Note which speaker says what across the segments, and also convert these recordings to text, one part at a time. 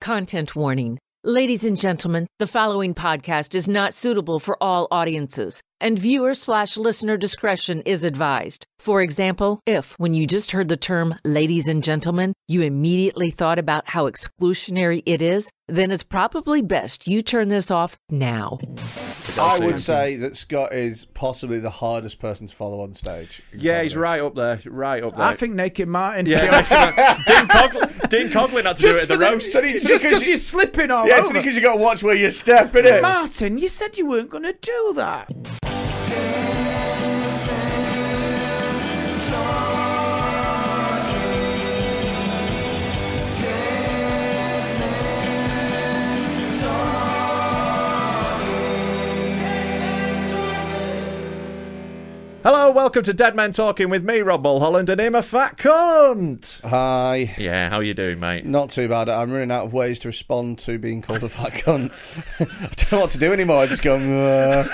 Speaker 1: Content warning. Ladies and gentlemen, the following podcast is not suitable for all audiences, and viewer slash listener discretion is advised. For example, if when you just heard the term ladies and gentlemen, you immediately thought about how exclusionary it is, then it's probably best you turn this off now.
Speaker 2: I would say that Scott is possibly the hardest person to follow on stage.
Speaker 3: Yeah, he's right up there, right up there.
Speaker 4: I think Naked Martin.
Speaker 3: Yeah, Dean, Cogl- Dean Coughlin had to do it at the roast.
Speaker 4: Just because you're slipping all
Speaker 2: Yeah, it's
Speaker 4: over.
Speaker 2: because you got to watch where you step, innit?
Speaker 4: Martin, you said you weren't going to do that.
Speaker 3: Hello, welcome to Dead Men Talking with me, Rob Mulholland, and him a fat cunt.
Speaker 2: Hi.
Speaker 3: Yeah, how you doing, mate?
Speaker 2: Not too bad. I'm running out of ways to respond to being called a fat cunt. I don't know what to do anymore. I just go "Uh,"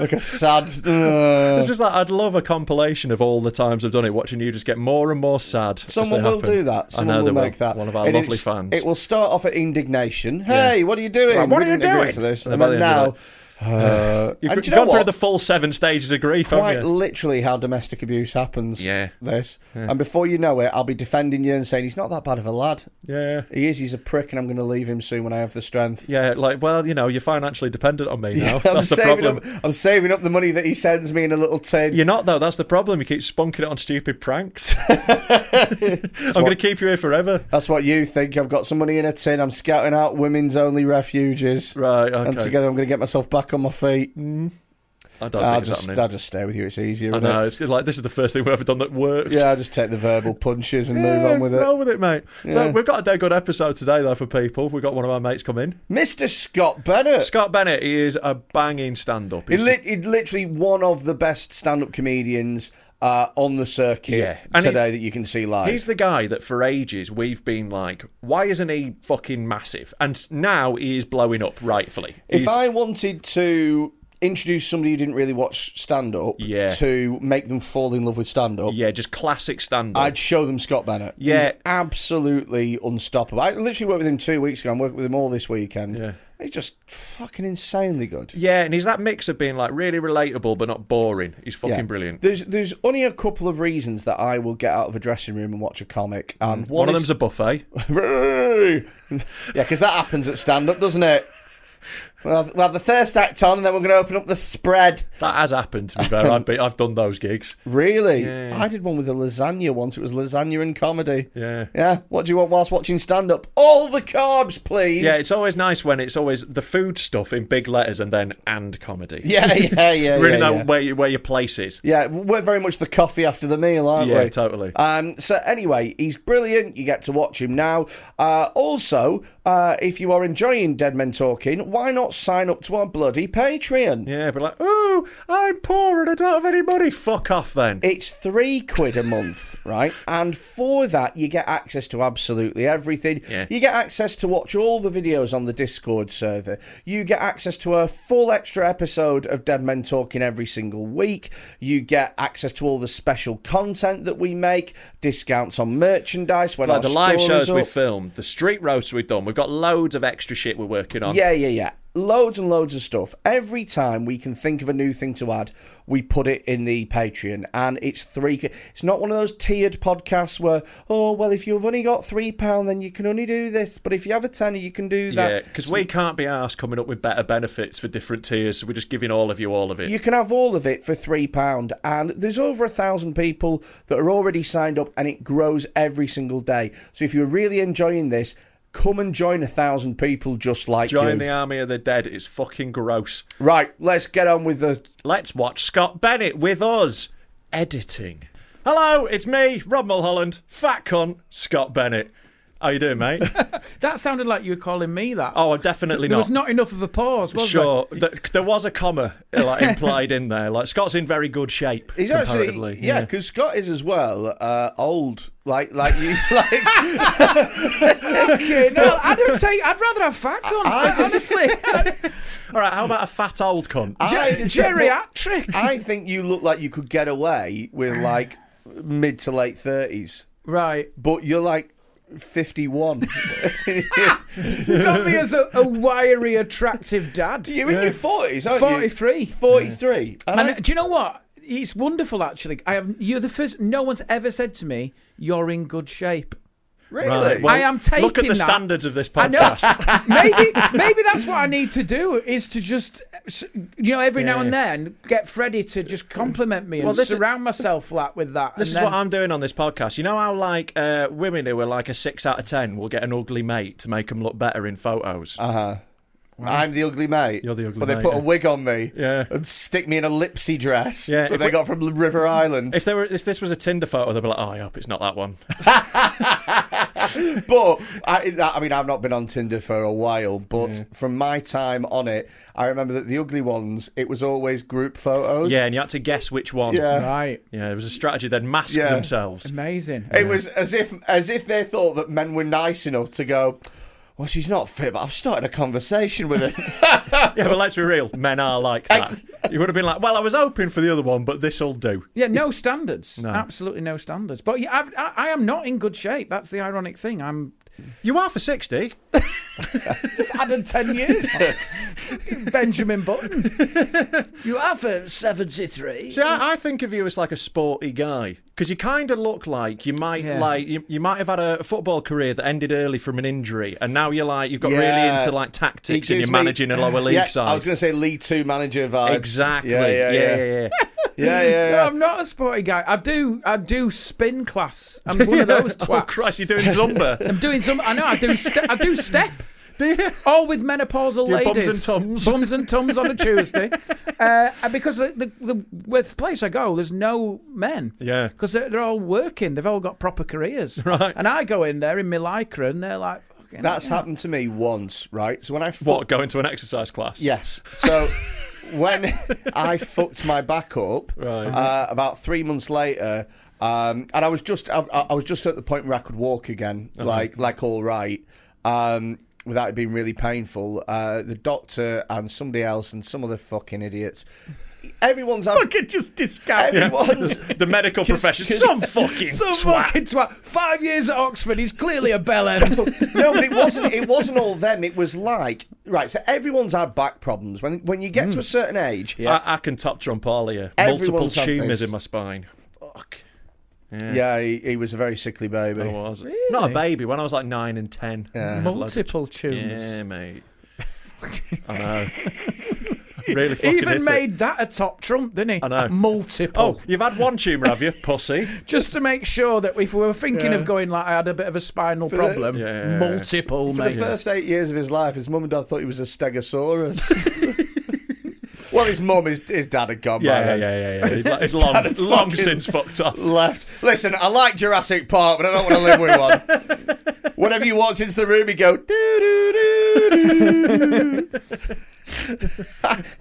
Speaker 2: like a sad. "Uh."
Speaker 3: It's just like I'd love a compilation of all the times I've done it, watching you just get more and more sad. as
Speaker 2: Someone
Speaker 3: they
Speaker 2: will
Speaker 3: happen.
Speaker 2: do that. Someone
Speaker 3: I know
Speaker 2: will
Speaker 3: they
Speaker 2: make that.
Speaker 3: One of our
Speaker 2: And
Speaker 3: lovely
Speaker 2: it's-
Speaker 3: fans.
Speaker 2: It will start off at indignation. Hey, what are you doing?
Speaker 3: Like, what
Speaker 2: We
Speaker 3: are you
Speaker 2: didn't agree
Speaker 3: doing?
Speaker 2: To this,
Speaker 3: And
Speaker 2: and
Speaker 3: by
Speaker 2: then
Speaker 3: the end
Speaker 2: now.
Speaker 3: of
Speaker 2: Uh,
Speaker 3: You've
Speaker 2: and do you
Speaker 3: g-
Speaker 2: know
Speaker 3: gone through
Speaker 2: what?
Speaker 3: the full seven stages of grief,
Speaker 2: quite
Speaker 3: haven't you?
Speaker 2: literally how domestic abuse happens.
Speaker 3: Yeah.
Speaker 2: This. And before you know it, I'll be defending you and saying he's not that bad of a lad.
Speaker 3: Yeah.
Speaker 2: He is. He's a prick, and I'm going to leave him soon when I have the strength.
Speaker 3: Yeah, like, well, you know, you're financially dependent on me now.
Speaker 2: I'm
Speaker 3: That's the
Speaker 2: saving
Speaker 3: problem.
Speaker 2: up. I'm saving up the money that he sends me in a little tin.
Speaker 3: You're not, though. That's the problem. You keep spunking it on stupid pranks. I'm going to keep you here forever.
Speaker 2: That's what you think. I've got some money in a tin. I'm scouting out women's only refuges.
Speaker 3: Right, okay.
Speaker 2: And together, I'm going to get myself back on my feet.
Speaker 3: I don't
Speaker 2: I'll
Speaker 3: think it's
Speaker 2: just,
Speaker 3: happening.
Speaker 2: I'll just stay with you. It's easier.
Speaker 3: I
Speaker 2: innit?
Speaker 3: know. It's like this is the first thing we've ever done that works.
Speaker 2: Yeah, I just take the verbal punches and
Speaker 3: Yeah,
Speaker 2: move on with it.
Speaker 3: Roll with it, mate. So
Speaker 2: Yeah.
Speaker 3: we've got a dead good episode today, though, for people. We've got one of our mates come in.
Speaker 2: Mr. Scott Bennett.
Speaker 3: Scott Bennett. He is a banging stand-up.
Speaker 2: He's
Speaker 3: He's
Speaker 2: lit- he's literally one of the best stand-up comedians uh, on the circuit
Speaker 3: Yeah. And
Speaker 2: today
Speaker 3: he-
Speaker 2: that you can see
Speaker 3: just-
Speaker 2: live.
Speaker 3: He's the guy that for ages we've been like, why isn't he fucking massive? And now he is blowing up, rightfully.
Speaker 2: if
Speaker 3: He's-
Speaker 2: I wanted to introduce somebody who didn't really watch stand-up
Speaker 3: Yeah.
Speaker 2: to make them fall in love with stand-up,
Speaker 3: yeah, just classic stand-up.
Speaker 2: I'd show them Scott Bennett.
Speaker 3: Yeah.
Speaker 2: He's absolutely unstoppable. I literally worked with him two weeks ago. I'm working with him all this weekend.
Speaker 3: Yeah.
Speaker 2: He's just fucking insanely good.
Speaker 3: Yeah, and he's that mix of being like really relatable but not boring. He's fucking
Speaker 2: Yeah.
Speaker 3: brilliant.
Speaker 2: There's there's only a couple of reasons that I will get out of a dressing room and watch a comic. And
Speaker 3: Mm. One of
Speaker 2: is-
Speaker 3: them's a buffet.
Speaker 2: yeah, because that happens at stand up, doesn't it? We'll have, we'll have the first act on, and then we're going to open up the spread.
Speaker 3: That has happened to be fair. I've been, I've done those gigs.
Speaker 2: Really?
Speaker 3: Yeah.
Speaker 2: I did one with a lasagna once. It was lasagna and comedy.
Speaker 3: Yeah.
Speaker 2: Yeah. What do you want whilst watching stand up? All the carbs, please.
Speaker 3: Yeah, it's always nice when it's always the food stuff in big letters and then and comedy.
Speaker 2: yeah, yeah, yeah.
Speaker 3: really
Speaker 2: yeah,
Speaker 3: know
Speaker 2: yeah.
Speaker 3: where you, where your place is.
Speaker 2: Yeah, we're very much the coffee after the meal, aren't we?
Speaker 3: Yeah, totally.
Speaker 2: Um, so anyway, he's brilliant. You get to watch him now. Uh, also, uh, if you are enjoying Dead Men Talking, why not sign up to our bloody Patreon?
Speaker 3: Yeah, but like, oh, no, I'm poor and I don't have any money. Fuck off then.
Speaker 2: It's three quid a month, right? And for that, you get access to absolutely everything.
Speaker 3: Yeah.
Speaker 2: You get access to watch all the videos on the Discord server. You get access to a full extra episode of Dead Men Talking every single week. You get access to all the special content that we make, discounts on merchandise. When
Speaker 3: like
Speaker 2: our
Speaker 3: the live
Speaker 2: store is
Speaker 3: shows we've
Speaker 2: up.
Speaker 3: filmed, the street roasts we've done, we've got loads of extra shit we're working on.
Speaker 2: Yeah, yeah, yeah. Loads and loads of stuff. Every time we can think of a new thing to add, we put it in the Patreon, and it's three. It's not one of those tiered podcasts where, oh well, if you've only got three pound, then you can only do this, but if you have a tenner, you can do that.
Speaker 3: Yeah, because we can't be asked coming up with better benefits for different tiers, so we're just giving all of you all of it.
Speaker 2: You can have all of it for three pound, and there's over a thousand people that are already signed up, and it grows every single day. So if you're really enjoying this, come and join a thousand people just like
Speaker 3: Join
Speaker 2: you.
Speaker 3: the army of the dead. It's fucking gross.
Speaker 2: right, let's get on with the
Speaker 3: Let's watch Scott Bennett with us editing. Hello, it's me, Rob Mulholland, fat cunt, Scott Bennett. How you doing, mate?
Speaker 5: That sounded like you were calling me that.
Speaker 3: oh, definitely
Speaker 5: there
Speaker 3: not.
Speaker 5: was not enough of a pause, was
Speaker 3: sure. Th- there was a comma uh, like, implied in there. Like Scott's in very good shape.
Speaker 2: He's
Speaker 3: comparatively.
Speaker 2: actually yeah, because Scott is as well uh, old like like you like.
Speaker 5: there? Okay, no, I don't say. I'd rather have fat on. honestly,
Speaker 3: All right. How about a fat old cunt?
Speaker 2: I-
Speaker 5: geriatric.
Speaker 2: I think you look like you could get away with like mid to late thirties,
Speaker 5: right,
Speaker 2: but you're like fifty one.
Speaker 5: you got me as a, a wiry, attractive dad.
Speaker 2: you're in your forties, aren't you?
Speaker 5: 43.
Speaker 2: Forty three.
Speaker 5: And uh, do you know what? It's wonderful, actually. I have. You're the first. No one's ever said to me, "You're in good shape."
Speaker 2: Really?
Speaker 5: well- I am taking
Speaker 3: Look at the
Speaker 5: that-
Speaker 3: standards of this
Speaker 5: I know.
Speaker 3: podcast.
Speaker 5: maybe, maybe that's what I need to do is to just, s- you know, every now and then get Freddie to just compliment me and
Speaker 3: Well, this is-
Speaker 5: surround myself like with that.
Speaker 3: This is
Speaker 5: and then-
Speaker 3: what I'm doing on this podcast. You know how like uh, women who are like a six out of ten will get an ugly mate to make them look better in photos.
Speaker 2: Ah. I'm the ugly mate.
Speaker 3: You're the ugly
Speaker 2: But they
Speaker 3: mate,
Speaker 2: put a
Speaker 3: yeah.
Speaker 2: wig on me.
Speaker 3: Yeah.
Speaker 2: And stick me in a lipsy dress.
Speaker 3: Yeah,
Speaker 2: That
Speaker 3: if
Speaker 2: they
Speaker 3: we-
Speaker 2: got from River Island.
Speaker 3: If there were, if this was a Tinder photo, they'd be like, "Oh, I hope it's not that one."
Speaker 2: but I, I mean, I've not been on Tinder for a while, but from my time on it, I remember that the ugly ones, it was always group photos.
Speaker 3: yeah, and you had to guess which one.
Speaker 2: Yeah.
Speaker 5: right.
Speaker 3: yeah. It was a strategy. They'd mask
Speaker 2: Yeah.
Speaker 3: themselves.
Speaker 5: Amazing.
Speaker 2: It was as if as if they thought that men were nice enough to go. Well, she's not fit, but I've started a conversation with her.
Speaker 3: Yeah, but let's be real, men are like that. you would have been like, "Well, I was hoping for the other one, but this'll do."
Speaker 5: Yeah, no standards. Absolutely no standards. But yeah, I've, I, I am not in good shape. That's the ironic thing. I'm
Speaker 3: You are for sixty.
Speaker 5: just added 10 years. Benjamin Button. You are for 73.
Speaker 3: See, I, I think of you as like a sporty guy because you kind of look like you might
Speaker 5: Yeah.
Speaker 3: like you, you might have had a football career that ended early from an injury, and now you're like you've got really
Speaker 2: Yeah.
Speaker 3: into like
Speaker 2: It
Speaker 3: tactics and
Speaker 2: gives
Speaker 3: you're
Speaker 2: me-
Speaker 3: managing a lower league
Speaker 2: yeah,
Speaker 3: side.
Speaker 2: I was going to say League Two manager vibes.
Speaker 3: exactly.
Speaker 2: Yeah, yeah, yeah, yeah,
Speaker 3: yeah.
Speaker 2: yeah. yeah,
Speaker 5: No, I'm not a sporty guy. I do I do spin class. I'm one of those twats.
Speaker 3: oh Christ, you're doing Zumba.
Speaker 5: I'm doing some. I know. I do. Ste- I do step. All with menopausal
Speaker 3: Do your bums
Speaker 5: ladies.
Speaker 3: and tums.
Speaker 5: Bums and tums on a Tuesday, uh, and because the, the the with place I go, there's no men.
Speaker 3: Yeah.
Speaker 5: because they're, they're all working. They've all got proper careers.
Speaker 3: Right.
Speaker 5: And I go in there in my lycra, and they're like, fucking
Speaker 2: That's happened to me once, right? So when I fu-
Speaker 3: what? Going to an exercise class?
Speaker 2: Yes. So when I fucked my back up, uh, about three months later, um, and I was just I, I I was just at the point where I could walk again, like like all right, um, without it being really painful. Uh, the doctor and somebody else and some other fucking idiots. Everyone's having,
Speaker 3: Fucking just discount
Speaker 2: everyone's
Speaker 3: the medical profession.
Speaker 2: cause-
Speaker 3: Some fucking
Speaker 5: some
Speaker 3: twat.
Speaker 5: fucking twat. Five years at Oxford. He's clearly a bell end.
Speaker 2: no, but it wasn't. It wasn't all them. It was like right. So everyone's had back problems when when you get to
Speaker 5: Hmm.
Speaker 2: a certain age.
Speaker 3: I, I can top Trump all here.
Speaker 2: Everyone's
Speaker 3: Multiple
Speaker 2: had this.
Speaker 3: tumours in my spine. Fuck.
Speaker 2: Yeah, he, he was a very sickly baby.
Speaker 3: I
Speaker 5: Oh,
Speaker 3: was not a baby when I was like nine and ten.
Speaker 5: Multiple tunes.
Speaker 3: Yeah, mate. I know. really fucking
Speaker 5: Even
Speaker 3: hit
Speaker 5: made
Speaker 3: It.
Speaker 5: that a top trump, didn't he?
Speaker 3: I know.
Speaker 5: Multiple.
Speaker 3: Oh, you've had one tumour, have you, pussy?
Speaker 5: just to make sure that if we were thinking of going like uh, I had a bit of a spinal problem,
Speaker 3: Yeah.
Speaker 5: multiple,
Speaker 2: For the
Speaker 5: mate.
Speaker 2: first eight years of his life, his mum and dad thought he was a stegosaurus. well, his mum, his, his dad had gone. by
Speaker 3: Yeah, yeah,
Speaker 2: then.
Speaker 3: yeah, yeah. yeah. It's, like- it's long,
Speaker 2: Dad
Speaker 3: long
Speaker 2: fucking
Speaker 3: since fucked off.
Speaker 2: Left. Listen, I like Jurassic Park, but I don't want to live with one. Whenever you walked into the room, you go. Doo, doo, doo, doo.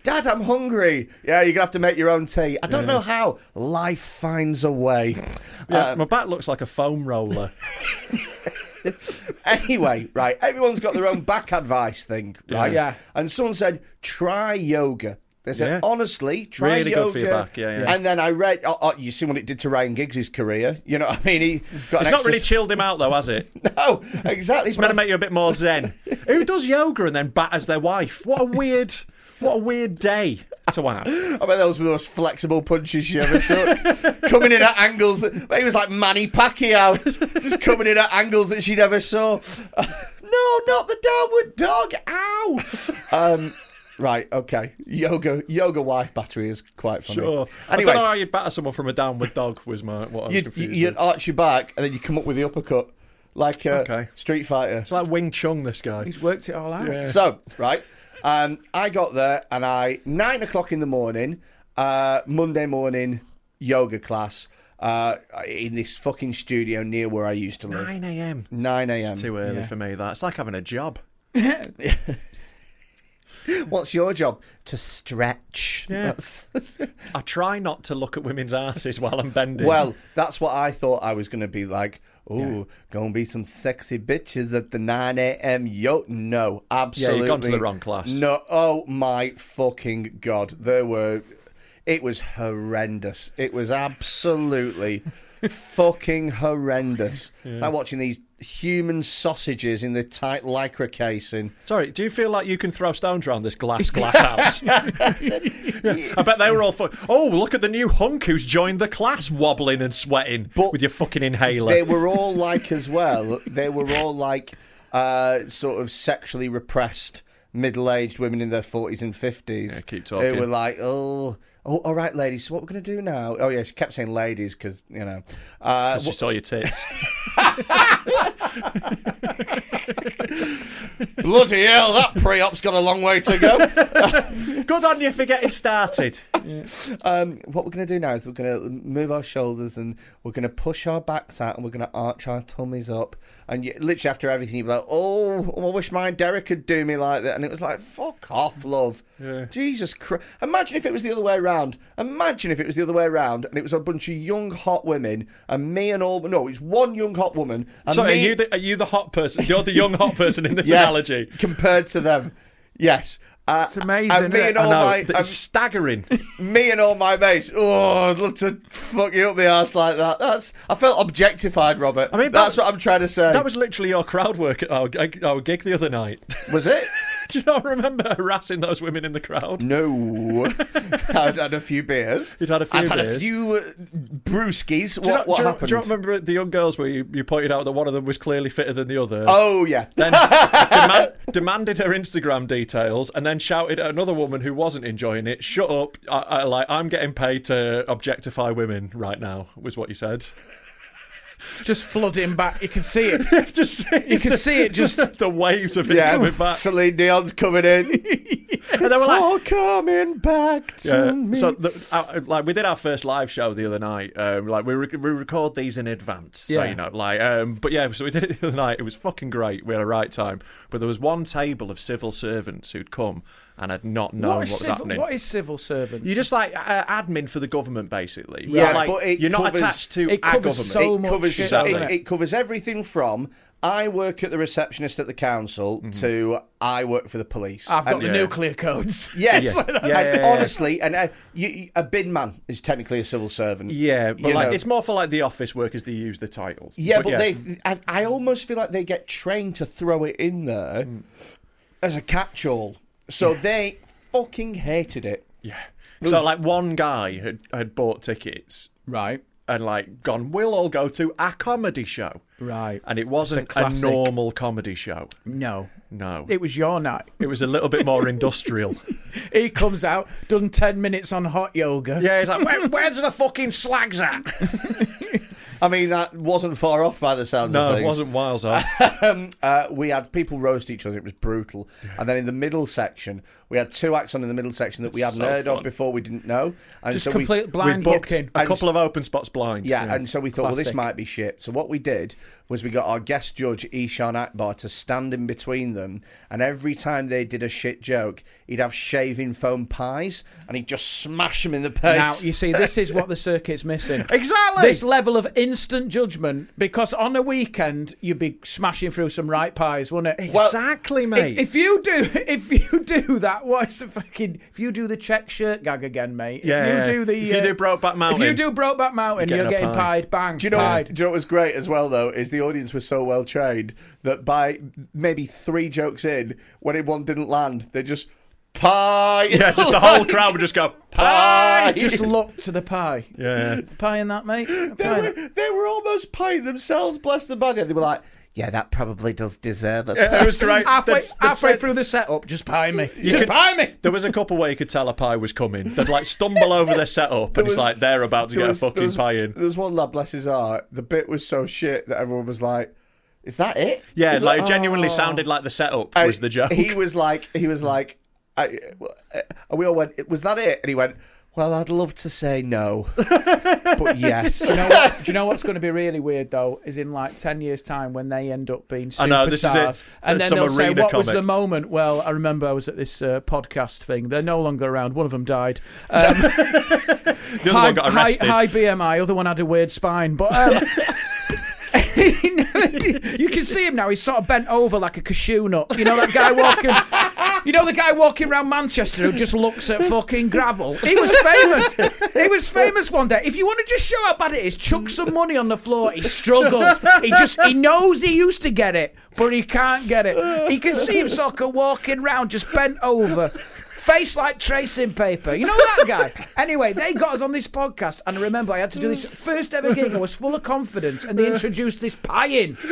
Speaker 2: Dad, I'm hungry. Yeah, you're gonna have to make your own tea. I don't know how. Life finds a way.
Speaker 3: Yeah,
Speaker 2: Um,
Speaker 3: my back looks like a foam roller.
Speaker 2: Anyway, right, everyone's got their own back advice thing, right?
Speaker 1: Yeah.
Speaker 2: And someone said, try yoga. They said,
Speaker 3: Yeah.
Speaker 2: honestly, try
Speaker 3: Really
Speaker 2: yoga.
Speaker 3: good for your back, yeah, yeah.
Speaker 2: And then I read, oh, oh, you see what it did to Ryan Giggs' career. You know what I mean? He got an
Speaker 3: It's
Speaker 2: extra...
Speaker 3: not really chilled him out though, has it? It's
Speaker 2: No, Oh, exactly. It's
Speaker 3: meant to
Speaker 2: what I-
Speaker 3: make you a bit more zen. Who does yoga and then batters their wife? What a weird, what a weird day to have.
Speaker 2: I bet those were the most flexible punches you ever took. coming in at angles that he was like Manny Pacquiao, just coming in at angles that she never saw. no, not the downward dog. Ow. um, right. Okay. Yoga. Yoga wife battery is quite funny.
Speaker 3: Sure. I
Speaker 2: Anyway,
Speaker 3: don't know how you'd batter someone from a downward dog. Was my what I was
Speaker 2: you'd,
Speaker 3: confused
Speaker 2: you'd
Speaker 3: with.
Speaker 2: arch your back and then you come up with the uppercut, like uh,
Speaker 3: Okay.
Speaker 2: Street Fighter.
Speaker 3: It's like Wing Chun. This guy.
Speaker 1: He's worked it all out.
Speaker 2: So, right, um, I got there and I nine o'clock in the morning, uh, Monday morning yoga class uh, in this fucking studio near where I used to live.
Speaker 3: Nine a.m.
Speaker 2: Nine a.m.
Speaker 3: Too early for me. That it's like having a job.
Speaker 2: What's your job? To stretch. That's-
Speaker 3: I try not to look at women's asses while I'm bending.
Speaker 2: well, that's what I thought I was going to be like. Ooh, gonna be some sexy bitches at the 9 a.m. Yo, no, absolutely.
Speaker 3: you've gone to the wrong class.
Speaker 2: No, oh my fucking god, there were. It was horrendous. It was absolutely fucking horrendous. Like watching these human sausages in the tight lycra casing.
Speaker 3: sorry. Do you feel like you can throw stones around this glass glass house? Yeah, I bet they were all. Fu- oh, look at the new hunk who's joined the class, wobbling and sweating
Speaker 2: But
Speaker 3: with your fucking inhaler.
Speaker 2: they were all like as well they were all like uh, sort of sexually repressed middle-aged women in their 40s and 50s yeah,
Speaker 3: keep
Speaker 2: who
Speaker 3: talking.
Speaker 2: were like oh Oh, all right, ladies. So what we're going to do now? Oh, yeah, she kept saying ladies because, you know. Uh,
Speaker 3: She saw your tits.
Speaker 2: Bloody hell, that pre-op's got a long way to go.
Speaker 3: Good on you for getting started.
Speaker 2: um, what we're going to do now is we're going to move our shoulders and we're going to push our backs out and we're going to arch our tummies up. And you, literally after everything, you'd be like, oh, I wish my Derek could do me like that. And it was like, fuck off, love. Jesus Christ. Imagine if it was the other way around. Imagine if it was the other way around and it was a bunch of young, hot women and me and all. No, it's one young, hot woman. And
Speaker 3: Sorry,
Speaker 2: me-
Speaker 3: are you the, are you the hot person? You're the young hot person in this
Speaker 2: Yes,
Speaker 3: analogy.
Speaker 2: Compared to them. Yes. Uh,
Speaker 1: It's amazing,
Speaker 2: And me
Speaker 1: isn't
Speaker 2: and
Speaker 1: it? I
Speaker 2: all
Speaker 3: No,
Speaker 2: my.
Speaker 3: th-
Speaker 2: and
Speaker 3: it's staggering.
Speaker 2: me and all my mates. Oh, I'd love to fuck you up the ass like that. That's I felt objectified, Robert. I
Speaker 3: mean, that-
Speaker 2: that's what I'm trying to say.
Speaker 3: that was literally your crowd work at our, g- our gig the other night.
Speaker 2: was it?
Speaker 3: Do you not remember harassing those women in the crowd?
Speaker 2: No, I'd had a few beers.
Speaker 3: You'd had a few
Speaker 2: I've had a
Speaker 3: beers.
Speaker 2: few uh, brewskis.
Speaker 3: Do you
Speaker 2: what
Speaker 3: not-
Speaker 2: what
Speaker 3: do you,
Speaker 2: happened?
Speaker 3: Do you remember the young girls where you, you pointed out that one of them was clearly fitter than the other?
Speaker 2: oh yeah.
Speaker 3: Then demand, demanded her Instagram details and then shouted at another woman who wasn't enjoying it, "Shut up! I, I, like I'm getting paid to objectify women right now," was what you said.
Speaker 1: Just flooding back. You can see it.
Speaker 3: just
Speaker 1: You can see it just
Speaker 3: the waves of it
Speaker 2: yeah,
Speaker 3: coming back.
Speaker 2: Celine Dion's coming in.
Speaker 3: And they were
Speaker 2: it's
Speaker 3: like-
Speaker 2: all coming back to
Speaker 3: Yeah,
Speaker 2: me.
Speaker 3: So, the, uh, like, we did our first live show the other night. Um, like, we rec- we record these in advance, so
Speaker 1: Yeah.
Speaker 3: you know, like, um, but yeah, so we did it the other night. It was fucking great. We had a right time, but there was one table of civil servants who'd come and had not known
Speaker 1: what, is
Speaker 3: what was
Speaker 1: civil,
Speaker 3: happening.
Speaker 1: what is civil servant?
Speaker 3: You're just like uh, admin for the government, basically.
Speaker 2: Yeah,
Speaker 3: like,
Speaker 2: but it
Speaker 3: you're not
Speaker 2: covers-
Speaker 3: attached to
Speaker 1: it
Speaker 3: our
Speaker 1: covers
Speaker 3: government.
Speaker 1: so much shit,
Speaker 2: covers it,
Speaker 3: Exactly.
Speaker 1: doesn't it?
Speaker 2: it covers everything from I work at the receptionist at the council to I work for the police.
Speaker 1: I've got
Speaker 2: And-
Speaker 1: the nuclear codes.
Speaker 2: Yes,
Speaker 3: Yeah.
Speaker 2: And
Speaker 3: Yeah, yeah, yeah.
Speaker 2: honestly, and uh, you, you- a bin man is technically a civil servant.
Speaker 3: yeah, but
Speaker 2: You
Speaker 3: like
Speaker 2: know.
Speaker 3: it's more for like the office workers. They use the title.
Speaker 2: yeah, but, they, I, I almost feel like they get trained to throw it in there as a catch-all. So they fucking hated it.
Speaker 3: Yeah. So like one guy had, had bought tickets
Speaker 1: Right.
Speaker 3: and like gone, we'll all go to a comedy show.
Speaker 1: Right.
Speaker 3: And it wasn't
Speaker 1: It's a
Speaker 3: a,
Speaker 1: classic.
Speaker 3: normal comedy show.
Speaker 1: No.
Speaker 3: No. It,
Speaker 1: It was your night.
Speaker 3: was a little bit more industrial.
Speaker 1: He comes out, done 10 minutes on hot yoga.
Speaker 3: yeah, it's like, Where, where's the fucking slags at?
Speaker 2: I mean, that wasn't far off by the sounds
Speaker 3: No,
Speaker 2: of things.
Speaker 3: it wasn't Wiles. I
Speaker 2: Uh, we had people roast each other. It was brutal. And then in the middle section, we had two acts on in the middle section that we hadn't
Speaker 3: So
Speaker 2: heard of
Speaker 3: fun.
Speaker 2: before. We didn't know. And
Speaker 5: Just
Speaker 2: so we-
Speaker 5: complete
Speaker 2: we
Speaker 5: blind
Speaker 2: booked-
Speaker 5: walk in.
Speaker 3: a
Speaker 2: and-
Speaker 3: couple of open spots blind.
Speaker 2: yeah, and so we thought, well, this
Speaker 5: Classic.
Speaker 2: might be shit. So what we did was we got our guest judge Ishan Akbar to stand in between them, and every time they did a shit joke, he'd have shaving foam pies, and he'd just smash them in the face.
Speaker 5: Now you see, this is what the circuit's missing.
Speaker 2: Exactly.
Speaker 5: This level of instant judgment, because on a weekend you'd be smashing through some right pies, wouldn't it?
Speaker 3: Exactly, mate.
Speaker 5: If, if you do, if you do that, what's the fucking? If you do the check shirt gag again, mate.
Speaker 3: Yeah.
Speaker 5: If you do the, uh,
Speaker 3: If you do Brokeback Mountain.
Speaker 5: if you do Brokeback Mountain,
Speaker 3: You're
Speaker 5: you're
Speaker 3: getting
Speaker 5: getting,
Speaker 3: a pie.
Speaker 5: pied. Bang.
Speaker 2: Do you know?
Speaker 5: Pied.
Speaker 2: What, do you know what was great as well though is the audience was so well trained that by maybe three jokes in, when one didn't land, they just pie.
Speaker 3: yeah, just the whole crowd would just go
Speaker 5: I
Speaker 3: pie.
Speaker 5: just look to the pie.
Speaker 3: yeah.
Speaker 5: Pie in that, mate. A
Speaker 2: They
Speaker 5: pie in
Speaker 2: were,
Speaker 5: that.
Speaker 2: they were almost pieing themselves. Bless them by the end. They were like, "Yeah, that probably does deserve a."
Speaker 3: Yeah, it was right.
Speaker 5: Halfway,
Speaker 3: That's- that's
Speaker 5: halfway
Speaker 3: it.
Speaker 5: through the setup, just pie me.
Speaker 3: You
Speaker 5: just
Speaker 3: could-
Speaker 5: pie me.
Speaker 3: There was a couple where you could tell a pie was coming. They'd like stumble over their setup, and it's like they're about to
Speaker 2: there
Speaker 3: get
Speaker 2: was-
Speaker 3: a fucking
Speaker 2: there was,
Speaker 3: pie in.
Speaker 2: There was one lad, bless his heart. The bit was so shit that everyone was like, "Is that it?"
Speaker 3: Yeah,
Speaker 2: It's
Speaker 3: like, it genuinely
Speaker 5: "Oh."
Speaker 3: sounded like the setup was the joke.
Speaker 2: "Oh." He was like, he was like, I, uh," and we all went, "Was that it?" And he went, "Well, I'd love to say no, but yes."
Speaker 5: Do you know what? Do you know what's going to be really weird though? Is in like ten years' time when they end up being superstars,
Speaker 3: I know, this is it.
Speaker 5: and
Speaker 3: That's
Speaker 5: then
Speaker 3: some
Speaker 5: they'll say,
Speaker 3: arena
Speaker 5: "What was
Speaker 3: comic."
Speaker 5: the moment?" Well, I remember I was at this uh, podcast thing. They're no longer around. One of them died. Um,
Speaker 3: the other one got
Speaker 5: high,
Speaker 3: arrested.
Speaker 5: high BMI. Other one had a weird spine, but. Um, you can see him now. He's sort of bent over like a cashew nut. You know that guy walking. You know the guy walking around Manchester who just looks at fucking gravel. He was famous. He was famous one day. If you want to just show how bad it is, chuck some money on the floor. He struggles. He just he knows he used to get it, but he can't get it. He can see him sort of walking round just bent over. Face like tracing paper. You know that guy? Anyway, they got us on this podcast, and I remember I had to do this first ever gig. I was full of confidence, and they introduced this pie in.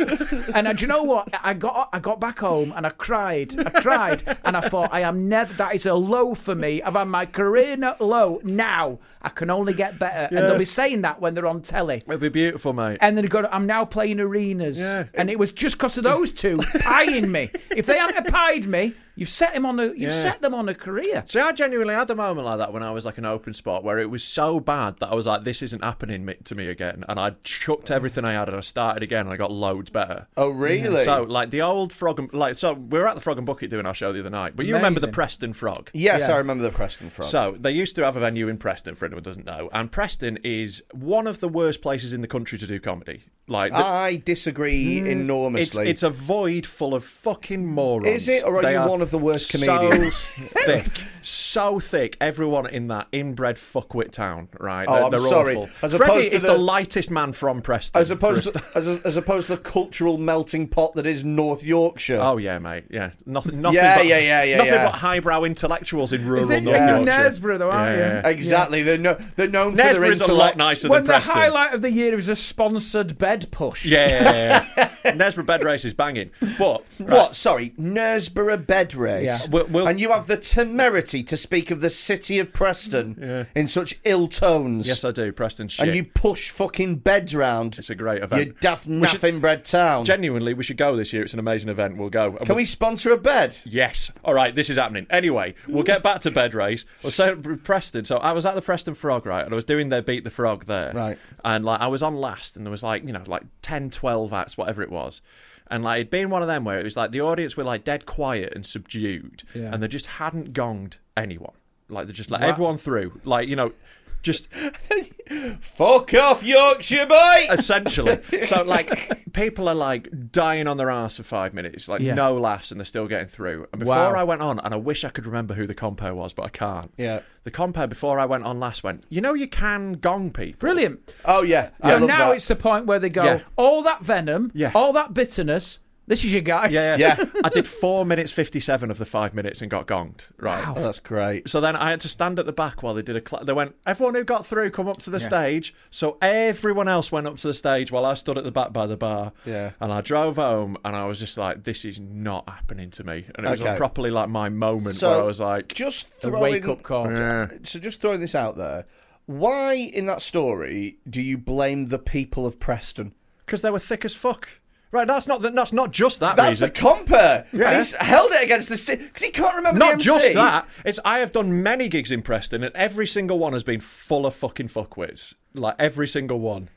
Speaker 5: And I, do you know what? I got I got back home and I cried. I cried, and I thought, I am never. That is a low for me. I've had my career n- low. Now I can only get better. And they'll be saying that when they're on telly.
Speaker 3: It'd be beautiful, mate.
Speaker 5: And then they go, I'm now playing arenas.
Speaker 3: Yeah.
Speaker 5: And it was just because of those two pieing me. If they hadn't have pied me, you've set him on a, you've
Speaker 3: Yeah.
Speaker 5: set them on a career.
Speaker 3: See, I genuinely had a moment like that when I was like an open spot where it was so bad that I was like, "This isn't happening mi- to me again," and I chucked everything I had and I started again and I got loads better.
Speaker 2: Oh, really?
Speaker 3: So, like the old frog, and, like so, we were at the Frog and Bucket doing our show the other night, but you remember the Preston Frog?
Speaker 2: Yes, I remember the Preston frog.
Speaker 3: So they used to have a venue in Preston, for anyone who doesn't know, and Preston is one of the worst places in the country to do comedy. Like, the- Mm,
Speaker 2: I disagree
Speaker 3: it's
Speaker 2: enormously.
Speaker 3: it's a void full of fucking morons.
Speaker 2: Is it, or are
Speaker 3: They
Speaker 2: you one of the worst comedians?
Speaker 3: So thick, so thick. Everyone in that inbred fuckwit town, right?
Speaker 2: Oh,
Speaker 3: they're
Speaker 2: I'm
Speaker 3: they're
Speaker 2: sorry.
Speaker 3: awful.
Speaker 2: As
Speaker 3: Freddie
Speaker 2: opposed to
Speaker 3: is
Speaker 2: the-
Speaker 3: the, lightest man from Preston.
Speaker 2: as
Speaker 3: for a
Speaker 2: opposed to,
Speaker 3: start.
Speaker 2: as, as opposed to the cultural melting pot that is North Yorkshire.
Speaker 3: Oh yeah, mate. Yeah, nothing. nothing
Speaker 2: Yeah,
Speaker 3: but,
Speaker 2: yeah, yeah, yeah,
Speaker 3: Nothing
Speaker 2: yeah.
Speaker 3: but highbrow intellectuals in rural
Speaker 5: Is it
Speaker 3: North
Speaker 5: yeah.
Speaker 3: Yorkshire.
Speaker 5: Knaresborough though, aren't
Speaker 3: Yeah,
Speaker 5: you?
Speaker 3: yeah, yeah.
Speaker 2: Exactly. They're, no, they're known for their
Speaker 3: Knaresborough is a
Speaker 2: intellect.
Speaker 3: lot nicer than
Speaker 5: when the
Speaker 3: Preston.
Speaker 5: highlight of the year is a sponsored bed push.
Speaker 3: Yeah, yeah, yeah, yeah. Knaresborough bed race is banging, but
Speaker 2: What? Sorry, Knaresborough bed race.
Speaker 5: Yeah.
Speaker 3: We'll- we'll-
Speaker 2: and you have the temerity to speak of the city of Preston in such ill tones.
Speaker 3: Yes, I do. Preston shit.
Speaker 2: and you push fucking beds round.
Speaker 3: It's a great event.
Speaker 2: You daft
Speaker 3: We should-
Speaker 2: naffing bred town.
Speaker 3: Genuinely, we should go this year. It's an amazing event. We'll go.
Speaker 2: Can we sponsor a bed?
Speaker 3: Yes. All right, this is happening. Anyway, we'll get back to bed race. Well, so Preston. So I was at the Preston Frog, right? And I was doing their beat the frog there.
Speaker 2: Right.
Speaker 3: And like I was on last and there was like, you know, like 10, 12 acts, whatever it was. And like it'd been one of them where it was like the audience were like dead quiet and subdued and they just hadn't gonged anyone. Like they just let everyone through. Like, you know, just
Speaker 2: Fuck off, Yorkshire, mate!
Speaker 3: essentially. so like people are like dying on their ass for five minutes, like
Speaker 5: Yeah.
Speaker 3: no laughs, and they're still getting through. And before
Speaker 5: Wow.
Speaker 3: I went on, and I wish I could remember who the compo was, but I can't.
Speaker 2: Yeah.
Speaker 3: The compo before I went on last went, you know, you can gong people.
Speaker 5: Brilliant.
Speaker 2: Oh, yeah. I
Speaker 5: So
Speaker 2: love
Speaker 5: now
Speaker 2: that.
Speaker 5: it's the point where they go,
Speaker 3: Yeah.
Speaker 5: all that venom,
Speaker 3: Yeah.
Speaker 5: all that bitterness, this is your guy.
Speaker 3: Yeah,
Speaker 2: Yeah.
Speaker 3: yeah. I did four minutes fifty-seven of the five minutes and got gonged. Right. Uh,
Speaker 2: Oh, that's great.
Speaker 3: So then I had to stand at the back while they did a. Cl- they went, everyone who got through, come up to the stage. So everyone else went up to the stage while I stood at the back by the bar.
Speaker 2: Yeah.
Speaker 3: And I drove home and I was just like, this is not happening to me. And it was
Speaker 2: Okay.
Speaker 3: properly like my moment
Speaker 2: So
Speaker 3: where I was like,
Speaker 2: just
Speaker 5: The
Speaker 2: throwing-
Speaker 5: wake-up call.
Speaker 2: So just throwing this out there, Why in that story do you blame the people of Preston?
Speaker 3: because they were thick as fuck. Right, that's not that. That's not just that
Speaker 2: That's
Speaker 3: reason.
Speaker 2: the compare.
Speaker 3: Yeah.
Speaker 2: And he's held it against the city because he can't remember the
Speaker 3: not
Speaker 2: MC.
Speaker 3: just that. It's I have done many gigs in Preston, and every single one has been full of fucking fuckwits. Like every single one.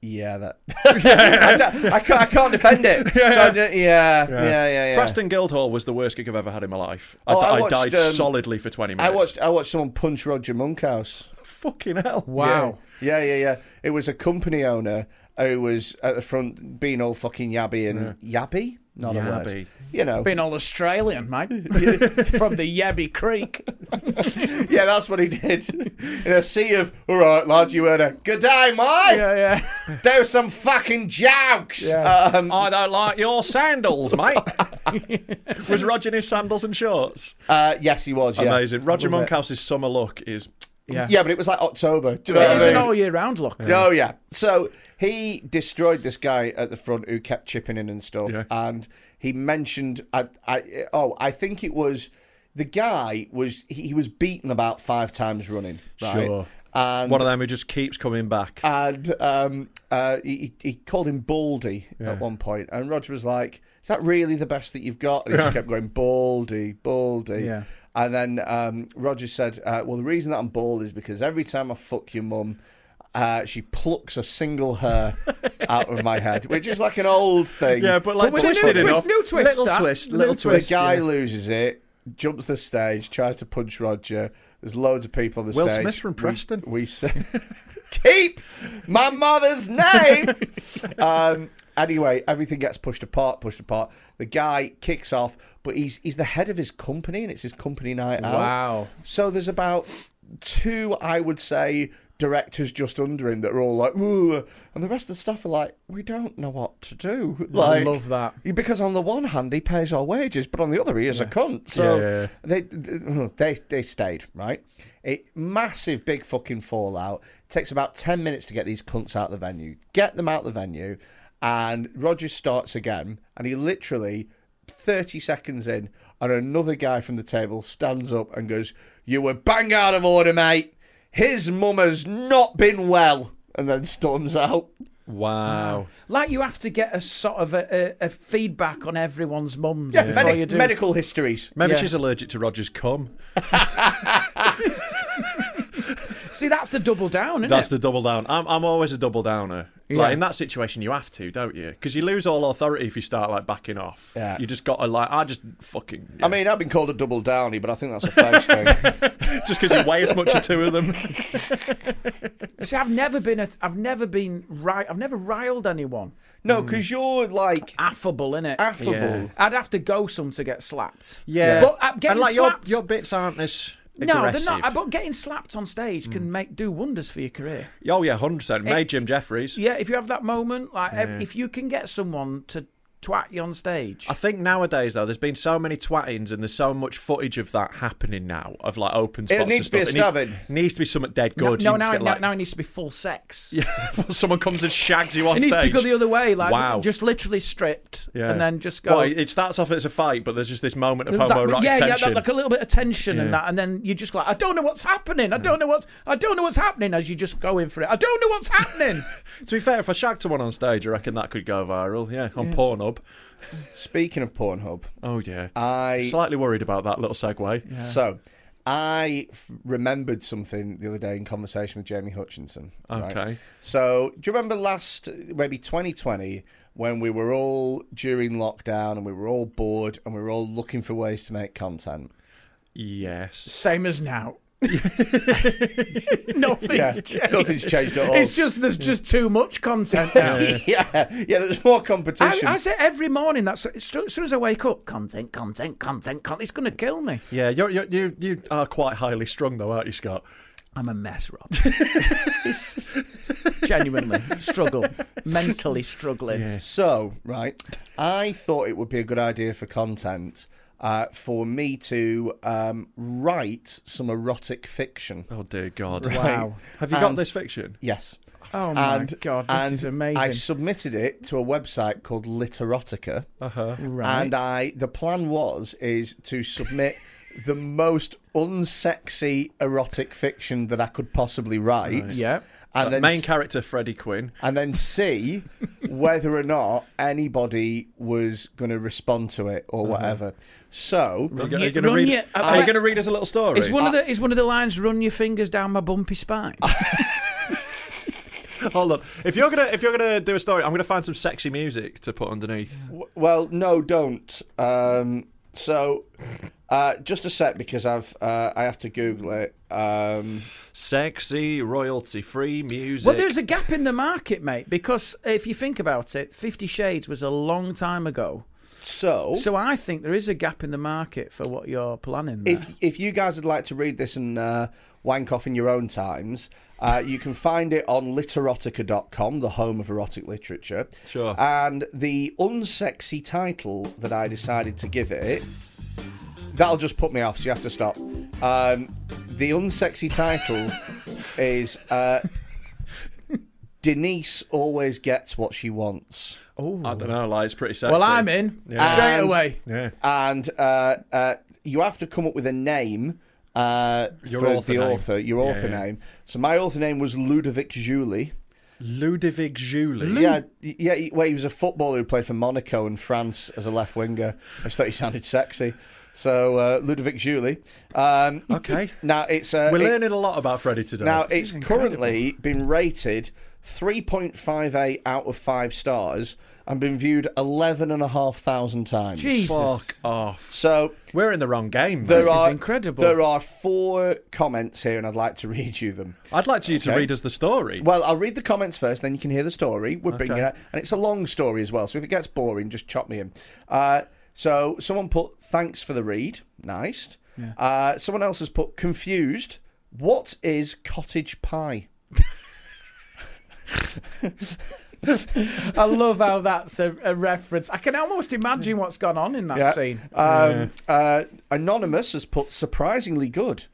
Speaker 2: Yeah, that. I, don't- I can't, I can't defend it. So I don't- yeah, yeah, yeah, yeah.
Speaker 3: Uh, Preston Guildhall was the worst gig I've ever had in my life. I,
Speaker 2: Oh, I
Speaker 3: I
Speaker 2: watched,
Speaker 3: died
Speaker 2: um,
Speaker 3: solidly for twenty
Speaker 2: I
Speaker 3: minutes.
Speaker 2: watched. uh, I watched someone punch Roger Monkhouse.
Speaker 3: Fucking hell!
Speaker 5: Wow.
Speaker 2: Yeah, yeah, yeah. It was a company owner who was at the front being all fucking yabby and yappy. Not a
Speaker 3: Yabby.
Speaker 2: word. You know.
Speaker 5: Been all Australian, mate. From the Yabby Creek.
Speaker 2: yeah, that's what he did. In a sea of all right, lad, you heard a good day, mate.
Speaker 5: Yeah, yeah.
Speaker 2: Do some fucking jokes. Um,
Speaker 3: I don't like your sandals, mate. was Roger in his sandals and shorts?
Speaker 2: uh, yes, he was. Yeah.
Speaker 3: Amazing. Roger
Speaker 2: Love it.
Speaker 3: Monkhouse's summer look is
Speaker 2: Yeah, but it was like October. Do you know
Speaker 5: It
Speaker 2: what
Speaker 5: is
Speaker 2: I
Speaker 5: an
Speaker 2: mean?
Speaker 5: all year round look.
Speaker 2: Oh yeah. So he destroyed this guy at the front who kept chipping in and stuff,
Speaker 3: Yeah.
Speaker 2: and he mentioned, I, I, oh, I think it was the guy was he, he was beaten about five times running, right?
Speaker 3: Sure.
Speaker 2: And Uh,
Speaker 3: one of them who just keeps coming back.
Speaker 2: and um, uh, he, he he called him Baldy at one point, and Roger was like, "Is that really the best that you've got?" And he just kept going Baldy, Baldy.
Speaker 5: Yeah.
Speaker 2: And then um, Roger said, uh, "Well, the reason that I'm bald is because every time I fuck your mum." Uh, she plucks a single hair out of my head, which is like an old thing.
Speaker 3: yeah, but like
Speaker 5: But with a new
Speaker 3: twisted
Speaker 5: twist,
Speaker 3: enough.
Speaker 5: new twist,
Speaker 3: little
Speaker 5: that.
Speaker 3: twist,
Speaker 5: Little
Speaker 3: little
Speaker 2: the
Speaker 3: twist.
Speaker 2: guy loses it, jumps the stage, tries to punch Roger. There's loads of people on the
Speaker 3: Will
Speaker 2: stage.
Speaker 3: Smith from
Speaker 2: We-
Speaker 3: Preston.
Speaker 2: We, say, keep my mother's name. um, anyway, everything gets pushed apart, pushed apart. The guy kicks off, but he's he's the head of his company, and it's his company night out.
Speaker 5: Wow.
Speaker 2: So there's about two, I would say, directors just under him that are all like, "Ooh," and the rest of the staff are like, "We don't know what to do." Like,
Speaker 5: love that.
Speaker 2: because on the one hand he pays our wages, but on the other he is a cunt. So
Speaker 3: Yeah, yeah, yeah.
Speaker 2: They, they they stayed right. It massive big fucking fallout. takes about ten minutes to get these cunts out of the venue. Get them out of the venue, and Rogers starts again, and he literally thirty seconds in, and another guy from the table stands up and goes, "You were bang out of order, mate. His mum has not been well," and then storms out.
Speaker 3: Wow.
Speaker 5: Like you have to get a sort of a, a, a feedback on everyone's mums
Speaker 2: Yeah,
Speaker 5: before
Speaker 2: medi-
Speaker 5: you do.
Speaker 2: medical histories.
Speaker 3: Maybe
Speaker 5: Yeah.
Speaker 3: she's allergic to Roger's cum.
Speaker 5: See, that's the double down, isn't
Speaker 3: That's
Speaker 5: it?
Speaker 3: the double down. I'm, I'm always a double downer.
Speaker 5: Yeah.
Speaker 3: Like in that situation, you have to, don't you? Because you lose all authority if you start like backing off.
Speaker 2: Yeah.
Speaker 3: You just got to like. I just fucking.
Speaker 2: I mean, I've been called a double downy, but I think that's a face thing.
Speaker 3: just because you weigh as much as two of them.
Speaker 5: See, I've never been a, I've never been right. I've never riled anyone.
Speaker 2: No,
Speaker 3: Hmm.
Speaker 2: because you're like
Speaker 3: Ah.
Speaker 5: Affable, innit?
Speaker 2: affable.
Speaker 3: Yeah.
Speaker 5: I'd have to go some to get slapped.
Speaker 3: Yeah.
Speaker 5: But uh, getting
Speaker 3: and like your,
Speaker 5: slapped.
Speaker 3: your bits aren't as.
Speaker 5: no, they're
Speaker 3: aggressive.
Speaker 5: not. But getting slapped on stage can make do wonders for your career.
Speaker 3: Mm. Oh yeah, hundred percent. Made Jim Jeffries.
Speaker 5: Yeah, if you have that moment, like if, if you can get someone to twat you on stage,
Speaker 3: I think nowadays though, there's been so many twattings and there's so much footage of that happening now of like open spots. and
Speaker 2: needs to be a
Speaker 3: stuff.
Speaker 2: stabbing.
Speaker 3: Needs, needs to be something dead
Speaker 5: no,
Speaker 3: good.
Speaker 5: no,
Speaker 3: You just
Speaker 5: now,
Speaker 3: get,
Speaker 5: now,
Speaker 3: like-
Speaker 5: now it needs to be full sex.
Speaker 3: someone comes and shags you on
Speaker 5: It
Speaker 3: stage.
Speaker 5: needs to go the other way, like
Speaker 3: wow.
Speaker 5: just literally stripped,
Speaker 3: Yeah.
Speaker 5: and then just go.
Speaker 3: Well, it starts off as a fight, but there's just this moment of
Speaker 5: There's that-
Speaker 3: homoerotic
Speaker 5: yeah, yeah,
Speaker 3: tension.
Speaker 5: that, like a little bit of tension and that, and then you're just like, I don't know what's happening. I don't know what's, I don't know what's happening. As you just go in for it, I don't know what's happening.
Speaker 3: to be fair, if I shagged someone on stage, I reckon that could go viral. Yeah, on Pornhub.
Speaker 2: Speaking of Pornhub,
Speaker 3: Oh yeah.
Speaker 2: I
Speaker 3: Slightly worried about that little segue.
Speaker 2: so I f- remembered something the other day in conversation with Jamie Hutchinson. right?
Speaker 3: Okay.
Speaker 2: So do you remember last maybe 2020 when we were all during lockdown and we were all bored and we were all looking for ways to make content?
Speaker 3: Yes.
Speaker 5: Same as now. Nothing's changed.
Speaker 2: nothing's changed at all.
Speaker 5: It's just there's just too much content now.
Speaker 2: yeah, yeah. There's more
Speaker 5: I,
Speaker 2: competition.
Speaker 5: I say every morning. That's as soon as soon as I wake up, content, content, content, content. It's gonna kill me.
Speaker 3: Yeah, you're, you're, you you are quite highly strung though, aren't you, Scott?
Speaker 5: I'm a mess, Rob. Genuinely struggle, mentally struggling.
Speaker 2: So, right, I thought it would be a good idea for content uh, for me to um, write some erotic fiction.
Speaker 3: Oh dear God!
Speaker 2: Wow.
Speaker 3: Have you got
Speaker 2: And-
Speaker 3: this fiction?
Speaker 2: Yes.
Speaker 5: Oh my God, this
Speaker 2: and
Speaker 5: is amazing.
Speaker 2: I submitted it to a website called Literotica,
Speaker 5: Right.
Speaker 2: and I the plan was is to submit the most unsexy erotic fiction that I could possibly write.
Speaker 1: Yeah.
Speaker 2: And then,
Speaker 3: Uh, Main
Speaker 2: s- Uh,
Speaker 3: character Freddie Quinn.
Speaker 2: and then see whether or not anybody was going to respond to it or whatever. So,
Speaker 3: Are you gonna- are you
Speaker 1: your-
Speaker 3: gonna
Speaker 1: run
Speaker 3: read-
Speaker 1: your-
Speaker 3: are you
Speaker 1: uh,
Speaker 3: going to read us a little story?
Speaker 1: Is one of the is one of the lines "Run your fingers down my bumpy spine"?
Speaker 3: Uh, Hold on. If you're gonna if you're gonna do a story, I'm gonna find some sexy music to put underneath.
Speaker 2: W- Well, no, don't. Um, so, uh, just a sec because I've uh, I have to Google it. Um,
Speaker 3: Sexy royalty free music.
Speaker 1: well, there's a gap in the market, mate, because if you think about it, Fifty Shades was a long time ago.
Speaker 2: so,
Speaker 1: So I think there is a gap in the market for what you're planning. There.
Speaker 2: if if you guys would like to read this and uh, wank off in your own times, uh, you can find it on literotica.com, the home of erotic literature.
Speaker 3: Sure.
Speaker 2: And the unsexy title that I decided to give it, that'll just put me off, so you have to stop. Um, the unsexy title is uh, Denise Always Gets What She Wants.
Speaker 3: I don't know. Like it's pretty sexy.
Speaker 1: well, I'm in straight
Speaker 2: And-
Speaker 1: away.
Speaker 3: Yeah.
Speaker 2: and uh, uh, you have to come up with a name uh,
Speaker 3: Your
Speaker 2: for
Speaker 3: author
Speaker 2: the
Speaker 3: name.
Speaker 2: author, your
Speaker 3: Yeah,
Speaker 2: author
Speaker 3: yeah.
Speaker 2: name. So my author name was Ludovic Julie.
Speaker 3: Ludovic Julie.
Speaker 2: Yeah, yeah. He, well, he was a footballer who played for Monaco and France as a left winger. I just thought he sounded sexy. So uh, Ludovic Julie. Um,
Speaker 3: Okay.
Speaker 2: Now it's uh,
Speaker 3: We're
Speaker 2: it-
Speaker 3: learning a lot about Freddie today.
Speaker 2: now it's currently been rated 3.58 out of five stars and been viewed 11,500 times.
Speaker 1: Jesus,
Speaker 3: fuck off.
Speaker 2: So
Speaker 3: We're in the wrong game.
Speaker 2: There
Speaker 1: is
Speaker 3: man.
Speaker 2: are
Speaker 1: incredible.
Speaker 2: There are four comments here, and I'd like to read you them.
Speaker 3: I'd like you to
Speaker 2: Okay.
Speaker 3: read us the story.
Speaker 2: Well, I'll read the comments first, then you can hear the story. We're bringing it,
Speaker 3: Okay.
Speaker 2: out- and it's a long story as well. So if it gets boring, just chop me in. Uh, so someone put thanks for the read. Nice. Uh, someone else has put confused. What is cottage pie?
Speaker 1: I love how that's a, a reference. I can almost imagine what's gone on in that scene.
Speaker 2: Uh, Um, uh, Anonymous has put surprisingly good.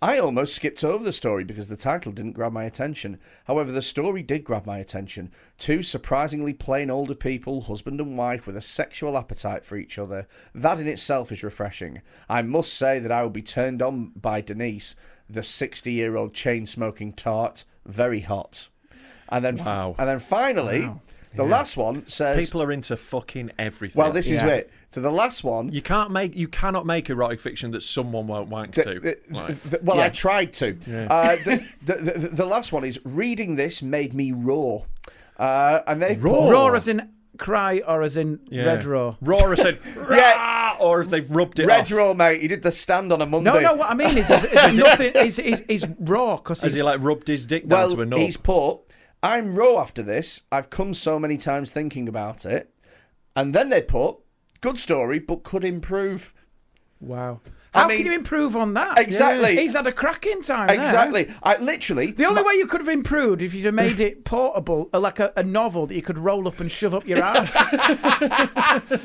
Speaker 2: I almost skipped over the story because the title didn't grab my attention. However, the story did grab my attention. Two surprisingly plain older people, husband and wife, with a sexual appetite for each other. That in itself is refreshing. I must say that I will be turned on by Denise, the 60 year old chain smoking tart. Very hot. And then,
Speaker 3: Wow.
Speaker 2: and then finally, the last one says.
Speaker 3: People are into fucking everything.
Speaker 2: well, this is it. So the last one
Speaker 3: You can't make you cannot make erotic fiction that someone won't wank to.
Speaker 2: the- the-
Speaker 3: Like,
Speaker 2: the- well, I tried to. Uh, the, the, the, the last one is reading this made me raw. Uh, and they've
Speaker 3: Raw?
Speaker 2: put-
Speaker 1: Raw as in cry or as in
Speaker 3: yeah.
Speaker 1: red raw.
Speaker 3: Raw said, yeah, or if they've rubbed it
Speaker 2: Red
Speaker 3: off.
Speaker 2: raw, mate. He did the stand on a Monday.
Speaker 1: No, no. What I mean is, is, is nothing. Is, is, is raw because
Speaker 3: Has
Speaker 1: he's
Speaker 3: he like rubbed his dick down
Speaker 2: well,
Speaker 3: to a knob?
Speaker 2: he's put. I'm raw after this. I've come so many times thinking about it, and then they put good story, but could improve.
Speaker 1: wow.
Speaker 2: I
Speaker 1: How
Speaker 2: mean-
Speaker 1: can you improve on that?
Speaker 2: Exactly.
Speaker 1: He's had a cracking time. there.
Speaker 2: Exactly. I literally.
Speaker 1: The only way you could have improved if you'd have made it portable, uh, like a, a novel that you could roll up and shove up your ass. you know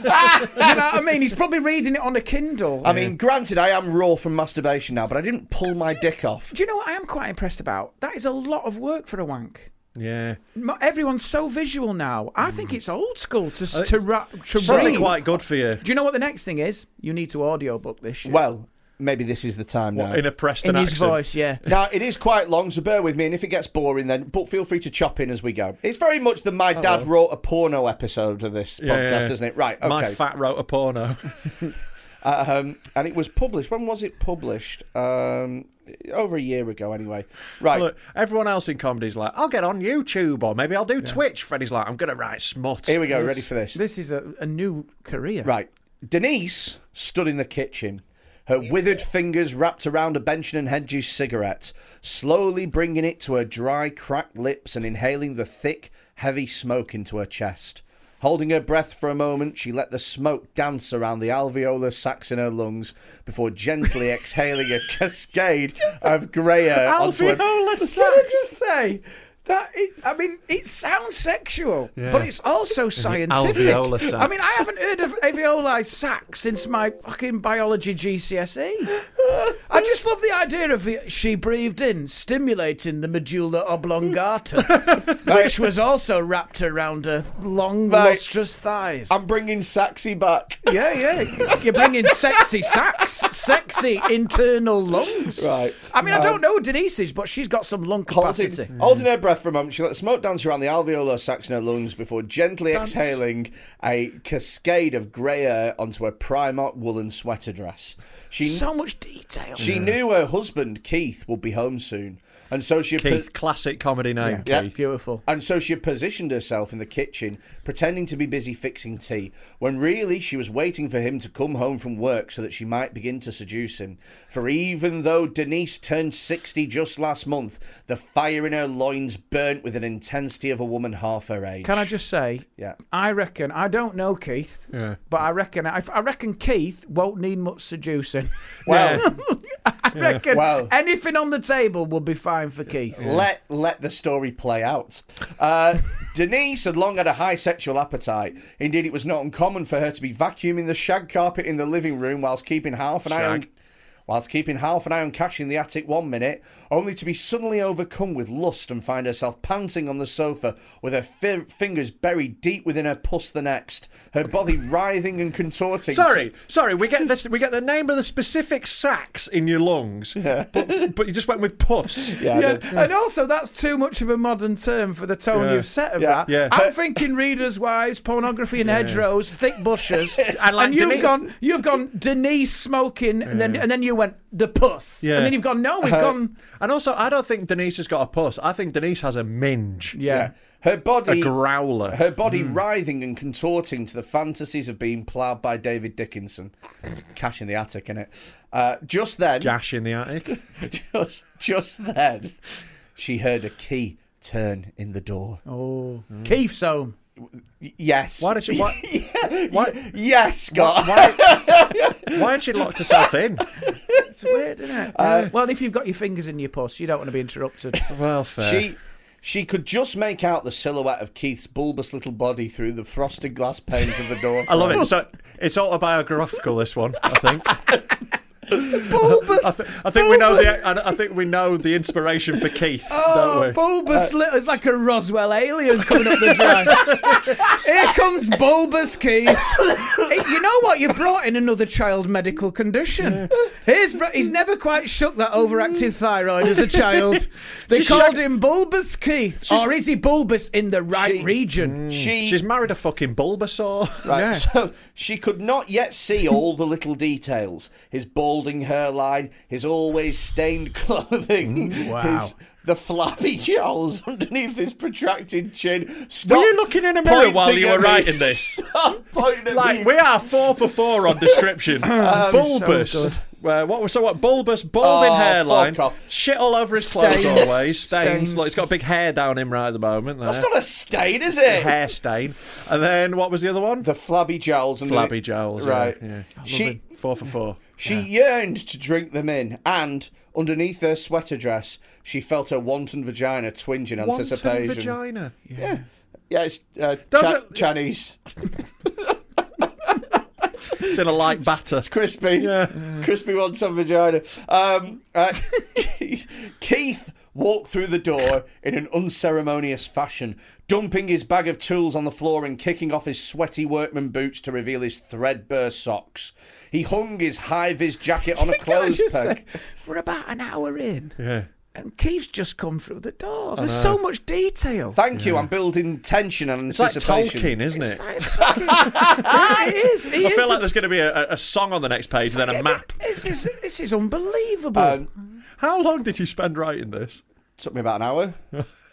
Speaker 1: what I mean? He's probably reading it on a Kindle.
Speaker 2: I mean, granted, I am raw from masturbation now, but I didn't pull my dick off.
Speaker 1: Do you know what I am quite impressed about? That is a lot of work for a wank.
Speaker 3: yeah,
Speaker 1: M- Everyone's so visual now. I think it's old school to s- to, ra- to
Speaker 3: Mm. Uh, probably
Speaker 1: read.
Speaker 3: quite good for you
Speaker 1: Do you know what the next thing is? You need to audiobook this shit.
Speaker 2: Well, maybe this is the time now.
Speaker 3: in a Preston
Speaker 1: in his
Speaker 3: accent.
Speaker 1: voice, yeah.
Speaker 2: Now it is quite long, so bear with me, and if it gets boring, then but feel free to chop in as we go. It's very much the my dad wrote a porno episode of this
Speaker 3: Yeah,
Speaker 2: podcast,
Speaker 3: yeah.
Speaker 2: isn't it? Right, okay.
Speaker 3: My fat wrote a porno.
Speaker 2: um, and it was published. When was it published? Um, over a year ago, anyway. Right.
Speaker 3: Look, everyone else in comedy's like, I'll get on YouTube or maybe I'll do Twitch. Freddie's like, I'm gonna write smut.
Speaker 2: Here we go. Ready for this?
Speaker 1: This is a, a new career.
Speaker 2: Right. Denise stood in the kitchen, her withered fingers wrapped around a Benson and Hedges cigarette, slowly bringing it to her dry, cracked lips and inhaling the thick, heavy smoke into her chest. Holding her breath for a moment, she let the smoke dance around the alveolar sacs in her lungs before gently exhaling a cascade of grey
Speaker 3: Uh,
Speaker 2: air onto her
Speaker 1: Alveolar Can I just say that? It, I mean, it sounds sexual, but it's also scientific.
Speaker 3: alveolar sacs.
Speaker 1: I mean, I haven't heard of alveoli sac since my fucking biology GCSE.
Speaker 3: E. I just love the idea of the she breathed in, stimulating the medulla oblongata, which was also wrapped around her long,
Speaker 2: Right.
Speaker 3: lustrous thighs.
Speaker 2: I'm bringing Saxy back.
Speaker 3: yeah, yeah. You're bringing sexy sacks, sexy internal lungs.
Speaker 2: Right.
Speaker 3: I mean, I
Speaker 2: Um,
Speaker 3: don't know Denise's, but she's got some lung
Speaker 2: Holding,
Speaker 3: capacity.
Speaker 2: holding her breath for a moment, she let the smoke dance around the alveolar sacs in her lungs before gently
Speaker 3: Dance.
Speaker 2: exhaling a cascade of grey air onto her Primark woolen sweater dress. She
Speaker 3: So much detail.
Speaker 2: she knew her husband Keith would be home soon, and so she
Speaker 5: Keith, classic comedy name.
Speaker 2: Yeah.
Speaker 5: Keith.
Speaker 3: Beautiful.
Speaker 2: And so she had positioned herself in the kitchen, pretending to be busy fixing tea, when really she was waiting for him to come home from work so that she might begin to seduce him. For even though Denise turned 60 just last month, the fire in her loins burnt with an intensity of a woman half her age.
Speaker 3: Can I just say?
Speaker 2: Yeah.
Speaker 3: I reckon I don't know Keith, but I reckon I, I reckon Keith won't need much seducing.
Speaker 2: Well,
Speaker 3: I reckon
Speaker 2: Well-
Speaker 3: anything on the table will be fine for Keith.
Speaker 2: Let let the story play out. Uh, Denise had long had a high sexual appetite. Indeed, it was not uncommon for her to be vacuuming the shag carpet in the living room whilst keeping half an eye on
Speaker 5: Shag.
Speaker 2: whilst keeping half an eye on cash in the attic one minute, only to be suddenly overcome with lust and find herself panting on the sofa with her fi- fingers buried deep within her puss the next, her body writhing and contorting.
Speaker 5: Sorry, sorry. We get this. We get the name of the specific sacs in your lungs, but, but you just went with puss.
Speaker 2: Yeah, I
Speaker 3: Yeah,
Speaker 2: did.
Speaker 5: Uh,
Speaker 3: and also that's too much of a modern term for the tone
Speaker 5: Yeah.
Speaker 3: you've set of
Speaker 2: Yeah.
Speaker 3: that.
Speaker 5: Yeah.
Speaker 3: I'm thinking readers' wives, pornography in hedgerows, thick bushes,
Speaker 5: And like
Speaker 3: and you've
Speaker 5: Denise-
Speaker 3: gone, you've gone Denise smoking, and then and then you went the puss,
Speaker 5: Yeah.
Speaker 3: and then you've gone no, we've gone uh,
Speaker 5: And also, I don't think Denise has got a puss. I think Denise has a minge.
Speaker 3: yeah.
Speaker 2: Her body
Speaker 5: A growler.
Speaker 2: Her body writhing and contorting to the fantasies of being ploughed by David Dickinson. It's Cash in the attic, innit? Uh, just then,
Speaker 5: Gash in the attic.
Speaker 2: just just then, she heard a key turn in the door.
Speaker 3: Keith's home.
Speaker 2: Y- Yes.
Speaker 5: Oh. Mm. Why did she? Why, why,
Speaker 2: Yes, Scott.
Speaker 5: why had she locked herself in?
Speaker 3: It's weird, isn't it? well, if you've got your fingers in your puss, you don't want to be interrupted.
Speaker 5: Uh, Well, fair.
Speaker 2: She she could just make out the silhouette of Keith's bulbous little body through the frosted glass panes of the door.
Speaker 5: I love it. So it's autobiographical. This one, I think. I,
Speaker 3: bulbous.
Speaker 5: th- I think we know the. I, I think we know the inspiration for Keith.
Speaker 3: Oh,
Speaker 5: don't we? Uh,
Speaker 3: bulbous little. It's like a Roswell alien coming up the drive. Here comes bulbous Keith. Eh, you know what? You brought in another child medical condition. Here's br- he's never quite shook that overactive thyroid as a child. They called him bulbous Keith, or is he bulbous in the right
Speaker 2: She-
Speaker 3: region?
Speaker 5: Mm.
Speaker 2: She
Speaker 5: She's married a fucking Bulbasaur.
Speaker 2: Right. So she could not yet see all the little details: his balding hairline, his always stained
Speaker 5: Mm,
Speaker 2: clothing, his the flappy jowls underneath his protracted chin. Stop
Speaker 5: Were you looking in a mirror while
Speaker 2: pointing
Speaker 5: you were
Speaker 2: at me.
Speaker 5: writing this?
Speaker 2: Stop pointing at me.
Speaker 5: Like we are four for four on description. bulbous. Uh, what so what? Bulbous, balding
Speaker 2: Oh,
Speaker 5: hairline,
Speaker 2: fuck off.
Speaker 5: shit all over his clothes
Speaker 3: Stains.
Speaker 5: always, stains.
Speaker 3: Stains.
Speaker 5: Like he's got a big hair down him right at the moment. There.
Speaker 2: That's not a stain, is it?
Speaker 5: hair stain. And then what was the other one?
Speaker 2: The flabby jowls and
Speaker 5: flabby jowls. yeah,
Speaker 2: Right.
Speaker 5: Yeah.
Speaker 2: She
Speaker 5: Four for four.
Speaker 2: she yearned to drink them in, and underneath her sweater dress, she felt her wanton vagina twinge in
Speaker 5: Wanton
Speaker 2: anticipation.
Speaker 5: vagina.
Speaker 2: Yeah. Yeah, it's uh,
Speaker 5: Does
Speaker 2: Cha-
Speaker 5: it-
Speaker 2: Chinese.
Speaker 5: It's in a light batter.
Speaker 2: It's crispy.
Speaker 5: Yeah.
Speaker 2: Crispy wants some vagina. Um, uh, Keith walked through the door in an unceremonious fashion, dumping his bag of tools on the floor and kicking off his sweaty workman boots to reveal his threadbare socks. He hung his high vis jacket on a
Speaker 3: Can I
Speaker 2: clothes
Speaker 3: just
Speaker 2: peg.
Speaker 3: say, we're about an hour in,
Speaker 5: Yeah.
Speaker 3: and Keith's just come through the door. There's so much detail.
Speaker 2: Thank you. I'm building tension and
Speaker 5: It's like
Speaker 2: anticipation.
Speaker 5: Tolkien, isn't it?
Speaker 3: It's like- it is. He
Speaker 5: I
Speaker 3: is.
Speaker 5: feel like there's going to be a, a- a song on the next page, then a map.
Speaker 3: This is this is unbelievable.
Speaker 2: Um,
Speaker 5: How long did you spend writing this?
Speaker 2: took me about an hour.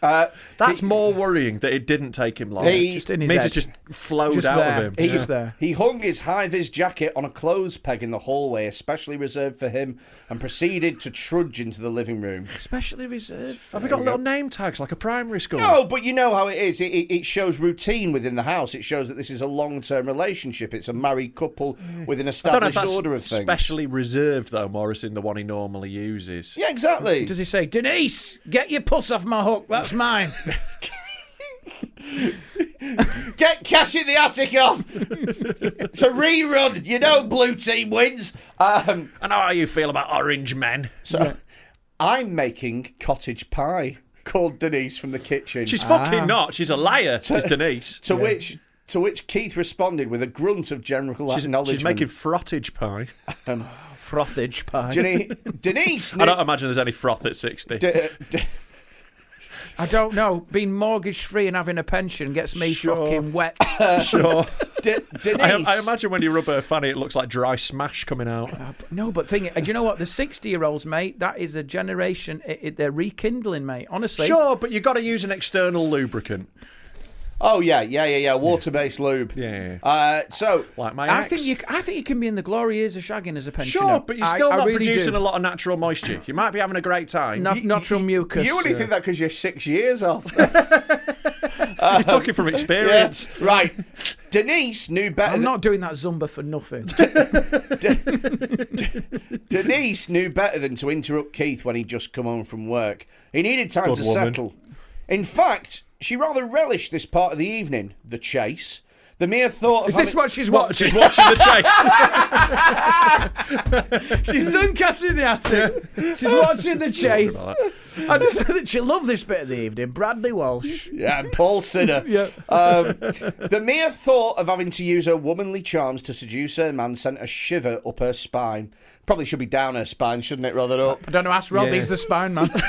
Speaker 2: Uh,
Speaker 5: That's more worrying that it didn't take him long.
Speaker 2: He-
Speaker 5: it just,
Speaker 3: Just in his
Speaker 5: means
Speaker 3: head.
Speaker 5: it just flowed
Speaker 3: Just
Speaker 5: out
Speaker 3: there.
Speaker 5: of him.
Speaker 3: He's just there.
Speaker 2: He hung his high vis jacket on a clothes peg in the hallway, especially reserved for him, and proceeded to trudge into the living room.
Speaker 3: Specially reserved. for-
Speaker 5: Have they got little name tags like a primary school?
Speaker 2: No, but you know how it is. It, it, it shows routine within the house. It shows that this is a long term relationship. It's a married couple with an
Speaker 5: I don't know if
Speaker 2: established
Speaker 5: that's
Speaker 2: order of things.
Speaker 5: specially reserved though, Morrison, the one he normally uses.
Speaker 2: Yeah, exactly.
Speaker 3: Does he say, Denise, get your puss off my hook? That's mine.
Speaker 2: Get Cash in the Attic off. it's a rerun. You know, blue team wins. Um,
Speaker 5: I know how you feel about orange men.
Speaker 2: so I'm making cottage pie. Called Denise from the kitchen.
Speaker 5: She's
Speaker 2: Ah.
Speaker 5: fucking not. She's a liar. She's Denise.
Speaker 2: To which to which Keith responded with a grunt of general
Speaker 5: She's,
Speaker 2: acknowledgement.
Speaker 5: she's making frottage pie.
Speaker 3: Frothage pie.
Speaker 2: Denise, Denise
Speaker 5: I
Speaker 2: knew,
Speaker 5: don't imagine there's any froth at 60.
Speaker 2: D- D-
Speaker 3: I don't know. Being mortgage free and having a pension gets me
Speaker 5: Sure.
Speaker 3: fucking wet.
Speaker 5: sure.
Speaker 2: D- Denise.
Speaker 5: I, I imagine when you rub her fanny, it looks like dry smash coming out.
Speaker 3: Uh, no, but thing, do you know what? The sixty-year-olds, mate, that is a generation. It, it, they're rekindling, mate. Honestly,
Speaker 5: Sure, but you've got to use an external lubricant.
Speaker 2: Oh yeah, yeah, yeah, yeah. Water-based lube.
Speaker 5: Yeah, yeah, yeah.
Speaker 2: Uh, so
Speaker 5: Like my
Speaker 3: I
Speaker 5: ex.
Speaker 3: think you. I think you can be in the glory years of shagging as a pensioner.
Speaker 5: Sure, but you're
Speaker 3: I-
Speaker 5: still
Speaker 3: I
Speaker 5: not
Speaker 3: really
Speaker 5: producing
Speaker 3: do.
Speaker 5: a lot of natural moisture. You might be having a great time.
Speaker 3: Na- natural mucus. uh,
Speaker 2: you only think that because you're six years off.
Speaker 5: You're talking from
Speaker 2: Yeah,
Speaker 5: experience.
Speaker 2: right. Denise knew better.
Speaker 3: I'm
Speaker 2: than-
Speaker 3: not doing that zumba for nothing.
Speaker 2: Denise knew better than to interrupt Keith when he'd just come home from work. He needed time
Speaker 5: Good
Speaker 2: to
Speaker 5: woman.
Speaker 2: settle. In fact, she rather relished this part of the evening, the chase. The mere thought of
Speaker 3: Is this
Speaker 2: having-
Speaker 3: what she's watching?
Speaker 5: She's watching the chase.
Speaker 3: She's done Cassie in the Attic. She's watching the chase. I just think she loved this bit of the evening. Bradley Walsh.
Speaker 2: Yeah, and Paul Sinner. yeah. Um, the mere thought of having to use her womanly charms to seduce her man sent a shiver up her spine. Probably should be down her spine, shouldn't it, rather than up?
Speaker 3: I don't know, ask Rob, he's the spine man.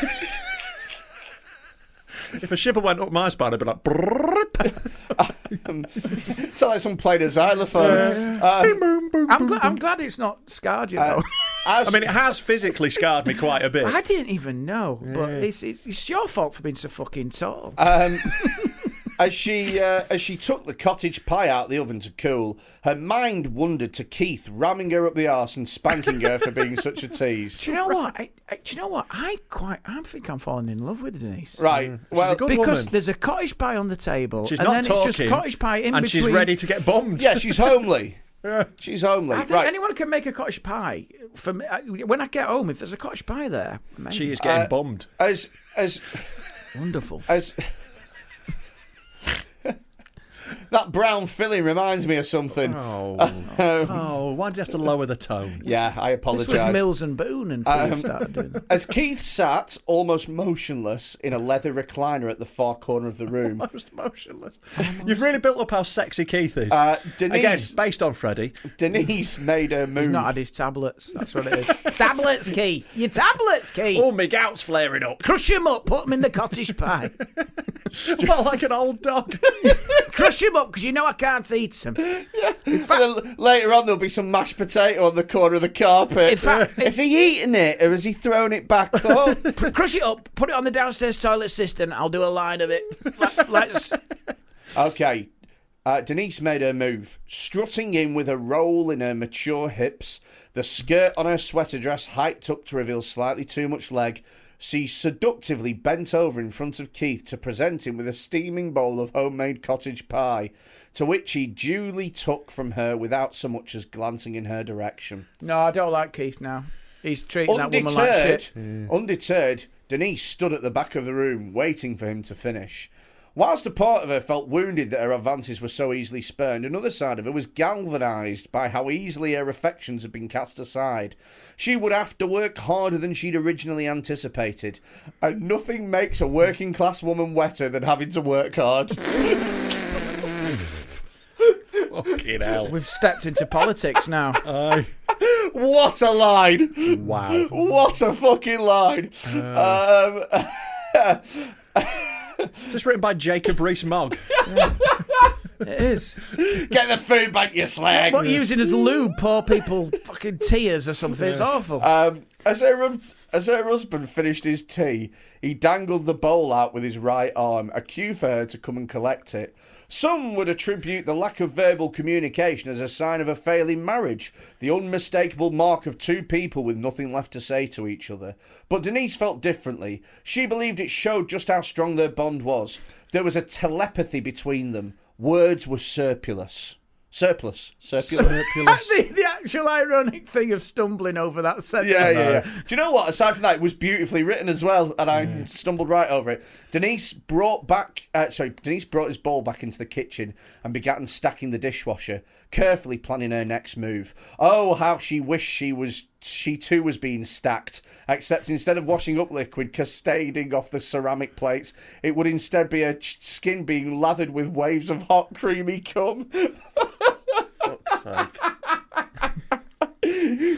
Speaker 5: if a shiver went up my spine, I'd be like, brrrp.
Speaker 2: It's like someone played a xylophone. Um,
Speaker 3: I'm, gl- I'm glad it's not scarred, you know.
Speaker 2: as-
Speaker 5: I mean, it has physically scarred me quite a bit.
Speaker 3: I didn't even know, but it's, it's, it's your fault for being so fucking tall.
Speaker 2: Um, as she uh, as she took the cottage pie out of the oven to cool, her mind wandered to Keith ramming her up the arse and spanking her for being such a tease.
Speaker 3: do you know what? I, I, do you know what? I quite, I think I'm falling in love with Denise.
Speaker 2: Right. Well,
Speaker 5: Mm. a good
Speaker 3: because
Speaker 5: woman.
Speaker 3: there's a cottage pie on the table,
Speaker 5: She's
Speaker 3: and
Speaker 5: not
Speaker 3: then
Speaker 5: talking.
Speaker 3: it's just cottage pie in
Speaker 5: and
Speaker 3: between.
Speaker 5: she's ready to get bombed.
Speaker 2: yeah, she's homely. She's homely.
Speaker 3: I think
Speaker 2: right.
Speaker 3: anyone can make a cottage pie. For me, I- when I get home, if there's a cottage pie there, amazing.
Speaker 5: She is
Speaker 2: Uh,
Speaker 5: getting bombed.
Speaker 2: As as
Speaker 3: wonderful.
Speaker 2: as. That brown filling reminds me of something. Um,
Speaker 5: Oh. oh, why do you have to lower the tone?
Speaker 2: Yeah, I
Speaker 3: This
Speaker 2: apologise.
Speaker 3: was Mills and Boone until you
Speaker 2: Um,
Speaker 3: started doing that.
Speaker 2: As Keith sat almost motionless in a leather recliner at the far corner of the room,
Speaker 5: Just motionless. You've really built up how sexy Keith is.
Speaker 2: Uh, Denise-
Speaker 5: Again, based on Freddie.
Speaker 2: Denise made her move.
Speaker 3: He's not had his tablets. That's what it is. tablets, Keith. Your tablets, Keith.
Speaker 5: Oh, my gout's flaring up.
Speaker 3: Crush him up. Put him in the cottage pie.
Speaker 5: well, like an old dog.
Speaker 3: Crush him up because you know I can't eat him.
Speaker 2: And then later on, there'll be some mashed potato on the corner of the carpet.
Speaker 3: In fact-
Speaker 2: is he eating it or is he throwing it back up?
Speaker 3: Pr- Crush it up. Put it on the downstairs toilet cistern. I'll do a line of it. Let- Let's.
Speaker 2: okay. Uh, Denise made her move, strutting in with a roll in her mature hips, the skirt on her sweater dress hiked up to reveal slightly too much leg. She seductively bent over in front of Keith to present him with a steaming bowl of homemade cottage pie, to which he duly took from her without so much as glancing in her direction.
Speaker 3: No, I don't like Keith now. He's treating that woman like
Speaker 2: Undeterred,
Speaker 3: shit.
Speaker 2: undeterred, Denise stood at the back of the room waiting for him to finish. Whilst a part of her felt wounded that her advances were so easily spurned, another side of her was galvanised by how easily her affections had been cast aside. She would have to work harder than she'd originally anticipated, and nothing makes a working class woman wetter than having to work hard.
Speaker 5: Fucking hell.
Speaker 3: We've stepped into politics now.
Speaker 5: Aye.
Speaker 2: what a line!
Speaker 5: wow. Uh.
Speaker 2: What a fucking line! um,
Speaker 5: Just written by Jacob Rees-Mogg.
Speaker 3: It is.
Speaker 2: get the food bank, you slag!
Speaker 3: What using as lube, poor people fucking tears or something. It's awful.
Speaker 2: Um, as her hum- as her husband finished his tea, he dangled the bowl out with his right arm, a cue for her to come and collect it. Some would attribute the lack of verbal communication as a sign of a failing marriage, the unmistakable mark of two people with nothing left to say to each other. But Denise felt differently. She believed it showed just how strong their bond was. There was a telepathy between them. Words were surplus. Surplus. Surplus.
Speaker 3: the, the actual ironic thing of stumbling over that sentence.
Speaker 2: Yeah, yeah, yeah. Do you know what? Aside from that, it was beautifully written as well, and I stumbled right over it. Denise brought back, uh, sorry, Denise brought his ball back into the kitchen and began stacking the dishwasher, carefully planning her next move. Oh, how she wished she was, she too was being stacked, except instead of washing up liquid cascading off the ceramic plates, it would instead be her ch- skin being lathered with waves of hot, creamy cum.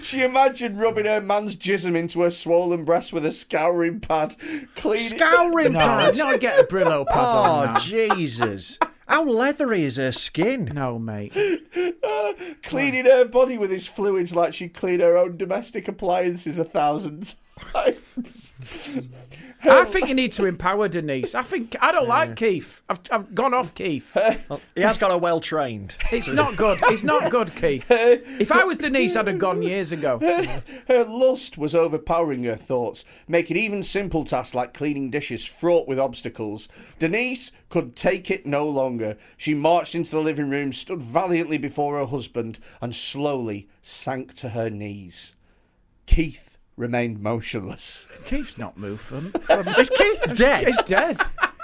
Speaker 2: She imagined rubbing her man's jism into her swollen breast with a scouring pad, cleaning.
Speaker 5: Scouring
Speaker 3: No,
Speaker 5: pad.
Speaker 3: no, get a Brillo pad on
Speaker 5: Oh
Speaker 3: that.
Speaker 5: Jesus! How leathery is her skin?
Speaker 3: No, mate.
Speaker 2: Uh, cleaning her body with his fluids like she'd clean her own domestic appliances a thousand times.
Speaker 3: I think you need to empower Denise. I think I don't like Keith. I've, I've gone off Keith.
Speaker 5: He has got a well trained.
Speaker 3: It's not good. It's not good, Keith. If I was Denise, I'd have gone years ago.
Speaker 2: her lust was overpowering her thoughts, making even simple tasks like cleaning dishes fraught with obstacles. Denise could take it no longer. She marched into the living room, stood valiantly before her husband, and slowly sank to her knees. Keith remained motionless.
Speaker 3: Keith's not moved from. from
Speaker 5: Is Keith dead?
Speaker 3: he's dead.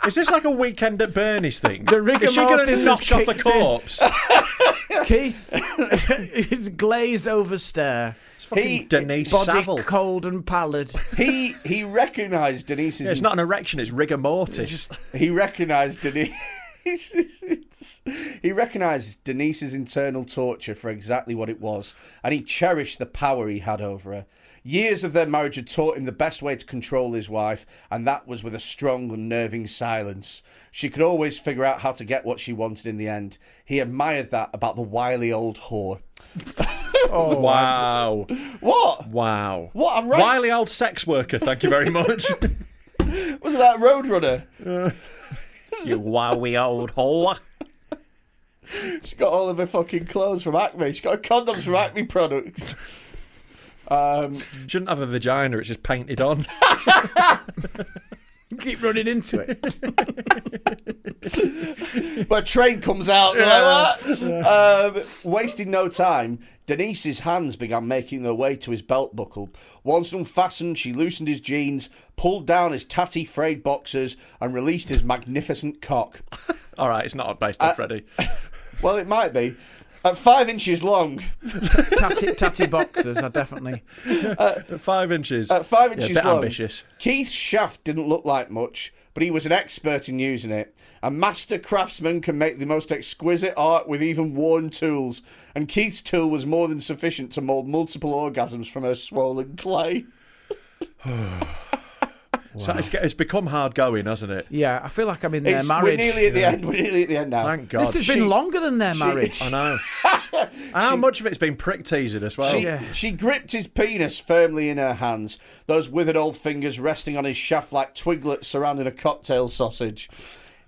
Speaker 5: Is this like a weekend at Bernie's thing?
Speaker 3: The rigor
Speaker 5: Is she gonna
Speaker 3: mortis has
Speaker 5: knock off a
Speaker 3: kicked in.
Speaker 5: corpse?
Speaker 3: Keith is glazed over stare.
Speaker 2: He,
Speaker 5: Denise
Speaker 3: Body
Speaker 5: Saville.
Speaker 3: cold and pallid.
Speaker 2: he he recognised Denise's.
Speaker 5: Yeah, it's not an erection. It's rigor mortis.
Speaker 2: He recognised Denise. he recognised Denise's internal torture for exactly what it was, and he cherished the power he had over her. Years of their marriage had taught him the best way to control his wife, and that was with a strong, unnerving silence. She could always figure out how to get what she wanted in the end. He admired that about the wily old whore.
Speaker 5: wow!
Speaker 2: What?
Speaker 5: Wow!
Speaker 2: What, I'm right?
Speaker 5: Wily old sex worker. Thank you very much.
Speaker 2: Was that Roadrunner?
Speaker 5: you wowie old whore.
Speaker 2: She got all of her fucking clothes from Acme. She got her condoms from Acme products. Um,
Speaker 5: Shouldn't have a vagina. It's just painted on.
Speaker 3: Keep running into it.
Speaker 2: but a train comes out. You're like, what? Um, wasting no time, Denise's hands began making their way to his belt buckle. Once unfastened, she loosened his jeans, pulled down his tatty frayed boxers, and released his magnificent cock. Uh,
Speaker 5: All right, it's not based on Freddy.
Speaker 2: Well, it might be. At five inches long,
Speaker 3: Tatty, tatty boxers, I definitely.
Speaker 5: Five inches.
Speaker 2: at Uh, five
Speaker 5: Yeah, a
Speaker 2: inches
Speaker 5: bit
Speaker 2: long,
Speaker 5: ambitious.
Speaker 2: Keith's shaft didn't look like much, but he was an expert in using it. A master craftsman can make the most exquisite art with even worn tools, and Keith's tool was more than sufficient to mould multiple orgasms from her swollen clay.
Speaker 5: So it's, it's become hard going, hasn't it?
Speaker 3: Yeah, I feel like I'm in their
Speaker 2: It's- we're
Speaker 3: marriage.
Speaker 2: nearly at the end. We're nearly at the end now.
Speaker 5: Thank God.
Speaker 3: this has
Speaker 2: She-
Speaker 3: been longer than their
Speaker 2: she-
Speaker 3: marriage.
Speaker 5: I know. How much of it's been prick teasing as well?
Speaker 2: She,
Speaker 3: Yeah.
Speaker 2: she gripped his penis firmly in her hands, those withered old fingers resting on his shaft like twiglets surrounding a cocktail sausage.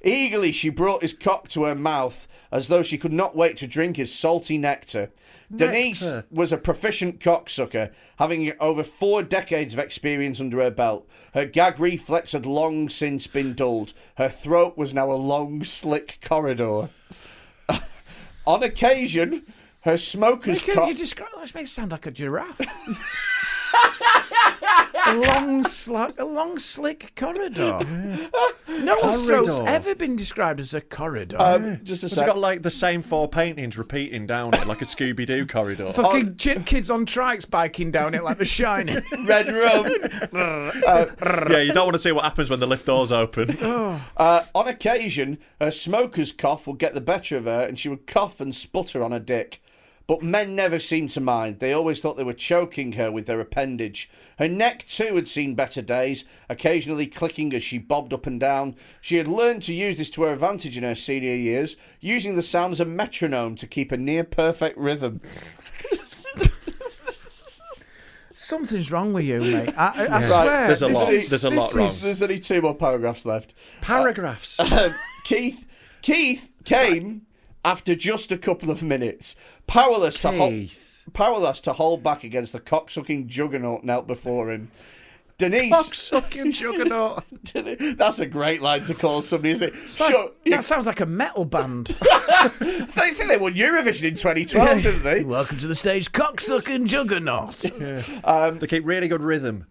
Speaker 2: Eagerly, she brought his cock to her mouth as though she could not wait to drink his salty nectar. Denise
Speaker 5: Nectar.
Speaker 2: was a proficient cocksucker, having over four decades of experience under her belt. Her gag reflex had long since been dulled. Her throat was now a long, slick corridor. on occasion, her smoker's
Speaker 3: Can
Speaker 2: cock.
Speaker 3: you describe that? Makes sound like a giraffe. a long, sli- a long, slick corridor. No one's throat's
Speaker 5: Corridor. Uh,
Speaker 3: ever been described as a corridor.
Speaker 2: Um, just a
Speaker 5: It's
Speaker 2: sec.
Speaker 5: got like the same four paintings repeating down it, like a Scooby Doo corridor.
Speaker 3: Fucking chip kids on trikes biking down it like The Shining.
Speaker 2: Red room.
Speaker 5: Uh, yeah, you don't want to see what happens when the lift doors open.
Speaker 2: Uh, on occasion, her smoker's cough would get the better of her, and she would cough and sputter on her dick. But men never seemed to mind. They always thought they were choking her with their appendage. Her neck, too, had seen better days, occasionally clicking as she bobbed up and down. She had learned to use this to her advantage in her senior years, using the sound as a metronome to keep a near perfect rhythm.
Speaker 3: Something's wrong with you, mate. I, I, I
Speaker 5: Yeah.
Speaker 3: swear.
Speaker 5: Right, there's a
Speaker 3: this
Speaker 5: lot-
Speaker 3: is-
Speaker 5: there's a lot
Speaker 3: this
Speaker 5: wrong. uh,
Speaker 3: is-
Speaker 2: There's only two more paragraphs left.
Speaker 5: Paragraphs.
Speaker 2: Um, Keith, Keith came after just a couple of minutes, powerless to hold,
Speaker 5: Keith.
Speaker 2: powerless to hold back against the cocksucking juggernaut knelt before him. Denise.
Speaker 3: Cocksucking juggernaut.
Speaker 2: That's a great line to call somebody, isn't it? Sure.
Speaker 3: That, sounds like a metal band.
Speaker 2: They think they won Eurovision in 2012, didn't they?
Speaker 3: Welcome to the stage, cocksucking juggernaut.
Speaker 5: They keep really good rhythm.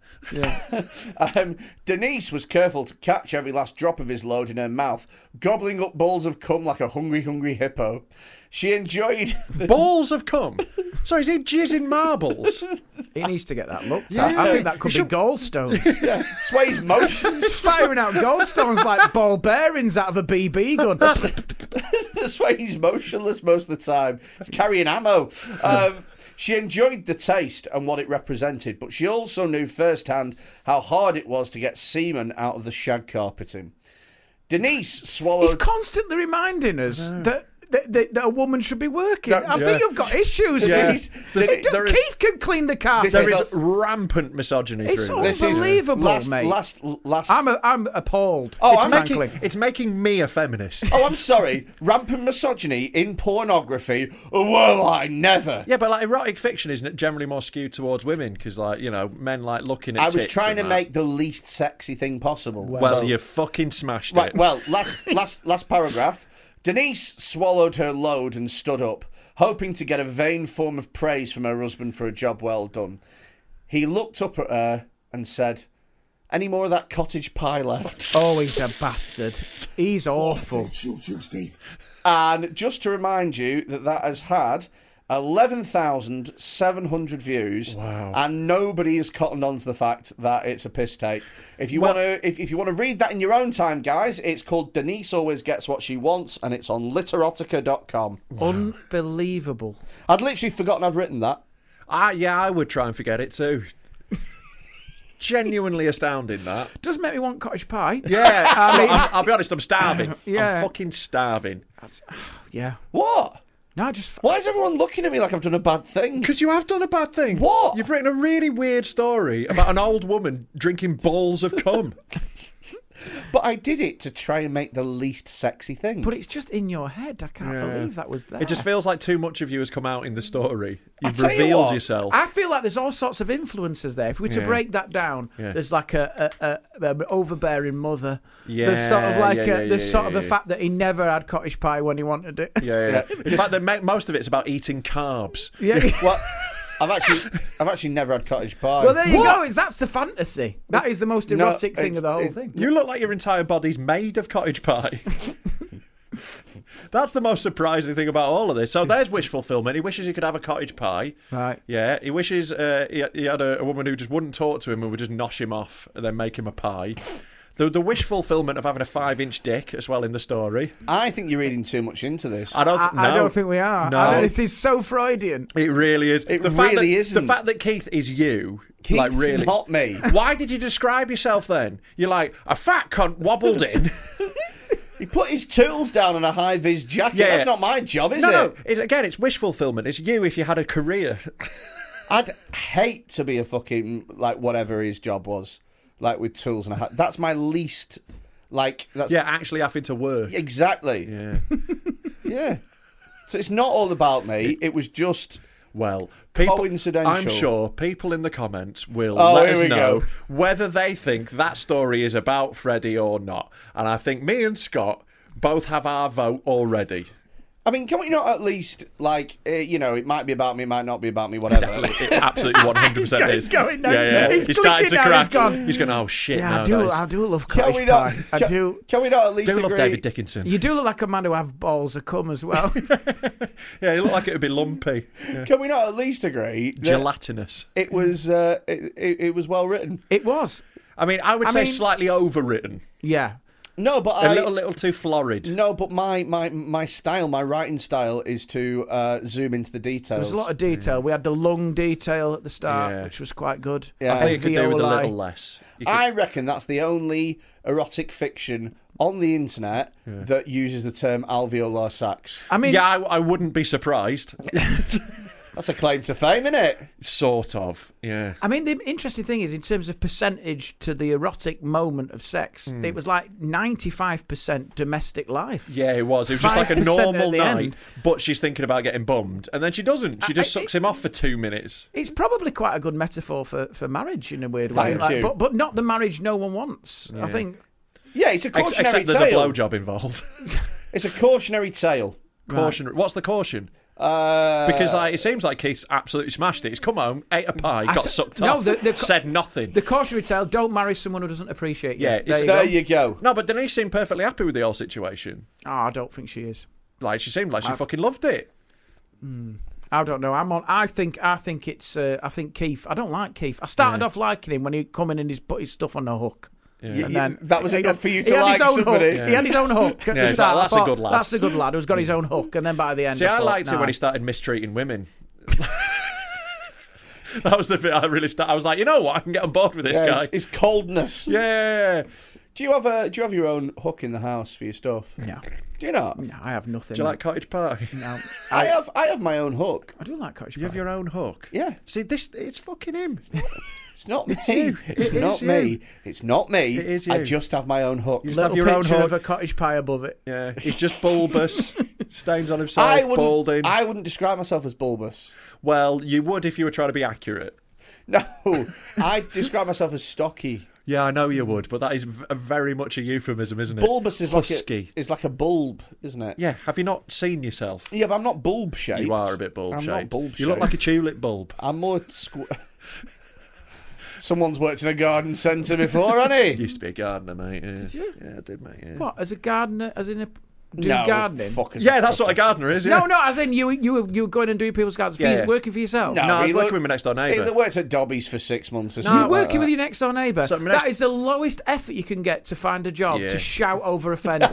Speaker 2: Um, Denise was careful to catch every last drop of his load in her mouth, gobbling up balls of cum like a hungry, hungry hippo. She enjoyed. The-
Speaker 5: Balls have come. Sorry, is he jizzing marbles?
Speaker 3: he needs to get that looked at. I think that could be gallstones.
Speaker 2: Sway's motions.
Speaker 3: He's firing out gallstones like ball bearings out of a BB gun.
Speaker 2: That's why he's motionless most of the time. He's carrying ammo. Um, she enjoyed the taste and what it represented, but she also knew firsthand how hard it was to get semen out of the shag carpeting. Denise
Speaker 3: He's
Speaker 2: swallowed.
Speaker 3: constantly reminding us that. That, that, that a woman should be working.
Speaker 2: That-
Speaker 3: I
Speaker 5: yeah.
Speaker 3: think you've got issues.
Speaker 2: Yeah.
Speaker 3: Denise.
Speaker 2: There's-
Speaker 3: Keith
Speaker 5: there is-
Speaker 3: can clean the carpet.
Speaker 2: This
Speaker 5: There is
Speaker 2: That's-
Speaker 5: rampant misogyny
Speaker 3: It's
Speaker 5: through
Speaker 3: all-
Speaker 5: this.
Speaker 2: This is
Speaker 3: Unbelievable,
Speaker 2: last,
Speaker 3: mate.
Speaker 2: Last, last.
Speaker 3: I'm a, I'm appalled.
Speaker 2: Oh,
Speaker 3: it's
Speaker 2: I'm
Speaker 3: frankly.
Speaker 5: Making, it's making me a feminist.
Speaker 2: oh, I'm sorry. Rampant misogyny in pornography. Well, I never.
Speaker 5: Yeah, but like erotic fiction isn't generally more skewed towards women because, like, you know, men like looking at.
Speaker 2: I was
Speaker 5: tits
Speaker 2: trying
Speaker 5: and
Speaker 2: to
Speaker 5: that.
Speaker 2: make the least sexy thing possible.
Speaker 5: Well,
Speaker 2: so-
Speaker 5: you fucking smashed
Speaker 2: Right.
Speaker 5: it.
Speaker 2: Well, last last last paragraph. Denise swallowed her load and stood up, hoping to get a vain form of praise from her husband for a job well done. He looked up at her and said, "Any more of that cottage pie left?"
Speaker 3: Oh, he's a bastard. He's awful.
Speaker 2: and just to remind you that that has had. 11,700 views and nobody has cottoned on to the fact that it's a piss take. If you want to if, if you want to read that in your own time guys, it's called Denise always gets what she wants and it's on literotica.com.
Speaker 3: Unbelievable.
Speaker 2: I'd literally forgotten I'd written that.
Speaker 5: Ah, yeah, I would try and forget it too. Genuinely astounding that.
Speaker 3: Does make me want cottage pie.
Speaker 5: Yeah, I mean, I'm, I'll be honest, I'm starving.
Speaker 3: Yeah.
Speaker 5: I'm fucking starving.
Speaker 3: Yeah.
Speaker 2: What?
Speaker 3: No, I just.
Speaker 2: Why is everyone looking at me like I've done a bad thing?
Speaker 5: Because you have done a bad thing.
Speaker 2: What?
Speaker 5: You've written a really weird story about an old woman drinking balls of cum.
Speaker 2: But I did it to try and make the least sexy thing.
Speaker 3: But it's just in your head. I can't believe that was there.
Speaker 5: It just feels like too much of you has come out in the story. You've
Speaker 2: tell you
Speaker 5: revealed
Speaker 2: what,
Speaker 5: yourself.
Speaker 3: I feel like there's all sorts of influences there. If we were to
Speaker 5: Yeah.
Speaker 3: break that down,
Speaker 5: Yeah.
Speaker 3: there's like a, a, a, a overbearing mother. There's sort of
Speaker 5: Yeah,
Speaker 3: like
Speaker 5: yeah,
Speaker 3: a,
Speaker 5: yeah,
Speaker 3: there's
Speaker 5: yeah,
Speaker 3: sort
Speaker 5: yeah,
Speaker 3: of the
Speaker 5: yeah.
Speaker 3: fact that he never had cottage pie when he wanted it.
Speaker 5: yeah, yeah. In fact, the, ma- most of it's about eating carbs.
Speaker 3: Yeah.
Speaker 2: What? I've actually, I've actually never had cottage pie.
Speaker 3: well, there you go. It's, that's the fantasy. That is the most
Speaker 2: No,
Speaker 3: erotic thing
Speaker 2: it's-
Speaker 3: of the whole
Speaker 2: it-
Speaker 3: thing.
Speaker 5: You look like your entire body's made of cottage pie. That's the most surprising thing about all of this. So there's wish fulfillment. He wishes he could have a cottage pie.
Speaker 3: Right.
Speaker 5: Yeah. He wishes uh, he, he had a, a woman who just wouldn't talk to him and would just nosh him off and then make him a pie. The, the wish fulfillment of having a five inch dick as well in the story.
Speaker 2: I think you're reading too much into this.
Speaker 5: I don't.
Speaker 3: I,
Speaker 5: no.
Speaker 3: I don't think we are.
Speaker 5: No.
Speaker 3: I don't- this is so Freudian.
Speaker 5: It really is.
Speaker 2: It
Speaker 5: the fact
Speaker 2: really
Speaker 5: that,
Speaker 2: isn't.
Speaker 5: The fact that Keith is you,
Speaker 2: Keith's
Speaker 5: like really,
Speaker 2: not me.
Speaker 5: Why did you describe yourself then? You're like a fat cunt wobbled in.
Speaker 2: He put his tools down in a high vis jacket.
Speaker 5: Yeah.
Speaker 2: That's not my job, is
Speaker 5: no,
Speaker 2: it?
Speaker 5: no. It's, again, it's wish fulfillment. It's you if you had a career.
Speaker 2: I'd hate to be a fucking like whatever his job was, like with tools and a hat. That's my least, like that's
Speaker 5: yeah, actually having to work.
Speaker 2: exactly
Speaker 5: Yeah.
Speaker 2: yeah. So it's not all about me. It was just
Speaker 5: Well, people,
Speaker 2: Coincidental.
Speaker 5: I'm sure people in the comments will
Speaker 2: Oh,
Speaker 5: let
Speaker 2: here
Speaker 5: us
Speaker 2: we
Speaker 5: know
Speaker 2: go.
Speaker 5: whether they think that story is about Freddie or not. And I think me and Scott both have our vote already.
Speaker 2: I mean, can we not at least like uh, you know? It might be about me, it might not be about me, whatever.
Speaker 5: It absolutely 100
Speaker 3: He's go-
Speaker 5: percent
Speaker 3: he's
Speaker 5: is.
Speaker 3: going now.
Speaker 5: Yeah, yeah.
Speaker 3: He's
Speaker 5: He started
Speaker 3: clicking
Speaker 5: to
Speaker 3: now,
Speaker 5: crack.
Speaker 3: he's gone.
Speaker 5: He's going. Oh shit!
Speaker 3: Yeah, I
Speaker 5: no,
Speaker 3: do.
Speaker 5: that is-
Speaker 3: I do love
Speaker 2: Can
Speaker 3: cottage
Speaker 2: we not?
Speaker 3: pie. I
Speaker 2: can,
Speaker 3: do.
Speaker 2: Can we not at least
Speaker 5: do love
Speaker 2: agree-
Speaker 5: David Dickinson.
Speaker 3: You do look like a man who have balls of cum as well.
Speaker 5: Yeah, it looked like it would be lumpy,
Speaker 2: Can we not at least agree that
Speaker 5: gelatinous.
Speaker 2: it was uh, it, it, it was well written?
Speaker 3: it was.
Speaker 5: I mean, I would
Speaker 3: I
Speaker 5: say
Speaker 3: mean-
Speaker 5: slightly overwritten,
Speaker 3: Yeah.
Speaker 2: No, but
Speaker 5: a
Speaker 2: I
Speaker 5: little, little too florid.
Speaker 2: no, but my my my style, my writing style is to uh, zoom into the details.
Speaker 3: There was a lot of detail. We had the lung detail at the start,
Speaker 5: Yeah.
Speaker 3: which was quite good.
Speaker 2: Yeah.
Speaker 5: I think it
Speaker 3: And
Speaker 5: could do with a
Speaker 3: viola.
Speaker 5: little less. You could-
Speaker 2: I reckon that's the only erotic fiction on the internet that uses the term alveolar sacs.
Speaker 3: I mean,
Speaker 5: yeah, I, I wouldn't be surprised.
Speaker 2: That's a claim to fame, isn't it?
Speaker 5: Sort of. Yeah.
Speaker 3: I mean, the interesting thing is, in terms of percentage to the erotic moment of sex,
Speaker 5: Hmm.
Speaker 3: it was like 95% domestic life.
Speaker 5: Yeah, it was. It was just like a
Speaker 3: 5% at
Speaker 5: normal
Speaker 3: the
Speaker 5: night,
Speaker 3: end.
Speaker 5: but she's thinking about getting bummed, and then she doesn't. She
Speaker 3: I-
Speaker 5: just
Speaker 3: I-
Speaker 5: sucks him off for two minutes.
Speaker 3: It's probably quite a good metaphor for, for marriage in a weird way.
Speaker 2: Thank
Speaker 3: Like,
Speaker 2: you.
Speaker 3: but, but not the marriage no one wants. I think
Speaker 2: Yeah, it's a
Speaker 5: Ex-
Speaker 2: cautionary
Speaker 5: except there's
Speaker 2: tale.
Speaker 5: a blowjob involved.
Speaker 2: It's a cautionary tale.
Speaker 5: caution. What's the caution?
Speaker 2: Uh,
Speaker 5: Because like, it seems like Keith's absolutely smashed it. He's come home, ate a pie,
Speaker 3: I
Speaker 5: got
Speaker 3: t-
Speaker 5: sucked
Speaker 3: no,
Speaker 5: off,
Speaker 3: the- the co-
Speaker 5: said nothing.
Speaker 3: the cautionary tale don't marry someone who doesn't appreciate you.
Speaker 5: Yeah, it's-
Speaker 3: there you
Speaker 2: there
Speaker 3: go.
Speaker 2: you go.
Speaker 5: no, but Denise seemed perfectly happy with the whole situation.
Speaker 3: Oh, I don't think she is. Hmm,
Speaker 5: Like she seemed like she fucking loved it.
Speaker 3: I don't know. I'm on. I think. I think it's. Uh, I think Keith. I don't like Keith. I started off liking him when he come in and he's put his stuff on the hook.
Speaker 2: Y-
Speaker 3: And
Speaker 2: y-
Speaker 3: then
Speaker 2: that was
Speaker 3: he
Speaker 2: enough
Speaker 3: had-
Speaker 2: for you
Speaker 3: he
Speaker 2: to
Speaker 3: had his
Speaker 2: like
Speaker 3: own
Speaker 2: somebody.
Speaker 3: Hook. He had his own hook at
Speaker 5: Yeah,
Speaker 3: the
Speaker 5: he's
Speaker 3: start.
Speaker 5: like,
Speaker 3: I
Speaker 5: "That's a
Speaker 3: thought,
Speaker 5: good lad."
Speaker 3: That's a good lad who's got his own hook. And then by the end,
Speaker 5: See, I,
Speaker 3: thought,
Speaker 5: liked it
Speaker 3: nah.
Speaker 5: when he started mistreating women. that was the bit I really started. I was like, you know what? I can get on board with this
Speaker 2: Yeah,
Speaker 5: guy.
Speaker 2: it's, it's coldness.
Speaker 5: Yeah.
Speaker 2: Do you have a Do you have your own hook in the house for your stuff?
Speaker 3: No,
Speaker 2: Do you not?
Speaker 3: no, I have nothing.
Speaker 5: Do you like cottage pie?
Speaker 3: No,
Speaker 2: I have. I have my own hook.
Speaker 3: I do like cottage
Speaker 5: You have
Speaker 3: pie.
Speaker 5: your own hook.
Speaker 2: Yeah.
Speaker 5: See, this it's fucking him.
Speaker 2: It's not me. It's
Speaker 5: It is
Speaker 2: not
Speaker 5: you.
Speaker 2: me. It's not me.
Speaker 5: It is
Speaker 2: I
Speaker 5: you.
Speaker 2: just have my own hook.
Speaker 5: You just
Speaker 3: Little
Speaker 5: have your own
Speaker 3: picture
Speaker 5: hook.
Speaker 3: of a cottage pie above it.
Speaker 5: yeah. He's just bulbous. stains on himself.
Speaker 2: I wouldn't.
Speaker 5: balding.
Speaker 2: I wouldn't describe myself as bulbous.
Speaker 5: Well, you would if you were trying to be accurate.
Speaker 2: No, I describe myself as stocky.
Speaker 5: Yeah, I know you would, but that is v- a very much a euphemism, isn't it?
Speaker 2: Bulbous is like a,
Speaker 5: Husky.
Speaker 2: is like a bulb, isn't it?
Speaker 5: yeah. Have you not seen yourself?
Speaker 2: Yeah, but I'm not bulb shaped.
Speaker 5: You are a bit bulb
Speaker 2: I'm
Speaker 5: shaped.
Speaker 2: not bulb shaped.
Speaker 5: You look like a tulip bulb.
Speaker 2: I'm more squ- Someone's worked in a garden centre before, hasn't he?
Speaker 5: Used to be a gardener, mate. Yeah. Did you? Yeah, I did, mate. Yeah,
Speaker 3: What as a gardener? As in a do
Speaker 2: no,
Speaker 3: gardening?
Speaker 2: fuck us.
Speaker 5: yeah that's what a gardener is. Yeah.
Speaker 3: No, no. As in you, you, were- you were going and doing people's gardens. For
Speaker 5: Yeah.
Speaker 3: you- working for yourself.
Speaker 5: No, I was
Speaker 2: he
Speaker 5: working with my next door
Speaker 2: he
Speaker 5: neighbour.
Speaker 2: worked at Dobby's for six months or
Speaker 5: No,
Speaker 2: something.
Speaker 3: You're
Speaker 2: like
Speaker 3: working
Speaker 2: that.
Speaker 3: with your next door neighbour.
Speaker 5: So my next-
Speaker 3: That is the lowest effort you can get to find a job
Speaker 5: Yeah.
Speaker 3: to shout over a fence.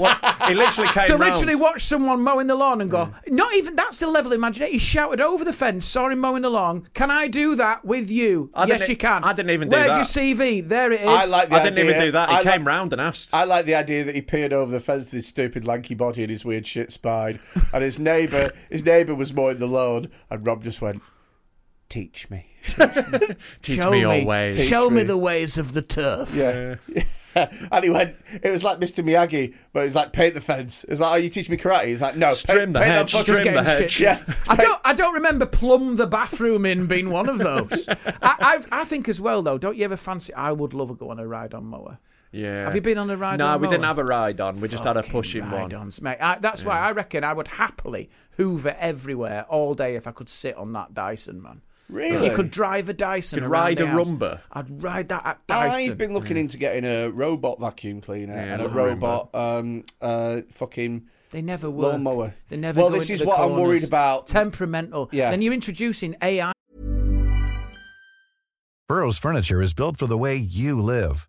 Speaker 5: He literally came
Speaker 3: to
Speaker 5: round.
Speaker 3: literally watch someone mowing the lawn and go, not even that's the level of imagination. He shouted over the fence, saw him mowing the lawn. Can I do that with you?
Speaker 5: I
Speaker 3: yes,
Speaker 5: didn't-
Speaker 3: you can.
Speaker 5: I didn't even do
Speaker 3: Where's
Speaker 5: that.
Speaker 3: your CV? There it is.
Speaker 2: I like the
Speaker 5: I didn't even
Speaker 2: idea-
Speaker 5: do that. He
Speaker 2: I
Speaker 5: came
Speaker 2: like-
Speaker 5: round and asked.
Speaker 2: I like the idea that he peered over the fence with his stupid lanky body and his weird shit spine, and his neighbour, his neighbour was mowing the lawn, and Rob just went, "Teach me."
Speaker 5: Teach
Speaker 3: show
Speaker 5: me your ways.
Speaker 3: Show
Speaker 2: Teach
Speaker 3: me
Speaker 2: me.
Speaker 3: the ways of the turf.
Speaker 2: Yeah. and he went, it was like Mr. Miyagi, but it was like, paint the fence. It was like, oh, you teach me karate? He's like, no,
Speaker 5: Strim
Speaker 2: paint,
Speaker 5: the
Speaker 2: paint
Speaker 5: hedge,
Speaker 2: fucker's
Speaker 5: strim the
Speaker 2: game."
Speaker 5: hedge.
Speaker 2: Yeah.
Speaker 3: I don't. I don't remember plumb the bathroom in being one of those. I, I've, I think as well though. Don't you ever fancy? I would love to go on a ride on mower.
Speaker 5: Yeah.
Speaker 3: Have you been on a ride
Speaker 5: No,
Speaker 3: on
Speaker 5: we didn't
Speaker 3: mower?
Speaker 5: have a ride on. We just had a
Speaker 3: Fucking
Speaker 5: pushing one.
Speaker 3: ride-ons, mate. I, that's why I reckon I would happily Hoover everywhere all day if I could sit on that Dyson, man. If
Speaker 2: Really?
Speaker 3: you could drive a Dyson,
Speaker 5: Could
Speaker 3: around
Speaker 5: ride
Speaker 3: the
Speaker 5: a
Speaker 3: house,
Speaker 5: Rumba.
Speaker 3: I'd ride that at Dyson.
Speaker 2: I've been looking into getting a robot vacuum cleaner
Speaker 5: Mm. Yeah,
Speaker 2: and
Speaker 5: I
Speaker 2: a
Speaker 5: remember.
Speaker 2: robot um, uh, fucking.
Speaker 3: They never work.
Speaker 2: Lawnmower.
Speaker 3: They never.
Speaker 2: Well,
Speaker 3: go
Speaker 2: this
Speaker 3: into
Speaker 2: is
Speaker 3: the
Speaker 2: what I'm
Speaker 3: corners.
Speaker 2: worried about.
Speaker 3: Temperamental.
Speaker 2: Yeah.
Speaker 3: Then you're introducing AI
Speaker 6: Burrow's furniture is built for the way you live.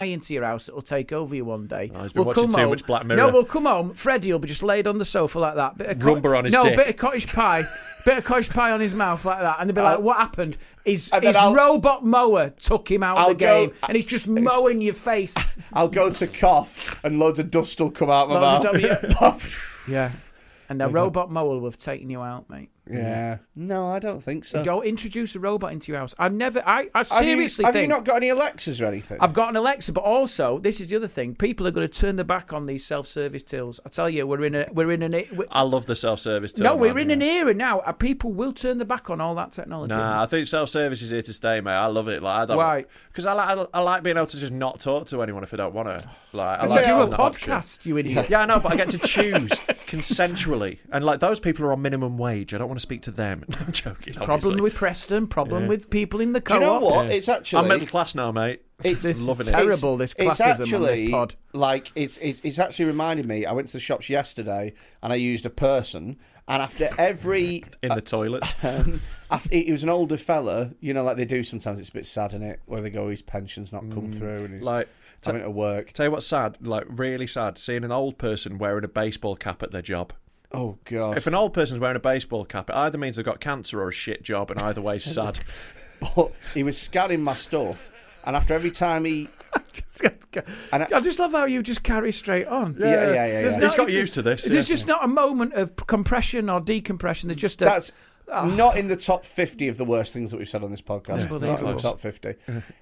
Speaker 3: into your house that will take over you one day.
Speaker 5: Oh, he's been watching too much Black Mirror.
Speaker 3: No, we'll come home. Freddie will be just laid on the sofa like that. Bit of
Speaker 5: Rumba on his
Speaker 3: no,
Speaker 5: dick.
Speaker 3: bit of cottage pie, bit of cottage pie on his mouth like that, and they'll be like,
Speaker 2: I'll-
Speaker 3: "What happened? His,
Speaker 2: And then
Speaker 3: his
Speaker 2: I'll-
Speaker 3: robot mower took him out
Speaker 2: I'll
Speaker 3: of the game,
Speaker 2: go-
Speaker 3: and he's just mowing your face."
Speaker 2: I'll go to cough and loads of dust will come out my
Speaker 3: Loads
Speaker 2: mouth.
Speaker 3: of yeah, and the robot mower will have taken you out, mate.
Speaker 2: Yeah. No, I don't think so.
Speaker 3: Don't introduce a robot into your house. I've never. I, I
Speaker 2: Have you-
Speaker 3: seriously
Speaker 2: have you,
Speaker 3: think.
Speaker 2: not got any Alexas or anything?
Speaker 3: I've got an Alexa, but also this is the other thing. People are going to turn their back on these self-service tools. I tell you, we're in a we're in an e- we-
Speaker 5: I love the self service.
Speaker 3: no, we're in an era now. uh, People will turn their back on all that technology.
Speaker 5: Nah, I think self service is here to stay, mate. I love it. Like, I don't,
Speaker 3: Why?
Speaker 5: Because I like, I like being able to just not talk to anyone if I don't want to. Like, I
Speaker 2: Is
Speaker 3: You
Speaker 5: like
Speaker 2: it-
Speaker 3: do a
Speaker 5: having that option.
Speaker 3: podcast, you idiot.
Speaker 5: Yeah, I know, but I get to choose consensually, and like those people are on minimum wage. I don't want to speak to them. I'm joking.
Speaker 3: Problem
Speaker 5: obviously.
Speaker 3: with Preston. Problem with people in the
Speaker 2: Do you
Speaker 3: co-op.
Speaker 2: know what? It's
Speaker 5: I'm
Speaker 2: actually
Speaker 5: middle class now, mate.
Speaker 2: It's-
Speaker 3: This is
Speaker 5: loving it.
Speaker 3: terrible. this
Speaker 2: it's
Speaker 3: classism on this
Speaker 2: actually,
Speaker 3: pod.
Speaker 2: Like it's, it's it's actually reminded me. I went to the shops yesterday and I used a person. And after every,
Speaker 5: In the toilet.
Speaker 2: um, after, it was an older fella, you know, like they do sometimes. It's a bit sad, is it? Where they go, his pension's not come through, and he's
Speaker 5: Mm. Like, t-
Speaker 2: having to work.
Speaker 5: tell you what's sad, like really sad, seeing an old person wearing a baseball cap at their job.
Speaker 2: oh god!
Speaker 5: If an old person's wearing a baseball cap, it either means they've got cancer or a shit job, and either way, sad.
Speaker 2: But he was scanning my stuff, and after every time he,
Speaker 3: I,
Speaker 2: And I-
Speaker 3: just love how you just carry straight on.
Speaker 2: yeah, yeah, yeah, yeah.
Speaker 3: There's
Speaker 5: He's
Speaker 3: not-
Speaker 5: got used to this,
Speaker 3: There's
Speaker 5: yeah.
Speaker 3: just not a moment of compression or decompression. There's
Speaker 5: Uh,
Speaker 3: just a.
Speaker 2: That's
Speaker 5: ah.
Speaker 2: not in the top 50 of the worst things that we've said on this podcast. not in the
Speaker 3: unbelievable.
Speaker 2: top 50.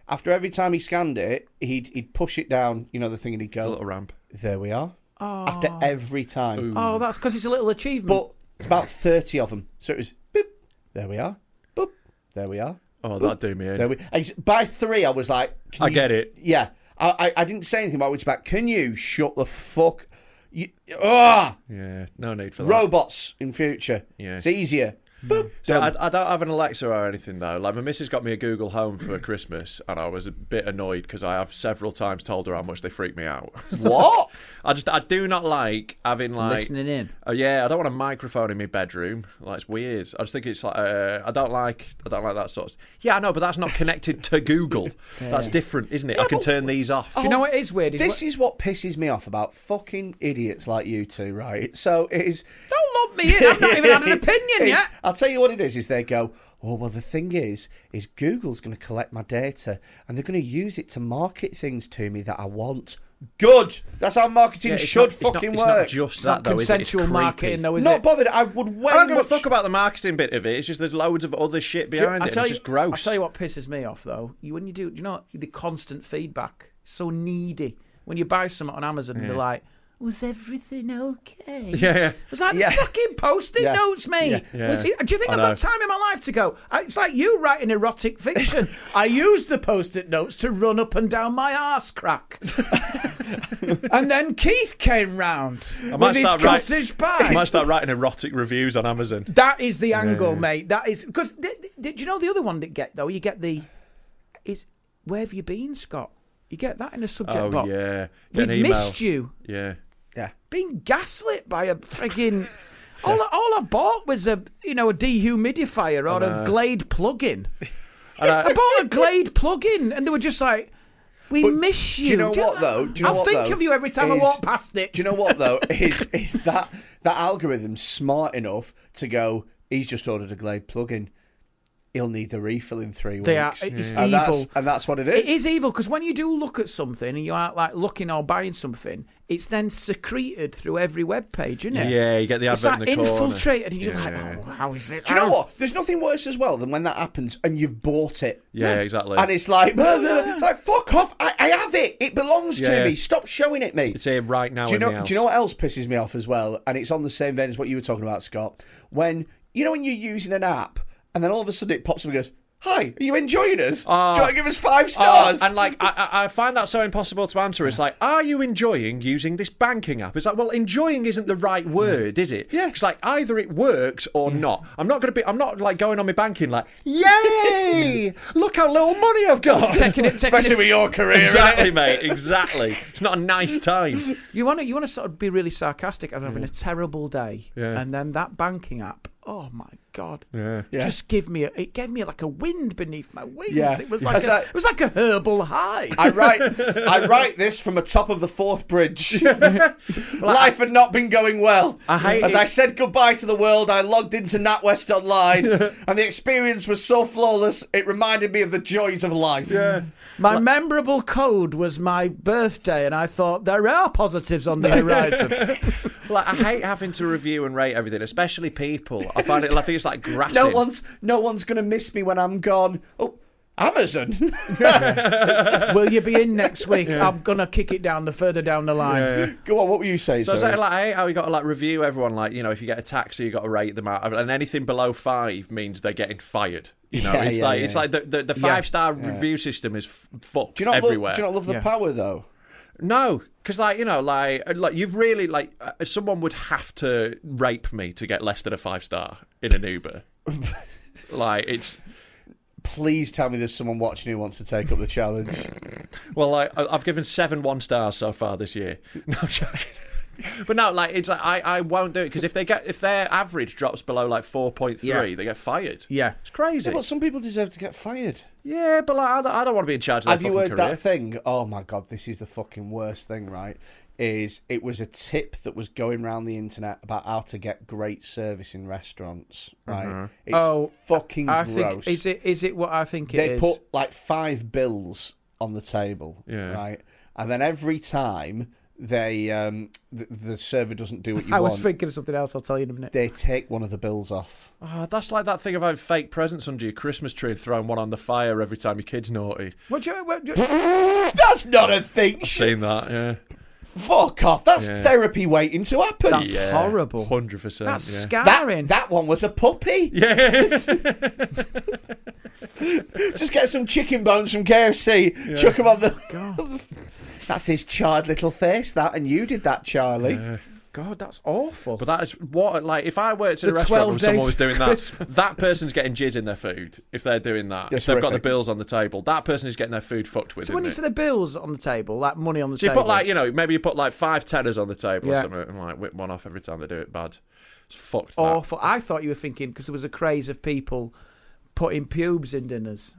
Speaker 2: After every time he scanned it, he'd, he'd push it down, you know, the thing, and he'd
Speaker 5: a
Speaker 2: go,
Speaker 5: little ramp.
Speaker 2: There we are. After every time.
Speaker 3: oh, that's because it's a little achievement.
Speaker 2: But about 30 of them. So it was, boop, there we are. Boop, there we are.
Speaker 5: Oh, that'd do me in.
Speaker 2: There we and he's- By three, I was like, can
Speaker 5: I
Speaker 2: you-
Speaker 5: get it.
Speaker 2: Yeah. I, I, I didn't say anything, but I was back, Can you shut the fuck? You, ah,
Speaker 5: Yeah, no need for that.
Speaker 2: robots in future.
Speaker 5: Yeah.
Speaker 2: It's easier. Boop.
Speaker 5: So I, I don't have an Alexa or anything though. Like my missus got me a Google Home for Christmas, and I was a bit annoyed because I have several times told her how much they freak me out.
Speaker 2: What?
Speaker 5: I just I do not like having like
Speaker 3: Listening in.
Speaker 5: Oh yeah, I don't want a microphone in my bedroom. Like it's weird. I just think it's like uh, I don't like I don't like that sort. of... Yeah, I know, but that's not connected to Google. That's different, isn't it? I can turn these off.
Speaker 3: Do you know what is weird? Is
Speaker 2: This
Speaker 3: what-
Speaker 2: is what pisses me off about fucking idiots like you two, right? So it is.
Speaker 3: Don't lump me in. I've not even had an opinion
Speaker 2: It's-
Speaker 3: yet.
Speaker 2: I'll tell you what it is: is they go, oh well. The thing is, is Google's going to collect my data and they're going to use it to market things to me that I want. Good. That's how marketing
Speaker 5: Yeah, it's
Speaker 2: should
Speaker 5: not- it's not-
Speaker 2: fucking
Speaker 5: it's not,
Speaker 2: work.
Speaker 5: just
Speaker 3: It's
Speaker 5: that
Speaker 3: not
Speaker 5: though. is it? It's
Speaker 3: consensual
Speaker 5: creepy.
Speaker 3: marketing, though, is
Speaker 2: not
Speaker 3: it?
Speaker 2: bothered. I would way
Speaker 5: I don't give a
Speaker 2: much.
Speaker 5: fuck about the marketing bit of it. It's just there's loads of other shit behind
Speaker 3: I
Speaker 5: it.
Speaker 3: tell
Speaker 5: it's
Speaker 3: you,
Speaker 5: just gross.
Speaker 3: I tell you what pisses me off though. You when you do, do you know what? the constant feedback? It's so needy. When you buy something on Amazon, and they're like, "Was everything okay?"
Speaker 5: Yeah, yeah.
Speaker 3: Was that
Speaker 2: Yeah.
Speaker 3: fucking post-it
Speaker 2: Yeah.
Speaker 3: notes, mate?
Speaker 2: Yeah.
Speaker 5: Yeah.
Speaker 3: Was it- do you think
Speaker 5: I
Speaker 3: I've got
Speaker 5: know.
Speaker 3: time in my life to go? I- It's like you writing erotic fiction. I use the post-it notes to run up and down my arse crack, and then Keith came round with his
Speaker 5: write-
Speaker 3: cottage pie.
Speaker 5: I might start writing erotic reviews on Amazon.
Speaker 3: That is the angle, mate. That is because did you know the other one that get though? You get the is where have you been, Scott? You get that in a subject
Speaker 5: Oh,
Speaker 3: box.
Speaker 5: yeah.
Speaker 3: we've
Speaker 5: Get an email.
Speaker 3: missed you.
Speaker 5: Yeah.
Speaker 2: Yeah.
Speaker 3: Being gaslit by a friggin' all. I, all I bought was a you know a dehumidifier or
Speaker 5: uh,
Speaker 3: a Glade plug-in. I bought a Glade plug-in, and they were just like. We miss you.
Speaker 2: Do you know what though? Do you know
Speaker 3: I
Speaker 2: what,
Speaker 3: think
Speaker 2: though,
Speaker 3: of you every time I
Speaker 2: is-
Speaker 3: walk past it.
Speaker 2: Do you know what though? Is is that that algorithm smart enough to go? He's just ordered a Glade plug-in. He'll need a refill in three
Speaker 3: They are-
Speaker 2: weeks.
Speaker 3: it's
Speaker 2: and That's,
Speaker 3: evil.
Speaker 2: and that's what it is.
Speaker 3: It is evil because when you do look at something and you aren't like looking or buying something, it's then secreted through every web page, isn't it?
Speaker 5: Yeah, you get the
Speaker 3: It's
Speaker 5: advert
Speaker 3: like
Speaker 5: in the corner.
Speaker 3: infiltrated, and you're
Speaker 5: Yeah.
Speaker 3: like, oh, how is it?
Speaker 2: Do you know
Speaker 3: how-
Speaker 2: what? There's nothing worse as well than when that happens and you've bought it.
Speaker 5: Yeah, exactly.
Speaker 2: And it's like, blah, blah, blah. it's like fuck off. I, I have it. It belongs
Speaker 5: Yeah.
Speaker 2: to me. Stop showing it me.
Speaker 5: It's here right now
Speaker 2: Do you
Speaker 5: in
Speaker 2: know?
Speaker 5: the house.
Speaker 2: Do you know what else pisses me off as well? And it's on the same vein as what you were talking about, Scott. When you know when you're using an app and then all of a sudden it pops up and goes, "Hi, are you enjoying us? Do you want to give us five
Speaker 5: Oh,
Speaker 2: stars?"
Speaker 5: and like I, I I find that so impossible to answer. It's like, are you enjoying using this banking app? It's like, well, enjoying isn't the right word, is it?
Speaker 2: Yeah.
Speaker 5: It's like either it works or not. I'm not gonna be. I'm not like going on my banking like, yay! Look how little money I've got.
Speaker 3: Taking it, taking
Speaker 2: Oh, especially
Speaker 3: it.
Speaker 2: with your career.
Speaker 5: exactly, mate. Exactly. It's not a nice time.
Speaker 3: You want to, you want to sort of be really sarcastic. I'm having a terrible day, and then that banking app. Oh my god! Yeah. Just give me a. It gave me like a wind beneath my wings.
Speaker 2: Yeah.
Speaker 3: It was
Speaker 2: Yeah.
Speaker 3: like
Speaker 2: As
Speaker 3: a,
Speaker 2: I-
Speaker 3: it was like a herbal high.
Speaker 2: I write, I write this from the top of the fourth bridge. Life had not been going well.
Speaker 5: I hate
Speaker 2: As
Speaker 5: it.
Speaker 2: I said goodbye to the world, I logged into NatWest Online, and the experience was so flawless. It reminded me of the joys of life. Yeah.
Speaker 3: My memorable code was my birthday, and I thought there are positives on the horizon.
Speaker 5: Like I hate having to review and rate everything, especially people. I find it. I think it's like grassing.
Speaker 2: No one's no one's gonna miss me when I'm gone. Oh, Amazon.
Speaker 3: Will you be in next week? I'm gonna kick it down the further down the line.
Speaker 2: Go on. What were you saying?
Speaker 5: So I was
Speaker 2: sorry?
Speaker 5: saying, like, I hate how you got to like review everyone. Like, you know, if you get a taxi, you got to rate them out, and anything below five means they're getting fired. You know,
Speaker 2: Yeah,
Speaker 5: it's
Speaker 2: yeah,
Speaker 5: like
Speaker 2: yeah.
Speaker 5: it's like the the, the five star review system is f- fucked
Speaker 2: do you not
Speaker 5: everywhere.
Speaker 2: Love, do you not love the power though?
Speaker 5: no, because like you know, like uh, like you've really like uh, someone would have to rape me to get less than a five star in an Uber. like it's
Speaker 2: Please tell me there's someone watching who wants to take up the challenge.
Speaker 5: Well, like, I- I've given seven one stars so far this year. No, I'm joking. But no, like it's like I, I won't do it because if they get if their average drops below like four point three,
Speaker 3: Yeah.
Speaker 5: they get fired.
Speaker 3: Yeah.
Speaker 5: it's crazy.
Speaker 2: But some people deserve to get fired.
Speaker 5: yeah, but like I don't, I don't want to be in charge of
Speaker 2: Have
Speaker 5: their
Speaker 2: you heard
Speaker 5: fucking career.
Speaker 2: that thing? Oh my god, this is the fucking worst thing, right? Is it was a tip that was going around the internet about how to get great service in restaurants, right? It's
Speaker 3: Oh,
Speaker 2: fucking
Speaker 3: I
Speaker 2: gross.
Speaker 3: think is it is it what I think it
Speaker 2: they
Speaker 3: is?
Speaker 2: put like five bills on the table,
Speaker 5: Yeah.
Speaker 2: right? And then every time they um, the, the server doesn't do what you
Speaker 3: I
Speaker 2: want,
Speaker 3: was thinking of something else. I'll tell you in a minute.
Speaker 2: they take one of the bills off.
Speaker 5: Oh, that's like that thing of having fake presents under your Christmas tree and throwing one on the fire every time your kid's naughty.
Speaker 3: What do you, what do you-
Speaker 2: That's not a thing.
Speaker 5: I've seen that. Yeah,
Speaker 2: Fuck off. That's
Speaker 5: Yeah.
Speaker 2: therapy waiting to happen.
Speaker 3: That's horrible.
Speaker 5: hundred percent.
Speaker 3: That's
Speaker 5: yeah.
Speaker 3: scarring.
Speaker 2: That, that one was a puppy.
Speaker 5: Yes.
Speaker 2: Just get some chicken bones from KFC, chuck 'em chuck them on the. That's his charred little face, that, and you did that, Charlie.
Speaker 3: God, that's awful.
Speaker 5: But that is what like if I worked in a
Speaker 3: The
Speaker 5: restaurant
Speaker 3: 12
Speaker 5: and someone
Speaker 3: days
Speaker 5: was doing
Speaker 3: of
Speaker 5: that,
Speaker 3: Christmas.
Speaker 5: that person's getting jizz in their food if they're doing that.
Speaker 2: Yes,
Speaker 5: if they've got the
Speaker 2: horrific.
Speaker 5: bills on the table, that person is getting their food fucked with.
Speaker 3: so when
Speaker 5: isn't
Speaker 3: you
Speaker 5: it?
Speaker 3: see the bills on the table, like money on the
Speaker 5: so you
Speaker 3: table,
Speaker 5: put like you know maybe you put like five tenors on the table or
Speaker 3: Yeah.
Speaker 5: something and like whip one off every time they do it bad. It's fucked.
Speaker 2: Oh,
Speaker 5: That.
Speaker 3: awful. I thought you were thinking because there was a craze of people putting pubes in dinners.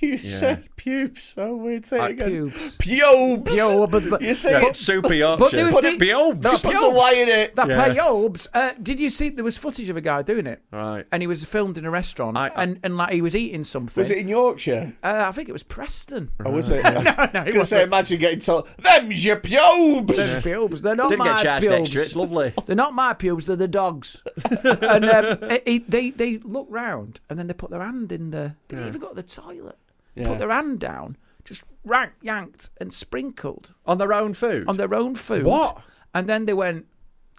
Speaker 2: You said pubes, so weird. Say it
Speaker 3: Like
Speaker 2: again.
Speaker 3: pubes.
Speaker 2: Pubes.
Speaker 3: Pubes.
Speaker 2: You say
Speaker 5: Yeah,
Speaker 2: it.
Speaker 5: it's soupy
Speaker 3: but they
Speaker 5: Yorkshire.
Speaker 3: were thi-
Speaker 5: Beyond.
Speaker 3: No,
Speaker 2: Put some wine in it.
Speaker 3: That
Speaker 5: Yeah.
Speaker 3: payobes. Uh, did you see there was footage of a guy doing it?
Speaker 5: Right.
Speaker 3: And he was filmed in a restaurant,
Speaker 5: I- I-
Speaker 3: and and like he was eating something.
Speaker 2: Was it in Yorkshire?
Speaker 3: Uh, I think it was Preston.
Speaker 2: Or was it? no, no, I was going to say,
Speaker 3: wasn't.
Speaker 2: imagine getting told, them's your pubes.
Speaker 3: They're pubes. They're not
Speaker 5: Didn't
Speaker 3: my
Speaker 5: get charged
Speaker 3: pubes.
Speaker 5: extra. It's lovely.
Speaker 3: They're not my pubes. They're the dogs. and um, it- it- they they look round and then they put their hand in the. They didn't even go to the toilet.
Speaker 2: Yeah.
Speaker 3: Put their hand down, just rank yanked and sprinkled
Speaker 5: on their own food.
Speaker 3: on their own food.
Speaker 5: What?
Speaker 3: And then they went,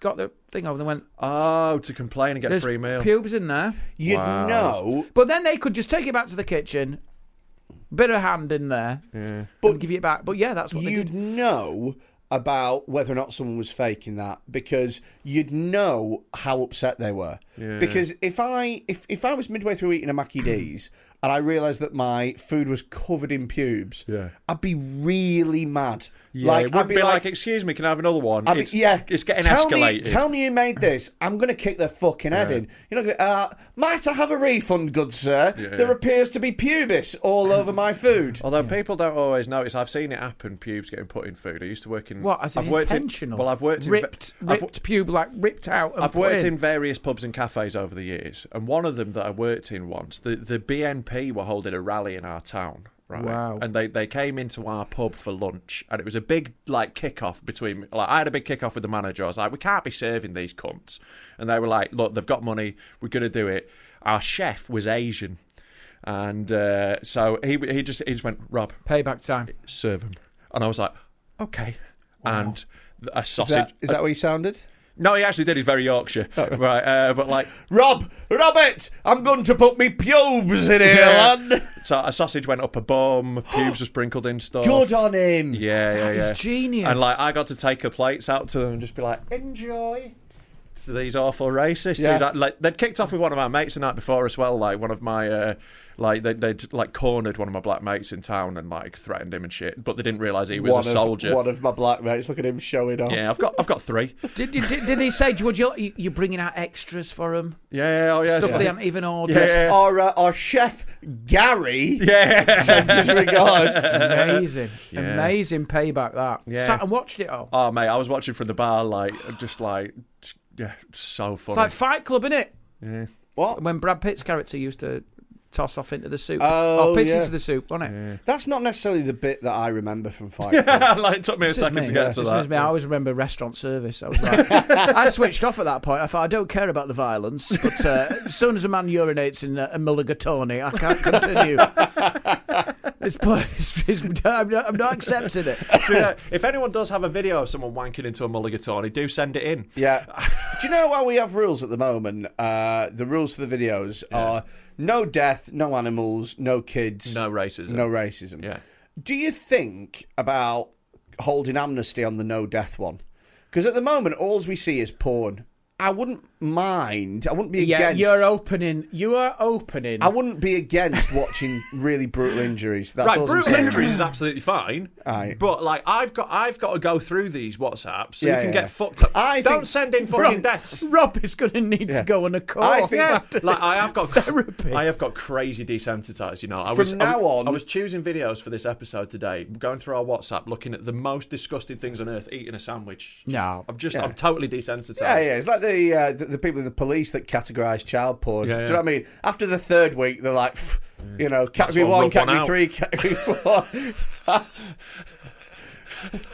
Speaker 3: got the thing over. They went.
Speaker 5: oh, to complain and get a
Speaker 3: There's
Speaker 5: free meal.
Speaker 3: pubes in there.
Speaker 2: You'd know,
Speaker 3: But then they could just take it back to the kitchen, bit of hand in there, but give you it back. But yeah, that's what they
Speaker 2: you'd
Speaker 3: did.
Speaker 2: know about whether or not someone was faking that because you'd know how upset they were. Because if I if, if I was midway through eating a Mackie D's and I realised that my food was covered in pubes,
Speaker 5: Yeah.
Speaker 2: I'd be really mad.
Speaker 5: Yeah, it would be like, excuse me, can I have another one?
Speaker 2: I'd be-
Speaker 5: it's,
Speaker 2: yeah,
Speaker 5: it's getting
Speaker 2: tell Me,
Speaker 5: escalated.
Speaker 2: tell me who made this. I'm going to kick their fucking head in. You're not going. to Uh, might I have a refund, good sir? There appears to be pubis all over my food.
Speaker 5: Although people don't always notice, I've seen it happen. Pubes getting put in food. I used to work in.
Speaker 3: What? As in
Speaker 5: I've worked in-
Speaker 3: intentional?
Speaker 5: well, I've worked in.
Speaker 3: ripped,
Speaker 5: I've,
Speaker 3: ripped pube like ripped out. And
Speaker 5: I've
Speaker 3: put
Speaker 5: worked in various pubs and cafes over the years, and one of them that I worked in once, the the BNP were holding a rally in our town. Right.
Speaker 3: Wow.
Speaker 5: And they, they came into our pub for lunch, and it was a big like kickoff between. Like I had a big kickoff with the manager. I was like, we can't be serving these cunts, and they were like, look, they've got money, we're gonna do it. Our chef was Asian, and uh, so he he just he just went, Rob,
Speaker 3: payback time.
Speaker 5: serve him. And I was like, okay. And a
Speaker 2: Is
Speaker 5: sausage.
Speaker 2: that, is that what you sounded?
Speaker 5: no, he actually did. He's very Yorkshire. Right. Uh, but like,
Speaker 2: Rob, Robert, I'm going to put me pubes in here, lad.
Speaker 5: so a sausage went up a bum, pubes were sprinkled in stuff.
Speaker 2: Good on him.
Speaker 5: Yeah, yeah,
Speaker 3: is
Speaker 5: yeah.
Speaker 3: genius.
Speaker 5: And like, I got to take the plates out to them and just be like, enjoy. To these awful racists.
Speaker 2: Yeah.
Speaker 5: who'd, like- like, they'd kicked off with one of our mates the night before as well. Like one of my, uh, like they, they'd like cornered one of my black mates in town and like threatened him and shit. But they didn't realise he was
Speaker 2: one
Speaker 5: a
Speaker 2: of,
Speaker 5: soldier.
Speaker 2: One of my black mates. Look at him showing off.
Speaker 5: yeah, I've got, I've got three.
Speaker 3: Did, did, did, did he say, "Would you you- you're bringing out extras for him?
Speaker 5: Yeah, oh yeah.
Speaker 3: Stuff
Speaker 5: yeah.
Speaker 3: they haven't even ordered." Oh,
Speaker 5: Yeah.
Speaker 2: Our, uh, our chef, Gary,
Speaker 5: Yeah.
Speaker 2: sends his regards.
Speaker 3: Amazing,
Speaker 5: Yeah.
Speaker 3: amazing payback that.
Speaker 5: Yeah.
Speaker 3: Sat and watched it all.
Speaker 5: Oh mate, I was watching from the bar, like just like, yeah, so funny.
Speaker 3: it's like Fight Club, innit?
Speaker 2: what?
Speaker 3: When Brad Pitt's character used to toss off into the soup.
Speaker 2: Oh,
Speaker 3: or piss
Speaker 2: yeah.
Speaker 3: into the soup, wasn't it?
Speaker 2: That's not necessarily the bit that I remember from Fight Club.
Speaker 5: like, it took me a
Speaker 3: This is
Speaker 5: second
Speaker 3: me.
Speaker 5: to get to
Speaker 3: This
Speaker 5: that.
Speaker 3: is me. I always remember restaurant service. I was like, I switched off at that point. I thought I don't care about the violence, but uh, as soon as a man urinates in a, a mulligatawny, I can't continue. it's, po- it's, it's, I'm, not, I'm not accepting it.
Speaker 5: To be fair, if anyone does have a video of someone wanking into a mulligatawny, do send it in.
Speaker 2: Yeah. Do you know why we have rules at the moment? Uh, the rules for the videos are no death, no animals, no kids,
Speaker 5: No racism.
Speaker 2: no racism.
Speaker 5: Yeah.
Speaker 2: Do you think about holding amnesty on the no death one? Because at the moment, all we see is porn. I wouldn't mind. I wouldn't be
Speaker 3: Yeah,
Speaker 2: against.
Speaker 3: you're opening. You are opening.
Speaker 2: I wouldn't be against watching really brutal injuries. That's
Speaker 5: Right,
Speaker 2: all
Speaker 5: brutal
Speaker 2: I'm saying.
Speaker 5: injuries is absolutely fine.
Speaker 2: Aye.
Speaker 5: But like I've got I've got to go through these WhatsApps so
Speaker 2: Yeah,
Speaker 5: you can
Speaker 2: yeah.
Speaker 5: get fucked up.
Speaker 2: I
Speaker 5: Don't
Speaker 2: think-
Speaker 5: send in
Speaker 2: Rob-
Speaker 5: fucking deaths.
Speaker 3: Rob is going to need
Speaker 2: Yeah.
Speaker 3: to go on a
Speaker 2: I
Speaker 3: course.
Speaker 2: think- Yeah.
Speaker 5: Like I have got
Speaker 3: Therapy.
Speaker 5: I have got crazy desensitized. You know, I
Speaker 2: From
Speaker 5: was I
Speaker 2: now
Speaker 5: was-
Speaker 2: on-
Speaker 5: I was choosing videos for this episode today, going through our WhatsApp, looking at the most disgusting things on earth, eating a sandwich.
Speaker 3: No.
Speaker 5: I'm just
Speaker 2: Yeah.
Speaker 5: I'm totally desensitized.
Speaker 2: Yeah, yeah. It's like the, uh, the the people in the police that categorise child porn.
Speaker 5: Yeah,
Speaker 2: Do you know
Speaker 5: yeah.
Speaker 2: what I mean? After the third week, they're like, pff, you know, category
Speaker 5: well
Speaker 2: one,
Speaker 5: rub one
Speaker 2: category
Speaker 5: out.
Speaker 2: three, category four.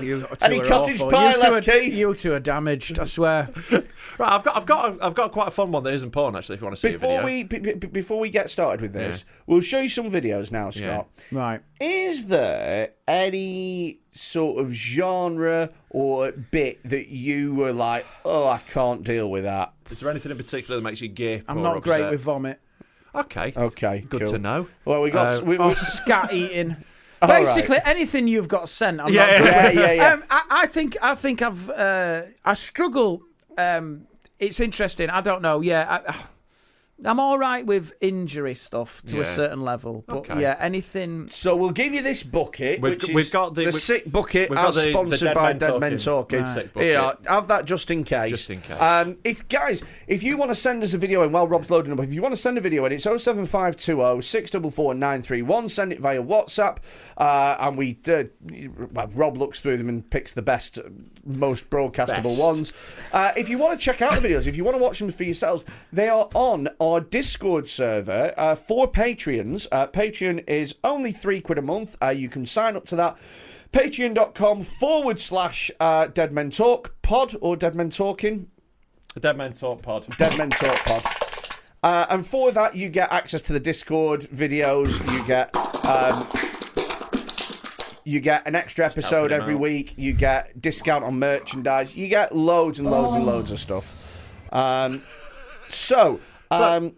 Speaker 3: You two
Speaker 2: Any
Speaker 3: are
Speaker 2: cottage
Speaker 3: awful.
Speaker 2: pie
Speaker 3: you
Speaker 2: left,
Speaker 3: two are,
Speaker 2: Keith?
Speaker 3: You two are damaged. I swear.
Speaker 5: Right, I've got I've got a, I've got quite a fun one that isn't porn actually. If you want to see a
Speaker 2: before
Speaker 5: video.
Speaker 2: we b- b- b- before we get started with this, we'll show you some videos now, Scott.
Speaker 3: Right.
Speaker 2: Is there any sort of genre or bit that you were like, oh, I can't deal with that?
Speaker 5: Is there anything in particular that makes you gay?
Speaker 3: I'm
Speaker 5: or
Speaker 3: not great
Speaker 5: upset?
Speaker 3: with Uh, vomit.
Speaker 5: Okay.
Speaker 2: Okay,
Speaker 5: Good
Speaker 2: cool.
Speaker 5: to know. Uh, oh,
Speaker 2: Well, we got we, we,
Speaker 3: or scat eating.
Speaker 2: All right.
Speaker 3: Basically, anything you've got sent. I'm
Speaker 5: Yeah,
Speaker 3: not good
Speaker 2: yeah,
Speaker 3: with.
Speaker 2: yeah, yeah.
Speaker 3: Um, I, I think I think I've uh, I struggle. Um, it's interesting. I don't know. Yeah, I, I'm all right with injury stuff to
Speaker 5: Yeah.
Speaker 3: a certain level, but
Speaker 5: Okay.
Speaker 3: yeah, anything.
Speaker 2: So we'll give you this bucket.
Speaker 5: We've-
Speaker 2: which is
Speaker 5: we've got the-
Speaker 2: the
Speaker 5: we've-
Speaker 2: sick bucket
Speaker 5: we've got
Speaker 2: as
Speaker 5: the- the
Speaker 2: sponsored
Speaker 5: Dead
Speaker 2: by
Speaker 5: Men
Speaker 2: Dead
Speaker 5: Talking.
Speaker 2: Men Talking.
Speaker 5: Right. Sick bucket.
Speaker 2: Yeah, have that just in case.
Speaker 5: Just in case.
Speaker 2: Um, if guys, if you want to send us a video, and while Rob's loading up, if you want to send a video, in, it's 07520 644 931. Send it via WhatsApp, uh, and we uh, well, Rob looks through them and picks the best, most broadcastable
Speaker 5: Best.
Speaker 2: ones. Uh, if you want to check out the videos, if you want to watch them for yourselves, they are on our Discord server uh, for Patreons. Uh, Patreon is only three quid a month. Uh, you can sign up to that. Patreon.com forward slash uh, Dead Men Talk pod or Dead Men Talking.
Speaker 5: The Dead Man Talk Pod.
Speaker 2: Dead Men Talk Pod. Uh, and for that, you get access to the Discord videos. You get um, you get an extra episode
Speaker 5: helping him
Speaker 2: every
Speaker 5: out.
Speaker 2: week. You get discount on merchandise. You get loads and loads and loads of stuff. Um, so. Um,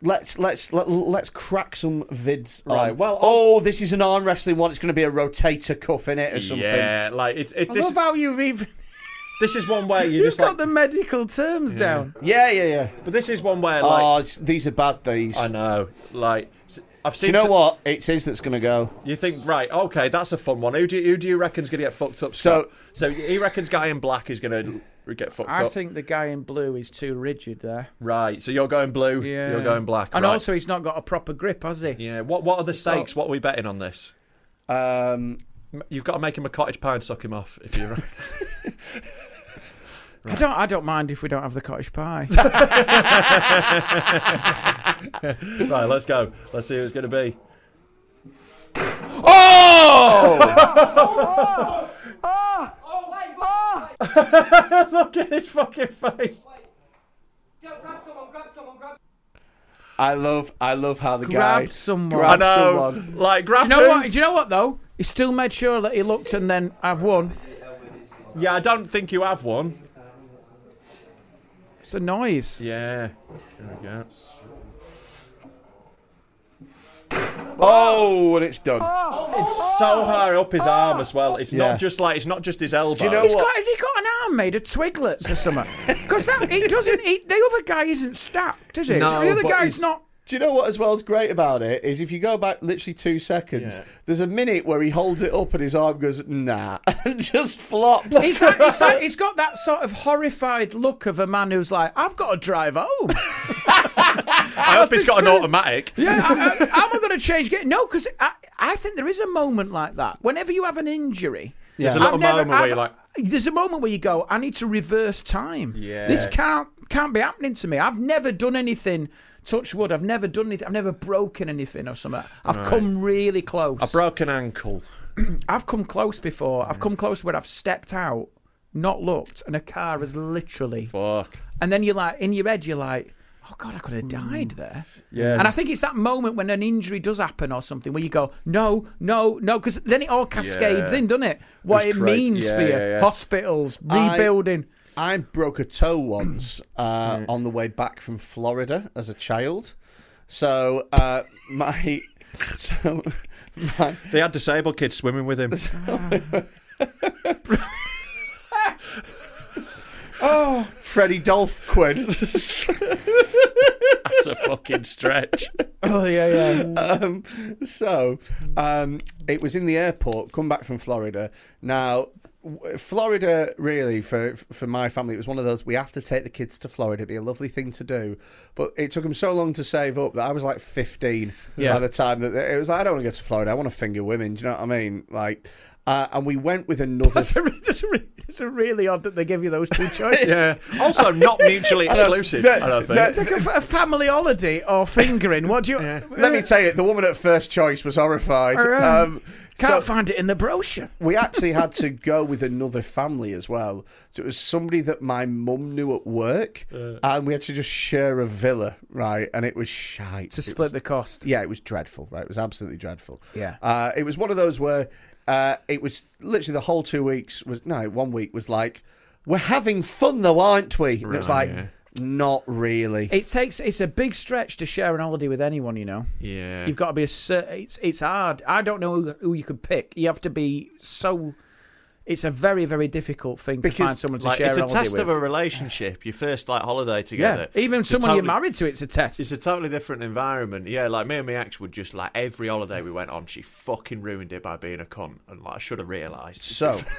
Speaker 2: Let's let's let, let's crack some vids.
Speaker 5: Right,
Speaker 2: on-
Speaker 5: well,
Speaker 2: oh, this is an arm wrestling one. It's going to be a rotator cuff in it or something.
Speaker 5: Yeah, like it's it,
Speaker 3: I
Speaker 5: this
Speaker 3: love how you've even
Speaker 5: this is one way you
Speaker 3: you've
Speaker 5: just
Speaker 3: got
Speaker 5: like,
Speaker 3: the medical terms down.
Speaker 2: yeah, yeah. yeah.
Speaker 5: but this is one where like
Speaker 2: oh, it's- these are bad. These.
Speaker 5: I know, like I've
Speaker 2: Do
Speaker 5: seen.
Speaker 2: you know
Speaker 5: some-
Speaker 2: what? It's his that's going to go.
Speaker 5: You think right? Okay, that's a fun one. Who do you, who do you reckon's gonna get fucked up? Scott? so he reckons guy in black is gonna get fucked
Speaker 3: I
Speaker 5: up.
Speaker 3: think the guy in blue is too rigid there.
Speaker 5: Right. So you're going blue.
Speaker 3: Yeah,
Speaker 5: You're going black.
Speaker 3: and
Speaker 5: right.
Speaker 3: also he's not got a proper grip, has he?
Speaker 5: yeah. What What are the stakes?
Speaker 3: all-
Speaker 5: What are we betting on this?
Speaker 2: Um,
Speaker 5: M- You've got to make him a cottage pie and suck him off if you're.
Speaker 3: I don't. I don't mind if we don't have the cottage pie.
Speaker 5: right. Let's go. Let's see who it's gonna be.
Speaker 2: oh!
Speaker 5: Look at his fucking face.
Speaker 2: I love, I love how the guy
Speaker 3: Grab someone.
Speaker 5: I
Speaker 2: grabbed
Speaker 5: know.
Speaker 2: someone.
Speaker 5: Like grab
Speaker 3: Do you know
Speaker 5: him.
Speaker 3: what? Do you know what though? He still made sure that he looked, and then I've won.
Speaker 5: Yeah. I don't think you have one.
Speaker 3: It's a noise.
Speaker 5: Yeah. There we go.
Speaker 2: Oh, and it's done.
Speaker 5: It's so high up his arm as well. It's
Speaker 2: Yeah.
Speaker 5: not just like it's not just his elbow.
Speaker 2: you know
Speaker 3: He's
Speaker 2: what?
Speaker 3: got. Has he got an arm made of twiglets or something? Because that he doesn't. He, the other guy isn't stacked, is he?
Speaker 5: No,
Speaker 3: the other
Speaker 5: but
Speaker 3: guy's
Speaker 5: he's-
Speaker 3: not.
Speaker 2: Do you know what? As well as great about it is if you go back literally two seconds,
Speaker 5: Yeah.
Speaker 2: there's a minute where he holds it up and his arm goes nah, and just flops.
Speaker 3: He's, like, he's, like, he's got that sort of horrified look of a man who's like, I've got to drive home.
Speaker 5: I hope he's got an
Speaker 3: That's his
Speaker 5: automatic.
Speaker 3: Yeah, I, I, how am I going to change gear? No, because I, I think there is a moment like that. Whenever you have an injury,
Speaker 5: There's a little
Speaker 3: I've never-
Speaker 5: moment where
Speaker 3: I've-
Speaker 5: you're like,
Speaker 3: there's a moment where you go, I need to reverse time.
Speaker 5: Yeah.
Speaker 3: This can't can't be happening to me. I've never done anything touch wood. I've never done anything. I've never broken anything or something. I've come really close.
Speaker 5: A broken ankle.
Speaker 3: I've come close before. I've come close where I've stepped out, not looked, and a car has literally.
Speaker 5: Fuck.
Speaker 3: And then you're like, in your head, you're like, oh God, I could have died there.
Speaker 5: Mm. Yeah.
Speaker 3: And I think it's that moment when an injury does happen or something where you go, no, no, no, because then it all cascades
Speaker 5: Yeah.
Speaker 3: in, doesn't it? What
Speaker 5: It's
Speaker 3: it
Speaker 5: crazy.
Speaker 3: means
Speaker 5: Yeah,
Speaker 3: for you.
Speaker 5: yeah, yeah.
Speaker 3: Hospitals,
Speaker 2: I-
Speaker 3: rebuilding.
Speaker 2: I broke a toe once uh, on the way back from Florida as a child. So uh, my so my,
Speaker 5: They had disabled kids swimming with him. Oh,
Speaker 2: Freddie Dolph Quinn.
Speaker 5: That's a fucking stretch.
Speaker 3: Oh, yeah, yeah.
Speaker 2: um, so um, it was in the airport. Come back from Florida. Now, w- Florida really for for my family, it was one of those we have to take the kids to Florida. It'd be a lovely thing to do, but it took them so long to save up that I was like fifteen
Speaker 5: Yeah.
Speaker 2: by the time that it was. like, I don't want to go to Florida. I want to finger women. Do you know what I mean? Like, uh, and we went with another.
Speaker 3: That's, a, re- that's, a re- that's a really odd that they give you those two choices.
Speaker 5: Yeah. Also, not mutually exclusive. I don't think.
Speaker 3: It's like a, f- a family holiday or fingering. What do you?
Speaker 2: Let me tell you, the woman at first choice was horrified. Um, so-
Speaker 3: Can't find it in the brochure.
Speaker 2: we actually had to go with another family as well. So it was somebody that my mum knew at work,
Speaker 3: Uh.
Speaker 2: and we had to just share a villa, right? And it was shite.
Speaker 3: To
Speaker 2: It
Speaker 3: split
Speaker 2: was-
Speaker 3: the cost.
Speaker 2: yeah, it was dreadful, right? It was absolutely dreadful.
Speaker 3: Yeah.
Speaker 2: Uh, it was one of those where uh, it was literally the whole two weeks was, no, one week was like, we're having fun though, aren't we? And it was like, not really.
Speaker 3: It takes. It's a big stretch to share an holiday with anyone. You know.
Speaker 5: Yeah.
Speaker 3: You've got to be a. cer- It's it's hard. I don't know who, who you could pick. You have to be so. It's a very very difficult thing to
Speaker 2: Because,
Speaker 3: find someone to
Speaker 7: Like,
Speaker 3: share
Speaker 7: it's
Speaker 3: an
Speaker 7: a
Speaker 3: holiday
Speaker 7: test
Speaker 3: with.
Speaker 7: of a relationship. Your first like holiday
Speaker 3: yeah,
Speaker 7: together.
Speaker 3: even
Speaker 7: It's a
Speaker 3: someone
Speaker 7: totally-
Speaker 3: you're married to, it's a test.
Speaker 7: It's a totally different environment. Yeah, like me and my ex would just like every holiday we went on, she fucking ruined it by being a cunt, and like I should have realised.
Speaker 2: So-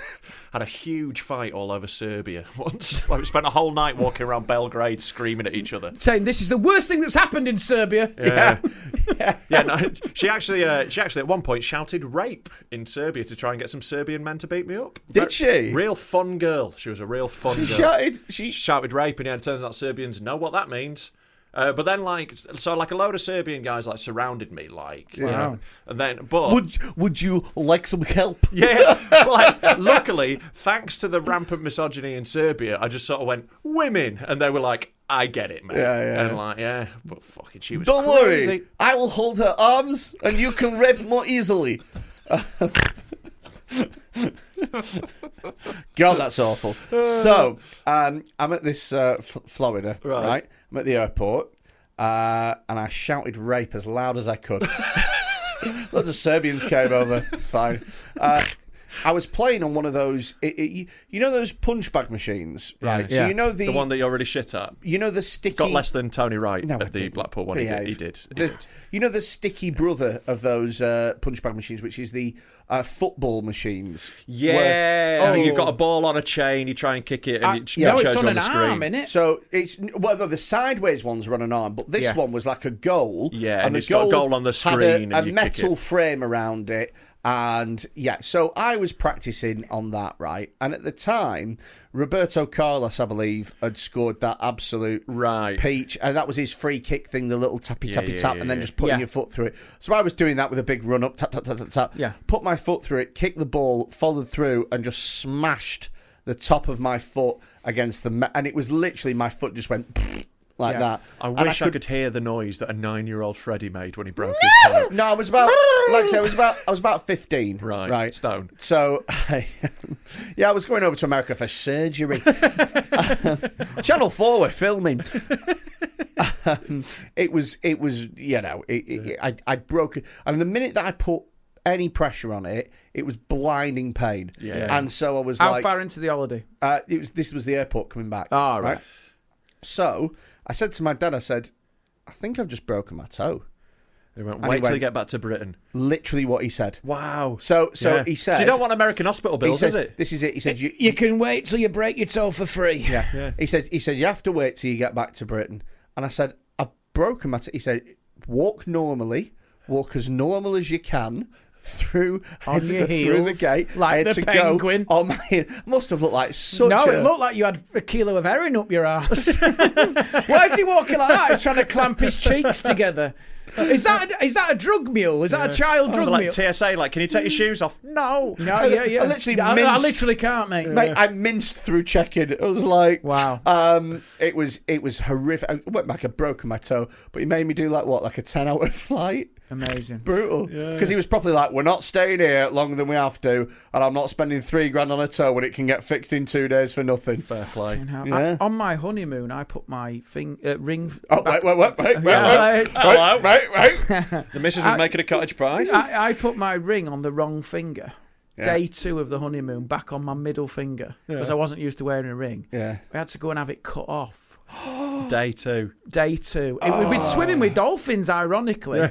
Speaker 7: had a huge fight all over Serbia once. like we spent a whole night walking around Belgrade screaming at each other.
Speaker 3: Saying this is the worst thing that's happened in Serbia.
Speaker 7: Yeah, yeah. no, she actually, uh, she actually at one point shouted rape in Serbia to try and get some Serbian men to beat me up.
Speaker 2: Did she?
Speaker 7: Real fun girl. She was a real fun
Speaker 2: She
Speaker 7: girl.
Speaker 2: shouted- she-
Speaker 7: She shouted rape, and yeah, it turns out Serbians know what that means. Uh, but then, like, so like a load of Serbian guys like surrounded me, like, you know, and then, but
Speaker 2: would you like some help?
Speaker 7: yeah, like, luckily, thanks to the rampant misogyny in Serbia, I just sort of went women, and they were like, I get it, man,
Speaker 2: Yeah, yeah.
Speaker 7: and like, yeah, but fucking, she was.
Speaker 2: Don't
Speaker 7: crazy.
Speaker 2: worry, I will hold her arms, and you can rape more easily. God, that's awful. So, um, I'm at this uh, F- Florida, right. I'm at the airport, uh, and I shouted rape as loud as I could. Lots of Serbians came over. It's fine. Uh, I was playing on one of those, it, it, you know, those punch bag machines, right? So
Speaker 3: Yeah.
Speaker 2: you know the,
Speaker 5: the one that you're really shit at.
Speaker 2: you know the sticky.
Speaker 5: Got less than Tony Wright
Speaker 2: No, I
Speaker 5: at the
Speaker 2: didn't
Speaker 5: Blackpool one. He did.
Speaker 2: behave.
Speaker 5: He did. He
Speaker 2: The-
Speaker 5: did.
Speaker 2: you know the sticky brother of those uh, punch bag machines, which is the uh, football machines.
Speaker 5: Yeah.
Speaker 3: oh,
Speaker 2: Where-
Speaker 5: You've got a ball on a chain. You try and kick it, and
Speaker 3: I-
Speaker 5: it sh-
Speaker 3: no,
Speaker 5: shows
Speaker 3: it's
Speaker 5: you
Speaker 3: on
Speaker 5: on
Speaker 3: an
Speaker 5: the screen.
Speaker 3: arm, isn't it?
Speaker 2: So it's well, no, the sideways ones were on an arm, but this
Speaker 3: Yeah.
Speaker 2: one was like a goal.
Speaker 5: Yeah, and
Speaker 2: the
Speaker 5: it's got a goal on the
Speaker 2: had
Speaker 5: screen and
Speaker 2: a,
Speaker 5: you
Speaker 2: a
Speaker 5: kick
Speaker 2: metal
Speaker 5: it.
Speaker 2: frame around it, and yeah. So I was practicing on that, right? And at the time, Roberto Carlos, I believe, had scored that absolute
Speaker 5: Right.
Speaker 2: peach, and that was his free kick thing, the little tappy tappy
Speaker 5: yeah,
Speaker 2: tap,
Speaker 5: yeah,
Speaker 2: and then
Speaker 5: yeah.
Speaker 2: just putting
Speaker 3: Yeah.
Speaker 2: your foot through it. So I was doing that with a big run up, tap tap tap tap tap.
Speaker 3: Yeah.
Speaker 2: Put my foot through it, kicked the ball, followed through, and just smashed the top of my foot against the me- and it was literally my foot just went like
Speaker 3: Yeah.
Speaker 2: that.
Speaker 7: I
Speaker 2: And
Speaker 7: wish I could... hear the noise that a nine-year-old Freddie made when he broke his toe.
Speaker 2: No, I was about like I said, I was about I was about fifteen.
Speaker 7: Right,
Speaker 2: right.
Speaker 7: stone.
Speaker 2: So, I, yeah, I was going over to America for surgery. Channel Four were filming. Um, it was it was you know it, it, I I broke it, and the minute that I put any pressure on it, it was blinding pain.
Speaker 5: Yeah.
Speaker 2: and so I was
Speaker 3: How
Speaker 2: like,
Speaker 3: far into the holiday?
Speaker 2: uh, it was this was the airport coming back.
Speaker 3: Ah, right.
Speaker 2: So I said to my dad, I said, I think I've just broken my toe.
Speaker 5: He went,
Speaker 2: And
Speaker 5: wait
Speaker 2: he
Speaker 5: till
Speaker 2: went-
Speaker 5: you get back to Britain.
Speaker 2: Literally, what he said.
Speaker 5: Wow.
Speaker 2: So- so he
Speaker 7: So
Speaker 2: said-
Speaker 7: you don't want American hospital
Speaker 2: He
Speaker 7: bills,
Speaker 2: said,
Speaker 7: is it?
Speaker 2: This is it. He said, you,
Speaker 3: can wait till you break your toe for free.
Speaker 2: yeah. He said, he said, you have to wait till you get back to Britain. And I said, I've broken my. T-. He said, walk normally, walk as normal as you can. through I
Speaker 3: On
Speaker 2: had to go
Speaker 3: your
Speaker 2: through the
Speaker 3: heels,
Speaker 2: gate.
Speaker 3: like
Speaker 2: I had
Speaker 3: the
Speaker 2: to
Speaker 3: penguin.
Speaker 2: Go on my heel. Must have looked like such.
Speaker 3: No,
Speaker 2: a,
Speaker 3: it looked like you had a kilo of heroin up your ass. Why is he walking like that? He's trying to clamp his cheeks together. Is that is that a drug mule? Is that a child
Speaker 5: They're
Speaker 3: drug
Speaker 5: like
Speaker 3: mule? Mm.
Speaker 5: TSA, like, can you take your shoes off? No.
Speaker 3: no, yeah, yeah.
Speaker 2: I literally
Speaker 3: I, I
Speaker 2: minced-
Speaker 3: literally can't, mate.
Speaker 2: Mate, I minced through check-in. It was like,
Speaker 3: Wow.
Speaker 2: Um, it was it was horrific. I went back, I'd broken my toe, but he made me do like what, like a ten-hour flight.
Speaker 3: Amazing.
Speaker 2: Brutal, because he was probably like, "We're not staying here longer than we have to, and I'm not spending three grand on a toe when it can get fixed in two days for nothing."
Speaker 5: Fair play.
Speaker 3: Now, I-
Speaker 2: Yeah.
Speaker 3: on my honeymoon, I put my thing, uh, ring.
Speaker 2: Oh, wait, wait, wait, wait, wait,
Speaker 3: Yeah.
Speaker 2: wait,
Speaker 5: Hello.
Speaker 2: wait, wait, wait.
Speaker 5: The missus was making a cottage pie.
Speaker 3: I, I put my ring on the wrong finger. Day two of the honeymoon, back on my middle finger because I wasn't used to wearing a ring.
Speaker 2: Yeah.
Speaker 3: We had to go and have it cut off.
Speaker 5: Day two.
Speaker 3: day two. It, We'd been swimming with dolphins, ironically.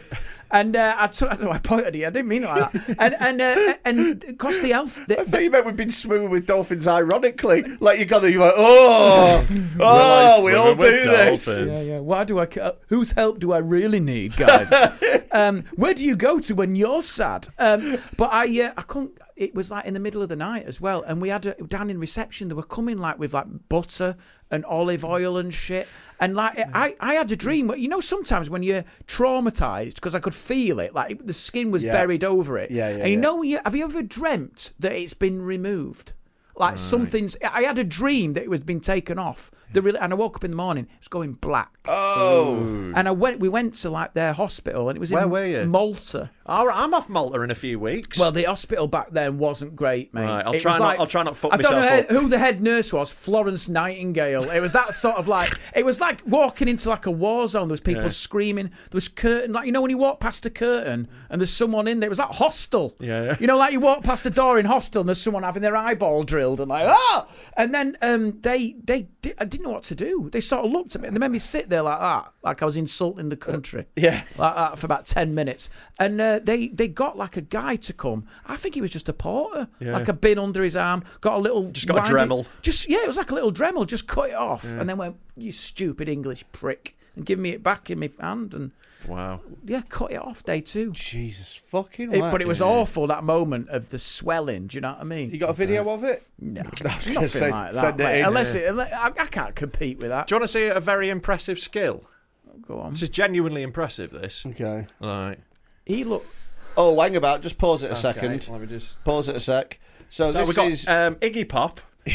Speaker 3: And uh, I, took, I don't know, I pointed at you. I didn't mean it like that. And and uh, and cost the elf. The,
Speaker 2: I thought you meant we've been swimming with dolphins ironically. Like you got there, you're like, oh, oh, we all do
Speaker 5: swimming with
Speaker 2: this.
Speaker 5: dolphins?
Speaker 3: yeah, yeah. Why do I? ca- Whose help do I really need, guys? um, where do you go to when you're sad? Um, but I, uh, I couldn't. It was like in the middle of the night as well, and we had a, down in reception. They were coming like with like butter and olive oil and shit. And like I, I had a dream. where- You know, sometimes when you're traumatized, because I could feel it, like the skin was buried over it.
Speaker 2: Yeah, yeah,
Speaker 3: And you
Speaker 2: yeah.
Speaker 3: know, you, have you ever dreamt that it's been removed? Like something's. I had a dream that it was been taken off. The real, and I woke up in the morning. It was going black.
Speaker 2: Oh,
Speaker 3: And I went. We went to like their hospital, and it was
Speaker 5: Where
Speaker 3: in
Speaker 5: were you?
Speaker 3: Malta.
Speaker 5: All right, I'm off Malta in a few weeks.
Speaker 3: Well, the hospital back then wasn't great, mate.
Speaker 5: Right, I'll
Speaker 3: It
Speaker 5: try
Speaker 3: was
Speaker 5: not-
Speaker 3: like-
Speaker 5: I'll try not fuck
Speaker 3: I don't
Speaker 5: myself
Speaker 3: know
Speaker 5: up.
Speaker 3: who the head nurse was. Florence Nightingale. It was that sort of like. It was like walking into like a war zone. There was people screaming. There was curtain. Like you know when you walk past a curtain and there's someone in there. It was like hostel.
Speaker 5: Yeah, yeah.
Speaker 3: You know, like you walk past a door in hostel and there's someone having their eyeball drilled and like ah. And then um, they they di- I didn't know what to do. They sort of looked at me and they made me sit there like that, like I was insulting the country
Speaker 2: Uh, yeah.
Speaker 3: like that for about 10 minutes. And uh, they, they got like a guy to come. I think he was just a porter, like a bin under his arm, got a little. Just
Speaker 5: got a Dremel.
Speaker 3: Just, yeah, it was like a little Dremel, just cut it off and then went, you stupid English prick, and give me it back in my hand. And
Speaker 5: wow.
Speaker 3: yeah, cut it off day two.
Speaker 2: Jesus fucking.
Speaker 3: It-
Speaker 2: wow.
Speaker 3: but it was awful that moment of the swelling. Do you know what I mean?
Speaker 2: You got a video of it?
Speaker 3: no,
Speaker 2: gonna
Speaker 3: nothing
Speaker 2: say,
Speaker 3: like that.
Speaker 2: send it
Speaker 3: mate.
Speaker 2: in.
Speaker 3: Unless it, unless, I, I can't compete with that.
Speaker 5: Do you want to see a very impressive skill?
Speaker 3: Go on.
Speaker 5: This is genuinely impressive, this.
Speaker 2: Okay.
Speaker 5: Right.
Speaker 3: He looked.
Speaker 2: Oh, hang about. Just pause it a second.
Speaker 5: let me just.
Speaker 2: Pause it a sec. So,
Speaker 5: So
Speaker 2: this
Speaker 5: we've got
Speaker 2: is
Speaker 3: uh,
Speaker 5: um, Iggy Pop.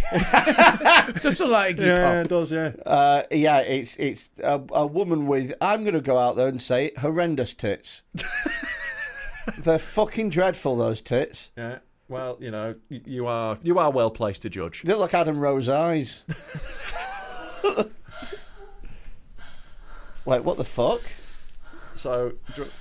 Speaker 3: Just looked like he popped.
Speaker 5: does, yeah.
Speaker 2: uh, yeah, it's it's a, a woman with I'm going to go out there and say it, horrendous tits. They're fucking dreadful those tits.
Speaker 5: Yeah. Well, you know, y- you are you are well placed to judge.
Speaker 2: They look like Adam Rowe's eyes. Wait, what the fuck?
Speaker 5: So, do you-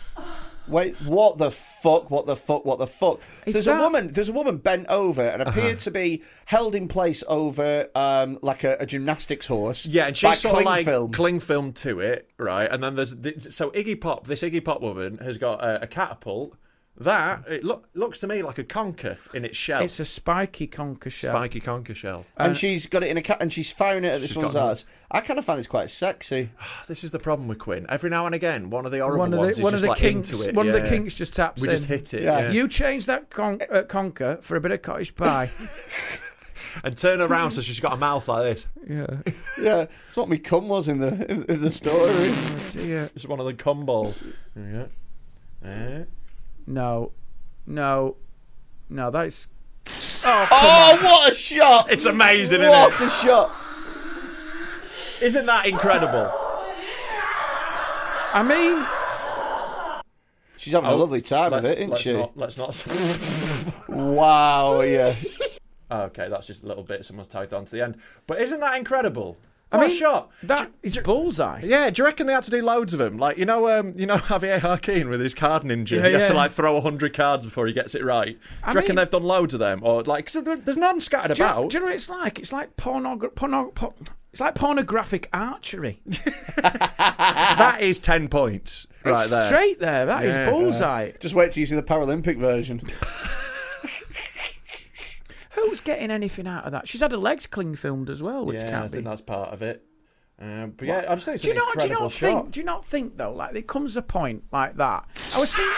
Speaker 2: Wait, what the fuck? What the fuck? What the fuck?
Speaker 3: Is
Speaker 2: there's
Speaker 3: that- Uh-huh.
Speaker 2: a woman. There's a woman bent over and appeared to be held in place over um, like a, a gymnastics horse.
Speaker 5: yeah, and
Speaker 2: by
Speaker 5: she's sort of
Speaker 2: cling
Speaker 5: like
Speaker 2: film.
Speaker 5: cling film to it, right? And then there's th- so Iggy Pop. This Iggy Pop woman has got a, a catapult that it look, looks to me like a conker in its shell,
Speaker 3: It's a spiky conker shell.
Speaker 5: spiky conker shell.
Speaker 2: and she's got it in a cat, and she's firing it at this
Speaker 5: She's
Speaker 2: one's
Speaker 5: got an-
Speaker 2: ass. I kind of find this quite sexy.
Speaker 5: This is the problem with Quinn. Every now and again, one of the horrible
Speaker 3: one of
Speaker 5: ones
Speaker 3: the
Speaker 5: is
Speaker 3: one of
Speaker 5: just
Speaker 3: the
Speaker 5: like
Speaker 3: kinks
Speaker 5: into it.
Speaker 3: one of
Speaker 5: yeah.
Speaker 3: the kinks just taps
Speaker 5: We
Speaker 3: in.
Speaker 5: just hit it,
Speaker 2: Yeah.
Speaker 5: yeah.
Speaker 3: You change that con- uh, conker for a bit of cottage pie.
Speaker 5: and turn around so she's got a mouth like this.
Speaker 3: yeah,
Speaker 2: Yeah, it's what me cum was in the in, in the story.
Speaker 3: dear.
Speaker 5: It's one of the cum balls. Yeah. Yeah.
Speaker 3: No, no, no. That's
Speaker 2: oh, what a shot!
Speaker 5: It's amazing, isn't
Speaker 2: what
Speaker 5: it?
Speaker 2: a shot!
Speaker 5: Isn't that incredible?
Speaker 3: I mean,
Speaker 2: She's having a lovely time of
Speaker 5: Oh, Let's,
Speaker 2: it, isn't
Speaker 5: let's
Speaker 2: she?
Speaker 5: not. Let's not. Oh,
Speaker 2: Wow, yeah.
Speaker 5: okay, that's just a little bit someone's tagged on to the end. But isn't that incredible?
Speaker 3: I
Speaker 5: what
Speaker 3: mean
Speaker 5: a shot!
Speaker 3: that is bullseye.
Speaker 5: Yeah, do you reckon they had to do loads of them? Like you know, um, you know Javier Harkin with his card ninja.
Speaker 3: Yeah,
Speaker 5: he has to
Speaker 3: yeah.
Speaker 5: like throw hundred cards before he gets it right. Do you reckon
Speaker 3: mean-
Speaker 5: they've done loads of them, or like 'cause there- there's none scattered
Speaker 3: Do you,
Speaker 5: about?
Speaker 3: do you know what it's like? It's like pornogra- porno- por- It's like pornographic archery.
Speaker 5: that is ten points right there.
Speaker 3: Straight there. That is
Speaker 5: Yeah.
Speaker 3: bullseye.
Speaker 2: Just wait till you see the Paralympic version.
Speaker 3: Who's getting anything out of that? She's had her legs cling filmed as well, which
Speaker 5: yeah, I
Speaker 3: can't
Speaker 5: think
Speaker 3: be.
Speaker 5: that's part of it. Uh, but yeah, I just think it's
Speaker 3: Do you
Speaker 5: an
Speaker 3: not? Do you
Speaker 5: incredible
Speaker 3: not
Speaker 5: shot.
Speaker 3: think? Do you not think though? Like there comes a point like that. I was thinking.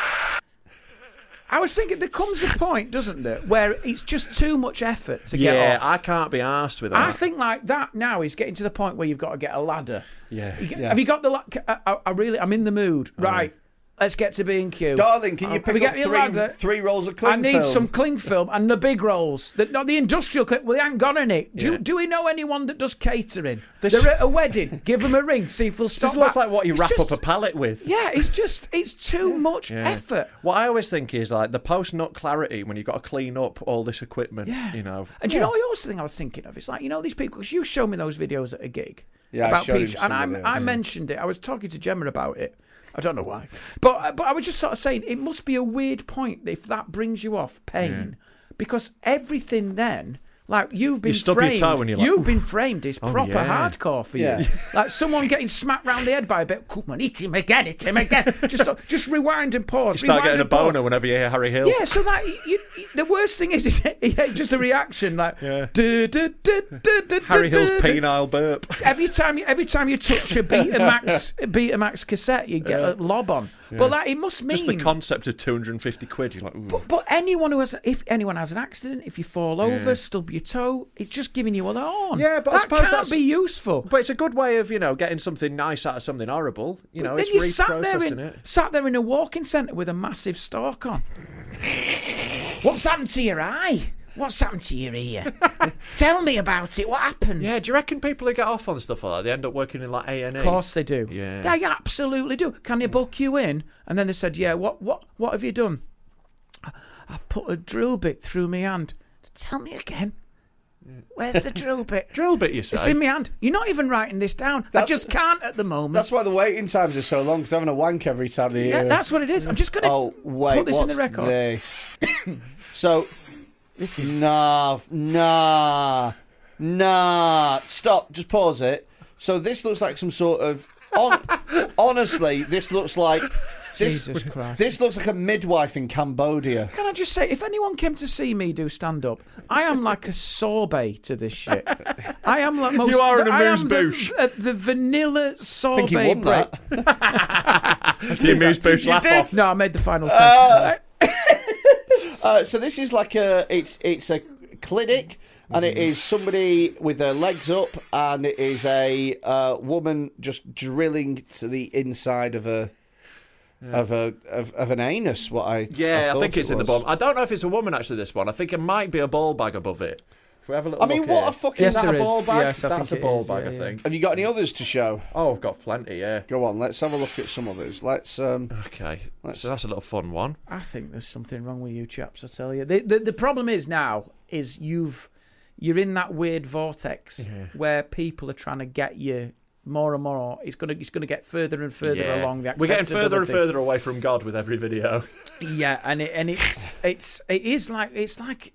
Speaker 3: I was thinking there comes a point, doesn't there, where it's just too much effort to
Speaker 5: yeah,
Speaker 3: get off.
Speaker 5: I can't be asked with that.
Speaker 3: I think like that now is getting to the point where you've got to get a ladder.
Speaker 5: Yeah. Oh,
Speaker 3: You get- Have you got the? la- I, I, I really, I'm in the mood. Right, let's get to B and Q. Oh,
Speaker 2: Darling, can you
Speaker 3: we
Speaker 2: pick
Speaker 3: get
Speaker 2: up
Speaker 3: me a
Speaker 2: three,
Speaker 3: ladder?
Speaker 2: three rolls of cling
Speaker 3: I need
Speaker 2: film?
Speaker 3: some cling film and the big rolls. The, not the industrial cling. Well, they ain't got any. Do, you- do we know anyone that does catering? They're at a wedding. Give them a ring. See if they'll stop.
Speaker 5: this looks
Speaker 3: back.
Speaker 5: like what you
Speaker 3: It's
Speaker 5: wrap
Speaker 3: just-
Speaker 5: up a pallet with.
Speaker 3: Yeah, it's just it's too much
Speaker 5: Yeah.
Speaker 3: effort.
Speaker 5: What I always think is like the post nut clarity when you've got to clean up all this equipment.
Speaker 3: Yeah.
Speaker 5: You know.
Speaker 3: And do you know the also thing I was thinking of? It's like, you know, these people, because you showed me those videos at a gig
Speaker 2: Yeah, I
Speaker 3: about
Speaker 2: showed him
Speaker 3: Peach, and
Speaker 2: some
Speaker 3: I,
Speaker 2: of those,
Speaker 3: I
Speaker 2: yeah.
Speaker 3: mentioned it. I was talking to Gemma about it. I don't know why. But, but I was just sort of saying it must be a weird point if that brings you off pain, because everything then. Like you've been
Speaker 5: stub your
Speaker 3: framed,
Speaker 5: toe and you're like, Oh,
Speaker 3: have been framed is proper
Speaker 5: yeah.
Speaker 3: hardcore for
Speaker 2: Yeah.
Speaker 3: you. like someone getting smacked round the head by a bit. Come on, hit him again, hit him again. just just rewind and pause.
Speaker 5: You start
Speaker 3: rewind
Speaker 5: getting a
Speaker 3: and pause.
Speaker 5: boner whenever you hear Harry Hill.
Speaker 3: Yeah, so like you, you- the worst thing is, is it- just a reaction like "Du- du- du- du- du-
Speaker 5: Harry
Speaker 3: du-
Speaker 5: Hill's
Speaker 3: du- du."
Speaker 5: penile burp.
Speaker 3: Every time, you, every time you touch a Betamax, a Betamax cassette, you get a lob on. But like, it must mean
Speaker 5: Just the concept of 250 quid. You're like, ooh.
Speaker 3: but, but anyone who has, if anyone has an accident, if you fall over, stub your toe, it's just giving you a horn.
Speaker 5: Yeah, but I
Speaker 3: that
Speaker 5: suppose
Speaker 3: can't
Speaker 5: that's-
Speaker 3: be useful.
Speaker 5: But it's a good way of you know getting something nice out of something horrible. You know,
Speaker 3: then
Speaker 5: it's
Speaker 3: you sat there
Speaker 5: reprocessing
Speaker 3: in
Speaker 5: it.
Speaker 3: sat there in a walking centre with a massive stalk on. What's happened to your eye? What's happened to your ear? Tell me about it. What happened?
Speaker 7: Yeah, do you reckon people who get off on stuff like that they end up working in like A and E?
Speaker 3: Of course they do.
Speaker 7: Yeah.
Speaker 3: They absolutely do. Can they book you in? And then they said, Yeah, what what what have you done? I've put a drill bit through my hand. Tell me again. Where's the drill bit?
Speaker 5: Drill bit, you say.
Speaker 3: It's in my hand. You're not even writing this down. I
Speaker 2: That's-
Speaker 3: just can't at the moment.
Speaker 2: That's why the waiting times are so long, because having a wank every time they
Speaker 3: yeah,
Speaker 2: hear-
Speaker 3: that's what it is. I'm just gonna
Speaker 2: Oh, wait.
Speaker 3: put this in the
Speaker 2: what's
Speaker 3: record.
Speaker 2: This? so. This is. Nah, nah, nah. Stop. Just pause it. So this looks like some sort of. On, honestly, this looks like. This,
Speaker 3: Jesus Christ.
Speaker 2: This looks like a midwife in Cambodia.
Speaker 3: Can I just say, if anyone came to see me do stand up, I am like a sorbet to this shit. I am like most.
Speaker 5: You are an
Speaker 3: I am
Speaker 5: amuse-bouche.
Speaker 3: the, uh, the vanilla sorbet.
Speaker 2: Think he won
Speaker 3: bread.
Speaker 2: that.
Speaker 5: the amuse boosh laugh off.
Speaker 3: No, I made the final ten.
Speaker 2: Uh, so this is like a it's it's a clinic, and it is somebody with their legs up, and it is a uh, woman just drilling to the inside of a of a of, of an anus. What I
Speaker 7: Yeah, I,
Speaker 2: thought
Speaker 7: think it's
Speaker 2: it
Speaker 7: in the
Speaker 2: was.
Speaker 7: bottom. I don't know if it's a woman actually. This one, I think it might be a ball bag above it. If we have a little
Speaker 2: I mean,
Speaker 7: look
Speaker 2: what
Speaker 7: here.
Speaker 2: a fucking.
Speaker 3: Yes,
Speaker 7: Is that
Speaker 3: there
Speaker 7: a
Speaker 3: is.
Speaker 7: ball bag?
Speaker 3: Yes, I
Speaker 7: That's
Speaker 3: think
Speaker 7: a
Speaker 3: it
Speaker 7: ball
Speaker 3: is,
Speaker 7: bag,
Speaker 3: yeah,
Speaker 7: I
Speaker 3: yeah.
Speaker 7: think.
Speaker 2: Have you got any others to show?
Speaker 7: Oh, I've got plenty. Yeah.
Speaker 2: Go on, let's have a look at some others. Let's. Um,
Speaker 7: Okay, so that's a little fun one.
Speaker 3: I think there's something wrong with you chaps. I tell you, the the, the problem is now is you've you're in that weird vortex where people are trying to get you more and more. It's gonna it's gonna get further and further
Speaker 7: Yeah.
Speaker 3: along. The
Speaker 7: We're getting further and
Speaker 3: acceptability.
Speaker 7: further away from God with every video.
Speaker 3: Yeah, and it, and it's it's it is like it's like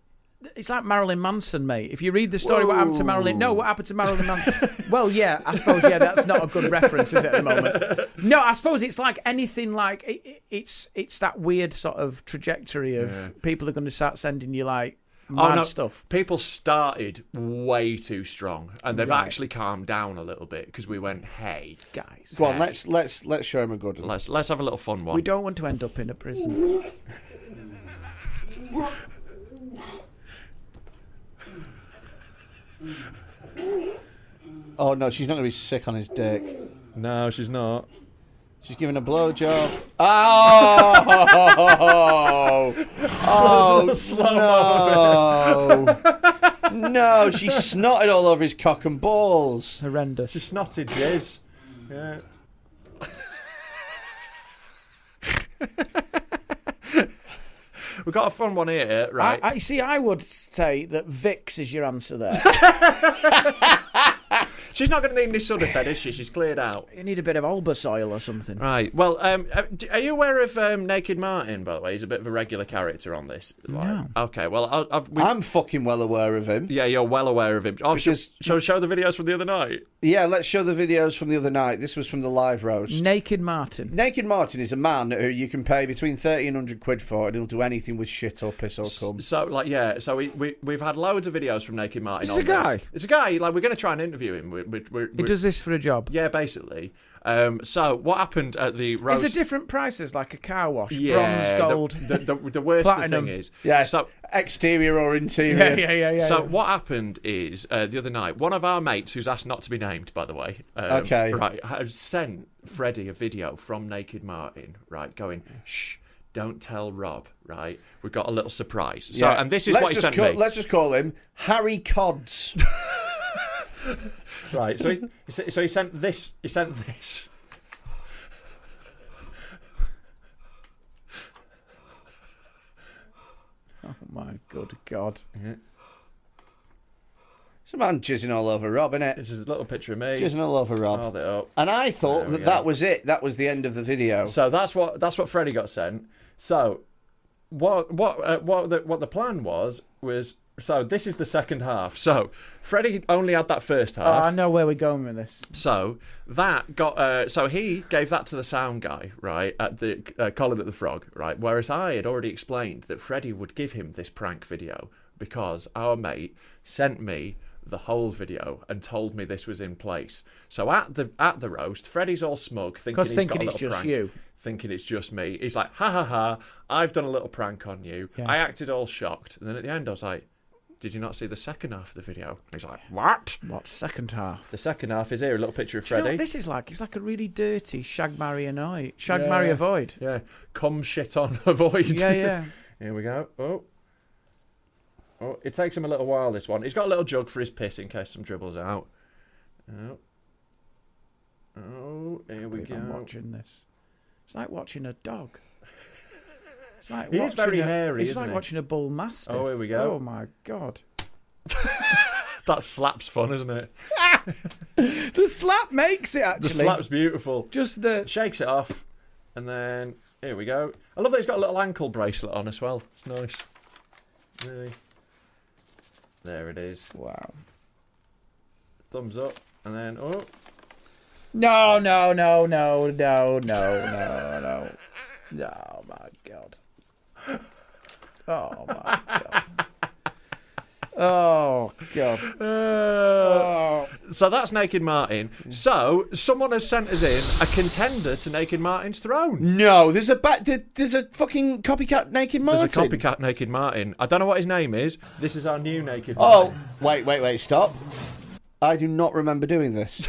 Speaker 3: it's like Marilyn Manson, mate. If you read the story, what happened to Marilyn? No, what happened to Marilyn Manson? well, yeah, I suppose yeah, that's not a good reference, is it? At the moment, no, I suppose it's like anything like it, it- it's it's that weird sort of trajectory of people are going to start sending you like
Speaker 2: Oh,
Speaker 3: mad stuff.
Speaker 7: Oh, People started way too strong, and they've actually calmed down a little bit because we went, "Hey,
Speaker 3: Guys,
Speaker 2: go on, let's let's let's show him a good one.
Speaker 7: let's let's have a little fun one."
Speaker 3: we don't want to end up in a prison.
Speaker 2: Oh no, she's not going to be sick on his dick.
Speaker 5: No, she's not.
Speaker 2: She's giving a blowjob. Oh! oh! no! no, she snotted all over his cock and balls.
Speaker 3: Horrendous.
Speaker 5: Snotted jizz. Yeah.
Speaker 7: We've got a fun one here, right?
Speaker 3: I, I see. I would say that Vix is your answer there.
Speaker 7: She's not going to need any sort of fed, is she? She's cleared out.
Speaker 3: you need a bit of Albus oil or something.
Speaker 7: Right. Well, um, uh, d- are you aware of um, Naked Martin? By the way, he's a bit of a regular character on this. Like, Okay. Well, I, I've. we
Speaker 2: I'm fucking well aware of him.
Speaker 7: yeah, you're well aware of him. Oh, shall,
Speaker 2: Because-
Speaker 7: shall we show the videos from the other night?
Speaker 2: Yeah, let's show the videos from the other night. This was from the live roast.
Speaker 3: Naked Martin.
Speaker 2: Naked Martin is a man who you can pay between 30 and 100 quid for, and he'll do anything with shit or piss or cum.
Speaker 7: So like yeah, so we, we we've had loads of videos from Naked Martin.
Speaker 3: This
Speaker 7: on
Speaker 3: is a guy?
Speaker 7: It's a guy. Like we're going to try and interview him. We,
Speaker 2: we're, we're,
Speaker 1: He does this for a job.
Speaker 2: yeah, basically. Um, so what happened at the
Speaker 1: Is
Speaker 2: roast?
Speaker 1: it different prices like a car wash?
Speaker 2: yeah,
Speaker 1: bronze, gold.
Speaker 2: The, the, the, the worst the
Speaker 1: platinum.
Speaker 2: thing is,
Speaker 3: Yeah.
Speaker 2: So
Speaker 3: exterior or interior.
Speaker 1: yeah, yeah, yeah, yeah.
Speaker 2: so
Speaker 1: yeah.
Speaker 2: what happened is uh, the other night, one of our mates, who's asked not to be named, by the way, um,
Speaker 3: Okay.
Speaker 2: right, has sent Freddie a video from Naked Martin, right, going, shh, don't tell Rob, right, we've got a little surprise. So,
Speaker 3: Yeah.
Speaker 2: and this is
Speaker 3: let's
Speaker 2: what he
Speaker 3: just
Speaker 2: sent
Speaker 3: call,
Speaker 2: me.
Speaker 3: Let's just call him Harry Cods.
Speaker 2: Right, so he, he s- so he sent this. He sent this.
Speaker 1: My good God.
Speaker 2: Mm-hmm.
Speaker 3: it's a man jizzing all over Rob, innit?
Speaker 2: This is a little picture of me.
Speaker 3: Jizzing all over Rob.
Speaker 2: Hold it up.
Speaker 3: And I thought that
Speaker 2: go.
Speaker 3: that was it. That was the end of the video.
Speaker 2: So that's what that's what Freddie got sent. So what what uh, what the, what the plan was was so this is the second half. So Freddie only had that first
Speaker 1: Oh, I
Speaker 2: half.
Speaker 1: know where we're going with this.
Speaker 2: so that got uh, so he gave that to the sound guy right at the uh, Colin at the Frog right. Whereas I had already explained that Freddie would give him this prank video because our mate sent me the whole video and told me this was in place. So at the at the roast, Freddie's all smug, thinking
Speaker 1: 'Cause
Speaker 2: he's
Speaker 1: thinking
Speaker 2: got a
Speaker 1: it's
Speaker 2: little
Speaker 1: just
Speaker 2: prank
Speaker 1: you.
Speaker 2: thinking it's just me. He's like, ha ha ha, I've done a little prank on you. I acted all shocked. And then at the end, I was like, did you not see the second half of the video? He's like, what?
Speaker 1: What second half?
Speaker 2: The second half is here, a little picture of
Speaker 1: Do you know
Speaker 2: Freddie.
Speaker 1: what this is like? It's like a really dirty shag marry annoy. Shag marry avoid.
Speaker 2: Yeah, come shit on, avoid.
Speaker 1: Yeah, yeah.
Speaker 2: here we go. Oh. Oh, it takes him a little while, this one. He's got a little jug for his piss in case some dribbles out. Oh. Oh, here we
Speaker 1: believe I'm
Speaker 2: go.
Speaker 1: watching this. It's like watching a dog. It's like
Speaker 2: He is
Speaker 1: watching
Speaker 2: very
Speaker 1: a,
Speaker 2: hairy,
Speaker 1: It's
Speaker 2: isn't
Speaker 1: like
Speaker 2: he?
Speaker 1: watching a bull mastiff.
Speaker 2: Oh, here we go.
Speaker 1: Oh my god.
Speaker 2: That slap's fun, isn't it?
Speaker 1: The slap makes it
Speaker 2: The
Speaker 1: actually.
Speaker 2: slap's beautiful.
Speaker 1: Just the
Speaker 2: shakes it off, and then here we go. I love that he's got a little ankle bracelet on as well. It's nice. Really. There it is.
Speaker 1: wow.
Speaker 2: Thumbs up, and then oh,
Speaker 1: No, no, no, no, no, no, no, no. Oh my god. Oh my god. Oh god.
Speaker 2: Uh,
Speaker 1: Oh.
Speaker 2: so that's Naked Martin. So someone has sent us in a contender to Naked Martin's throne.
Speaker 3: no, there's a ba- there- there's a fucking copycat naked
Speaker 2: There's
Speaker 3: Martin.
Speaker 2: a copycat Naked Martin. I don't know what his name is. This is our new Naked
Speaker 3: Oh,
Speaker 2: Martin.
Speaker 3: wait, wait, wait, stop. I do not remember doing this.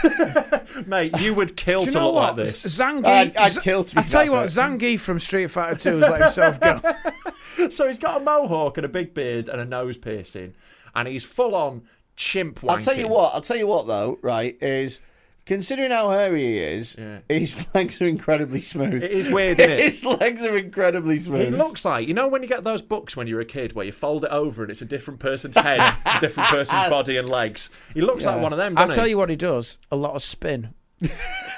Speaker 2: Mate, you would kill
Speaker 1: Do you
Speaker 2: to
Speaker 1: know
Speaker 2: look
Speaker 1: what?
Speaker 2: like this.
Speaker 1: Zangief.
Speaker 3: I'd- I'd kill to be
Speaker 1: I tell you what,
Speaker 3: that fit.
Speaker 1: Zangief from Street Fighter 2 has let himself go.
Speaker 2: So he's got a mohawk and a big beard and a nose piercing, and he's full on chimp wanking.
Speaker 3: I'll tell you what. I'll tell you what though. Right is considering how hairy he is,
Speaker 2: Yeah.
Speaker 3: his legs are incredibly smooth.
Speaker 2: It is weird, isn't it?
Speaker 3: his legs are incredibly smooth.
Speaker 2: He looks like you know when you get those books when you're a kid where you fold it over and it's a different person's head, a different person's body and legs. He looks like one of them.
Speaker 1: I'll
Speaker 2: doesn't
Speaker 1: tell
Speaker 2: he?
Speaker 1: you what he does: a lot of spin,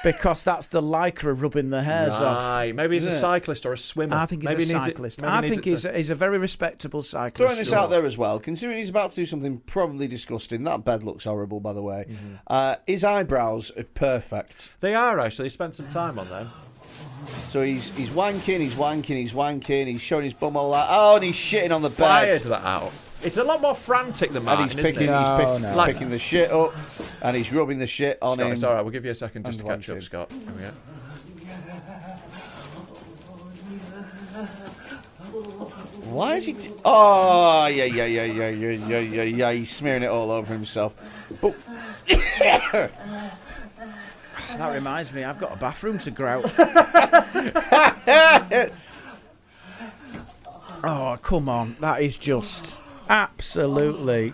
Speaker 1: because that's the lycra rubbing the hairs off.
Speaker 2: Aye, maybe he's a
Speaker 3: Yeah.
Speaker 2: cyclist or a swimmer.
Speaker 1: I think he's
Speaker 2: maybe he
Speaker 1: a
Speaker 2: needs it-
Speaker 1: cyclist.
Speaker 2: maybe he
Speaker 1: I
Speaker 2: needs
Speaker 1: think
Speaker 2: it
Speaker 1: he's
Speaker 2: to-
Speaker 1: a, he's a very respectable cyclist.
Speaker 3: Throwing this out there as well, considering he's about to do something probably disgusting. That bed looks horrible, by the way.
Speaker 2: Mm-hmm.
Speaker 3: Uh, his eyebrows are perfect.
Speaker 2: They are actually. He spent some time on them.
Speaker 3: So he's he's wanking, he's wanking, he's wanking. He's showing his bum all that. Oh, and he's shitting on the
Speaker 2: Fired
Speaker 3: bed.
Speaker 2: that out. It's a lot more frantic than
Speaker 3: And
Speaker 2: Martin,
Speaker 3: he's
Speaker 2: isn't
Speaker 3: picking,
Speaker 2: it?
Speaker 3: he's
Speaker 1: No,
Speaker 3: pick,
Speaker 1: no.
Speaker 3: he's
Speaker 2: Like-
Speaker 3: picking the shit up, and he's rubbing the shit on
Speaker 2: Scott,
Speaker 3: him.
Speaker 2: it's all right. We'll give you a second just to catch
Speaker 3: Unwanted.
Speaker 2: up, Scott. Here we go.
Speaker 3: Why is he? T- oh yeah yeah yeah yeah yeah yeah yeah yeah. He's smearing it all over himself. But
Speaker 1: That reminds me, I've got a bathroom to grout. oh come on, that is just absolutely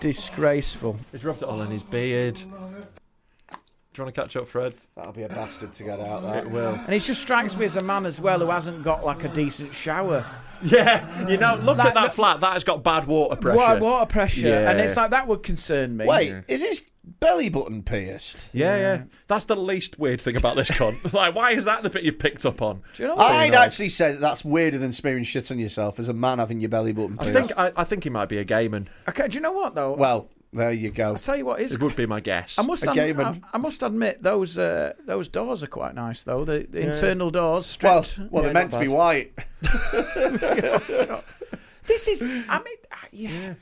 Speaker 1: disgraceful.
Speaker 2: He's rubbed it all in his beard. Do you want to catch up, Fred?
Speaker 3: that'll be a bastard to get out there.
Speaker 2: It will.
Speaker 1: And it just strikes me as a man as well who hasn't got like a decent shower.
Speaker 2: Yeah, you know, look
Speaker 1: Like
Speaker 2: at that
Speaker 1: the-
Speaker 2: flat. That has got bad water pressure.
Speaker 1: Water, water pressure, and
Speaker 2: Yeah.
Speaker 1: it's like that would concern me.
Speaker 3: Wait, is his belly button pierced?
Speaker 2: Yeah, yeah. That's the least weird thing about this cunt. like, why is that the bit you've picked up on?
Speaker 1: do you know what?
Speaker 3: I'd actually say that that's weirder than smearing shit on yourself as a man having your belly button
Speaker 2: I
Speaker 3: pierced.
Speaker 2: think I, I think he might be a gay man.
Speaker 1: Okay, do you know what though?
Speaker 3: well, there you go.
Speaker 1: I tell you what is.
Speaker 2: It would be my guess.
Speaker 1: I must,
Speaker 3: A
Speaker 1: ad-
Speaker 3: gay
Speaker 1: I,
Speaker 3: man.
Speaker 1: I must admit those uh, those doors are quite nice though. The, the internal doors
Speaker 3: Well,
Speaker 1: stripped.
Speaker 3: well, they're meant to be white.
Speaker 1: this is. I mean, ah, yeah.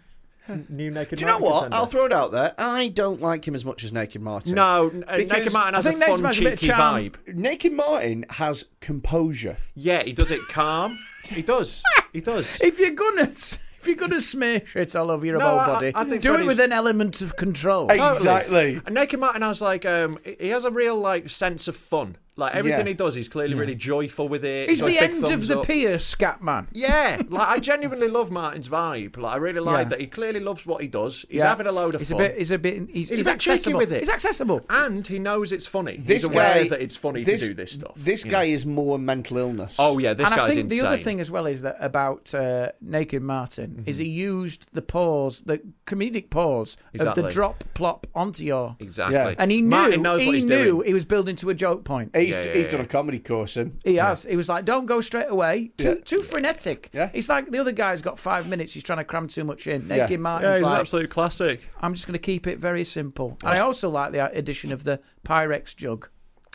Speaker 2: new naked.
Speaker 8: Do you know
Speaker 2: Martin
Speaker 8: what?
Speaker 2: contender.
Speaker 8: I'll throw it out there. I don't like him as much as Naked Martin.
Speaker 2: No, uh,
Speaker 8: Because
Speaker 2: Naked Martin
Speaker 3: I
Speaker 2: has a
Speaker 3: think Naked
Speaker 2: fun,
Speaker 3: Martin's a bit of
Speaker 2: cheeky
Speaker 3: charm.
Speaker 2: vibe.
Speaker 8: Naked Martin has composure.
Speaker 2: Yeah, he does it calm. he does. He does.
Speaker 3: If you're gonna, s- if you're gonna smear shit all over your
Speaker 2: No,
Speaker 3: whole
Speaker 2: I-
Speaker 3: body,
Speaker 2: I think
Speaker 3: do it
Speaker 2: Freddie's-
Speaker 3: with an element of control.
Speaker 8: Exactly.
Speaker 2: And Naked Martin has like um, he has a real like sense of fun. Like everything
Speaker 8: Yeah.
Speaker 2: he does, he's clearly really joyful with it.
Speaker 3: He's
Speaker 2: got
Speaker 3: the
Speaker 2: big
Speaker 3: end of
Speaker 2: thumbs
Speaker 3: the
Speaker 2: up.
Speaker 3: pier, scat man.
Speaker 2: Yeah, like I genuinely love Martin's vibe. Like I really like
Speaker 3: Yeah.
Speaker 2: that he clearly loves what he does. He's
Speaker 3: Yeah.
Speaker 2: having a load of
Speaker 3: he's
Speaker 2: fun.
Speaker 3: A bit, he's a bit. He's,
Speaker 2: He's
Speaker 3: he's
Speaker 2: a bit cheeky
Speaker 3: accessible.
Speaker 2: with it.
Speaker 3: He's accessible.
Speaker 2: and he knows it's funny.
Speaker 8: This
Speaker 2: he's aware
Speaker 8: guy,
Speaker 2: that it's funny
Speaker 8: this,
Speaker 2: to do this stuff.
Speaker 8: This
Speaker 2: you
Speaker 8: guy
Speaker 2: know?
Speaker 8: is more mental illness.
Speaker 2: Oh yeah, this
Speaker 3: and
Speaker 2: guy's
Speaker 3: I think
Speaker 2: insane. Mm-hmm.
Speaker 3: the other thing as well is that about uh, Naked Martin is he used the pause, the comedic pause of
Speaker 2: Exactly.
Speaker 3: the drop plop onto your.
Speaker 2: exactly.
Speaker 8: Yeah.
Speaker 3: And he knew
Speaker 2: Martin knows
Speaker 3: he
Speaker 2: what he's
Speaker 3: knew
Speaker 2: doing.
Speaker 3: he was building to a joke point.
Speaker 8: he's,
Speaker 2: yeah,
Speaker 8: he's
Speaker 2: yeah.
Speaker 8: done a comedy course and
Speaker 3: He has. He was like, "Don't go straight away. Too,
Speaker 8: Yeah.
Speaker 3: too frenetic."
Speaker 8: Yeah.
Speaker 3: It's like the other guy's got five minutes. He's trying to cram too much in. Naked
Speaker 8: Yeah,
Speaker 3: Martin's like,
Speaker 2: classic.
Speaker 3: "I'm just going to keep it very simple." And I also like the addition of the Pyrex jug.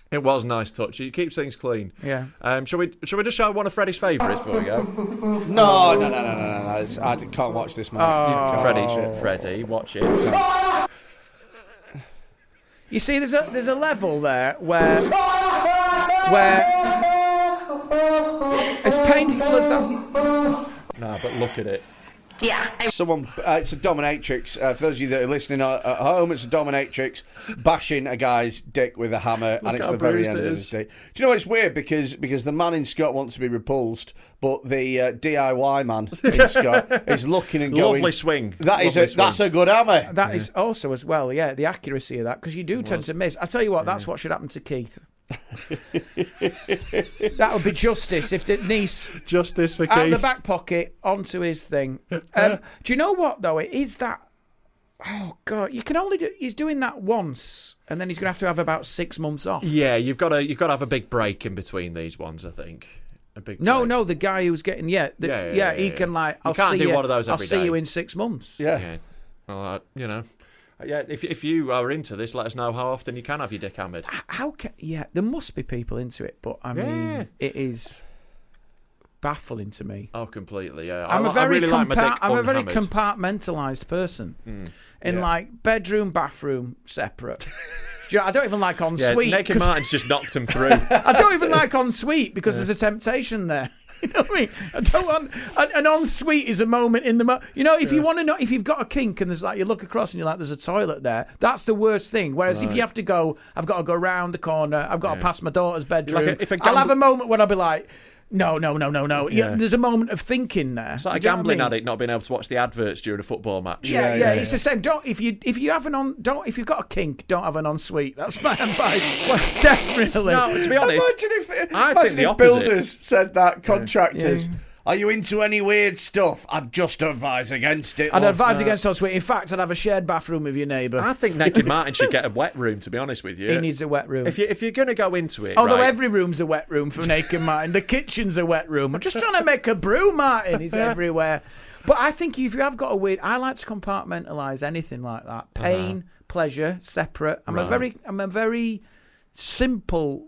Speaker 2: It was a nice touch. He keeps things clean.
Speaker 3: Yeah.
Speaker 2: Um, shall we? Shall we just show one of Freddie's favourites before we go?
Speaker 8: No, no, no, no, no, no. no. It's, I can't watch this man.
Speaker 3: Oh,
Speaker 2: Freddie, Freddie, watch it.
Speaker 3: You see, there's a there's a level there where where as painful as that.
Speaker 2: Nah, but look at it.
Speaker 8: Someone, uh, it's a dominatrix. Uh, for those of you that are listening at, at home, it's a dominatrix bashing a guy's dick with a hammer, and it's
Speaker 2: how
Speaker 8: the very
Speaker 2: bruised
Speaker 8: end
Speaker 2: it
Speaker 8: of
Speaker 2: is.
Speaker 8: his dick. Do you know it's weird because because the man in Scott wants to be repulsed, but the uh, DIY man in Scott is looking and going,
Speaker 2: Lovely swing.
Speaker 8: That is
Speaker 2: Lovely
Speaker 8: a, that's
Speaker 2: swing."
Speaker 8: a good hammer.
Speaker 3: That is also as well, yeah, the accuracy of that because you do tend to miss. I tell you what, that's what should happen to Keith. that would be justice if the niece
Speaker 2: Justice for
Speaker 3: out of the back pocket onto his thing. Um, do you know what though? It is that. Oh god, you can only do. He's doing that once, and then he's gonna have to have about six months off.
Speaker 2: Yeah, you've got to you've got to have a big break in between these ones. I think a big.
Speaker 3: No,
Speaker 2: break.
Speaker 3: no, the guy who's getting yeah, the,
Speaker 2: Yeah,
Speaker 3: yeah,
Speaker 2: yeah, yeah,
Speaker 3: he
Speaker 2: yeah,
Speaker 3: can
Speaker 2: yeah.
Speaker 3: like.
Speaker 2: You
Speaker 3: I'll
Speaker 2: can't
Speaker 3: see
Speaker 2: do
Speaker 3: you,
Speaker 2: one of those
Speaker 3: I'll
Speaker 2: every
Speaker 3: see
Speaker 2: day.
Speaker 3: you in six months.
Speaker 8: Yeah.
Speaker 2: Yeah. Well, uh, you know. Yeah, if, if you are into this, let us know how often you can have your dick hammered.
Speaker 3: How can yeah? There must be people into it, but I mean,
Speaker 2: Yeah.
Speaker 3: it is baffling to me.
Speaker 2: Oh, completely. Yeah,
Speaker 3: I'm
Speaker 2: I,
Speaker 3: a very
Speaker 2: I really like my
Speaker 3: compa-
Speaker 2: dick
Speaker 3: I'm a very
Speaker 2: unhammered.
Speaker 3: compartmentalized person,
Speaker 5: Hmm.
Speaker 3: in
Speaker 2: yeah.
Speaker 3: like bedroom, bathroom, separate. Do you know, I don't even like en
Speaker 2: Yeah,
Speaker 3: suite.
Speaker 2: Naked
Speaker 3: 'cause-
Speaker 2: Martin's just knocked him through.
Speaker 3: I don't even like en suite because there's a temptation there. You know what I mean? I don't want an, an en suite is a moment in the mo- you know if you want to know if you've got a kink and there's like you look across and you're like there's a toilet there that's the worst thing. Whereas if you have to go, I've got to go round the corner, I've got to pass my daughter's bedroom.
Speaker 2: a- if a
Speaker 3: I'll have
Speaker 2: gamb-
Speaker 3: a moment when I'll be like, no, no, no, no, no. Yeah.
Speaker 2: Yeah.
Speaker 3: there's a moment of thinking there.
Speaker 2: It's like a
Speaker 3: Do you know what I
Speaker 2: gambling
Speaker 3: mean?
Speaker 2: addict not being able to watch the adverts during a football match.
Speaker 3: Yeah, yeah, it's the same. Don't if you if you have an on don't if you've got a kink, don't have an en suite. That's my advice. Definitely.
Speaker 2: No, to be honest,
Speaker 8: Imagine if,
Speaker 2: I
Speaker 8: imagine
Speaker 2: think the
Speaker 8: if
Speaker 2: opposite.
Speaker 8: builders said that contractors. Are you into any weird stuff? I'd just advise against it.
Speaker 3: I'd
Speaker 8: love."
Speaker 3: advise against en suite. In fact, I'd have a shared bathroom with your neighbour.
Speaker 2: I think Naked Martin should get a wet room. To be honest with you,
Speaker 3: He needs a wet room.
Speaker 2: If you if you're gonna go into it,
Speaker 3: Although
Speaker 2: right,
Speaker 3: every room's a wet room for Naked Martin. The kitchen's a wet room. I'm just trying to make a brew, Martin. He's everywhere. But I think if you have got a weird, I like to compartmentalise anything like that.
Speaker 2: Uh-huh.
Speaker 3: Pain, pleasure, separate. I'm a very, I'm a very simple.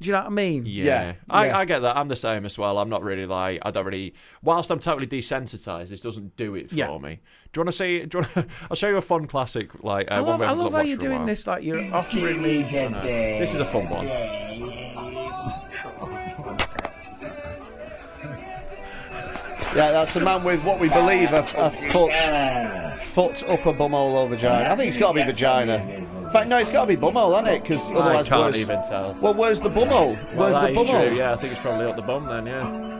Speaker 3: Do you know what I mean?
Speaker 2: Yeah,
Speaker 8: Yeah,
Speaker 2: I,
Speaker 8: yeah.
Speaker 2: I get that. I'm the same as well. I'm not really like I don't really. Whilst I'm totally desensitized, this doesn't do it for
Speaker 3: Yeah.
Speaker 2: me. Do you want to see? Do you want? I'll show you a fun classic. Like uh,
Speaker 3: I
Speaker 2: one
Speaker 3: love,
Speaker 2: we
Speaker 3: I
Speaker 2: haven't
Speaker 3: love how
Speaker 2: watched
Speaker 3: you're
Speaker 2: for a
Speaker 3: doing
Speaker 2: while.
Speaker 3: this. Like you're offering me.
Speaker 2: This is a fun one. I
Speaker 8: Yeah, that's a man with what we believe a, a foot, foot upper bumhole or vagina. I think it's got to be vagina. In fact, no, it's got to be bumhole, hasn't it? Because otherwise,
Speaker 2: can't
Speaker 8: where's-
Speaker 2: even tell.
Speaker 8: Well, where's the bumhole?
Speaker 2: Well,
Speaker 8: Where's
Speaker 2: that
Speaker 8: the
Speaker 2: is
Speaker 8: bumhole?
Speaker 2: true. Yeah, I think it's probably up the bum then. Yeah.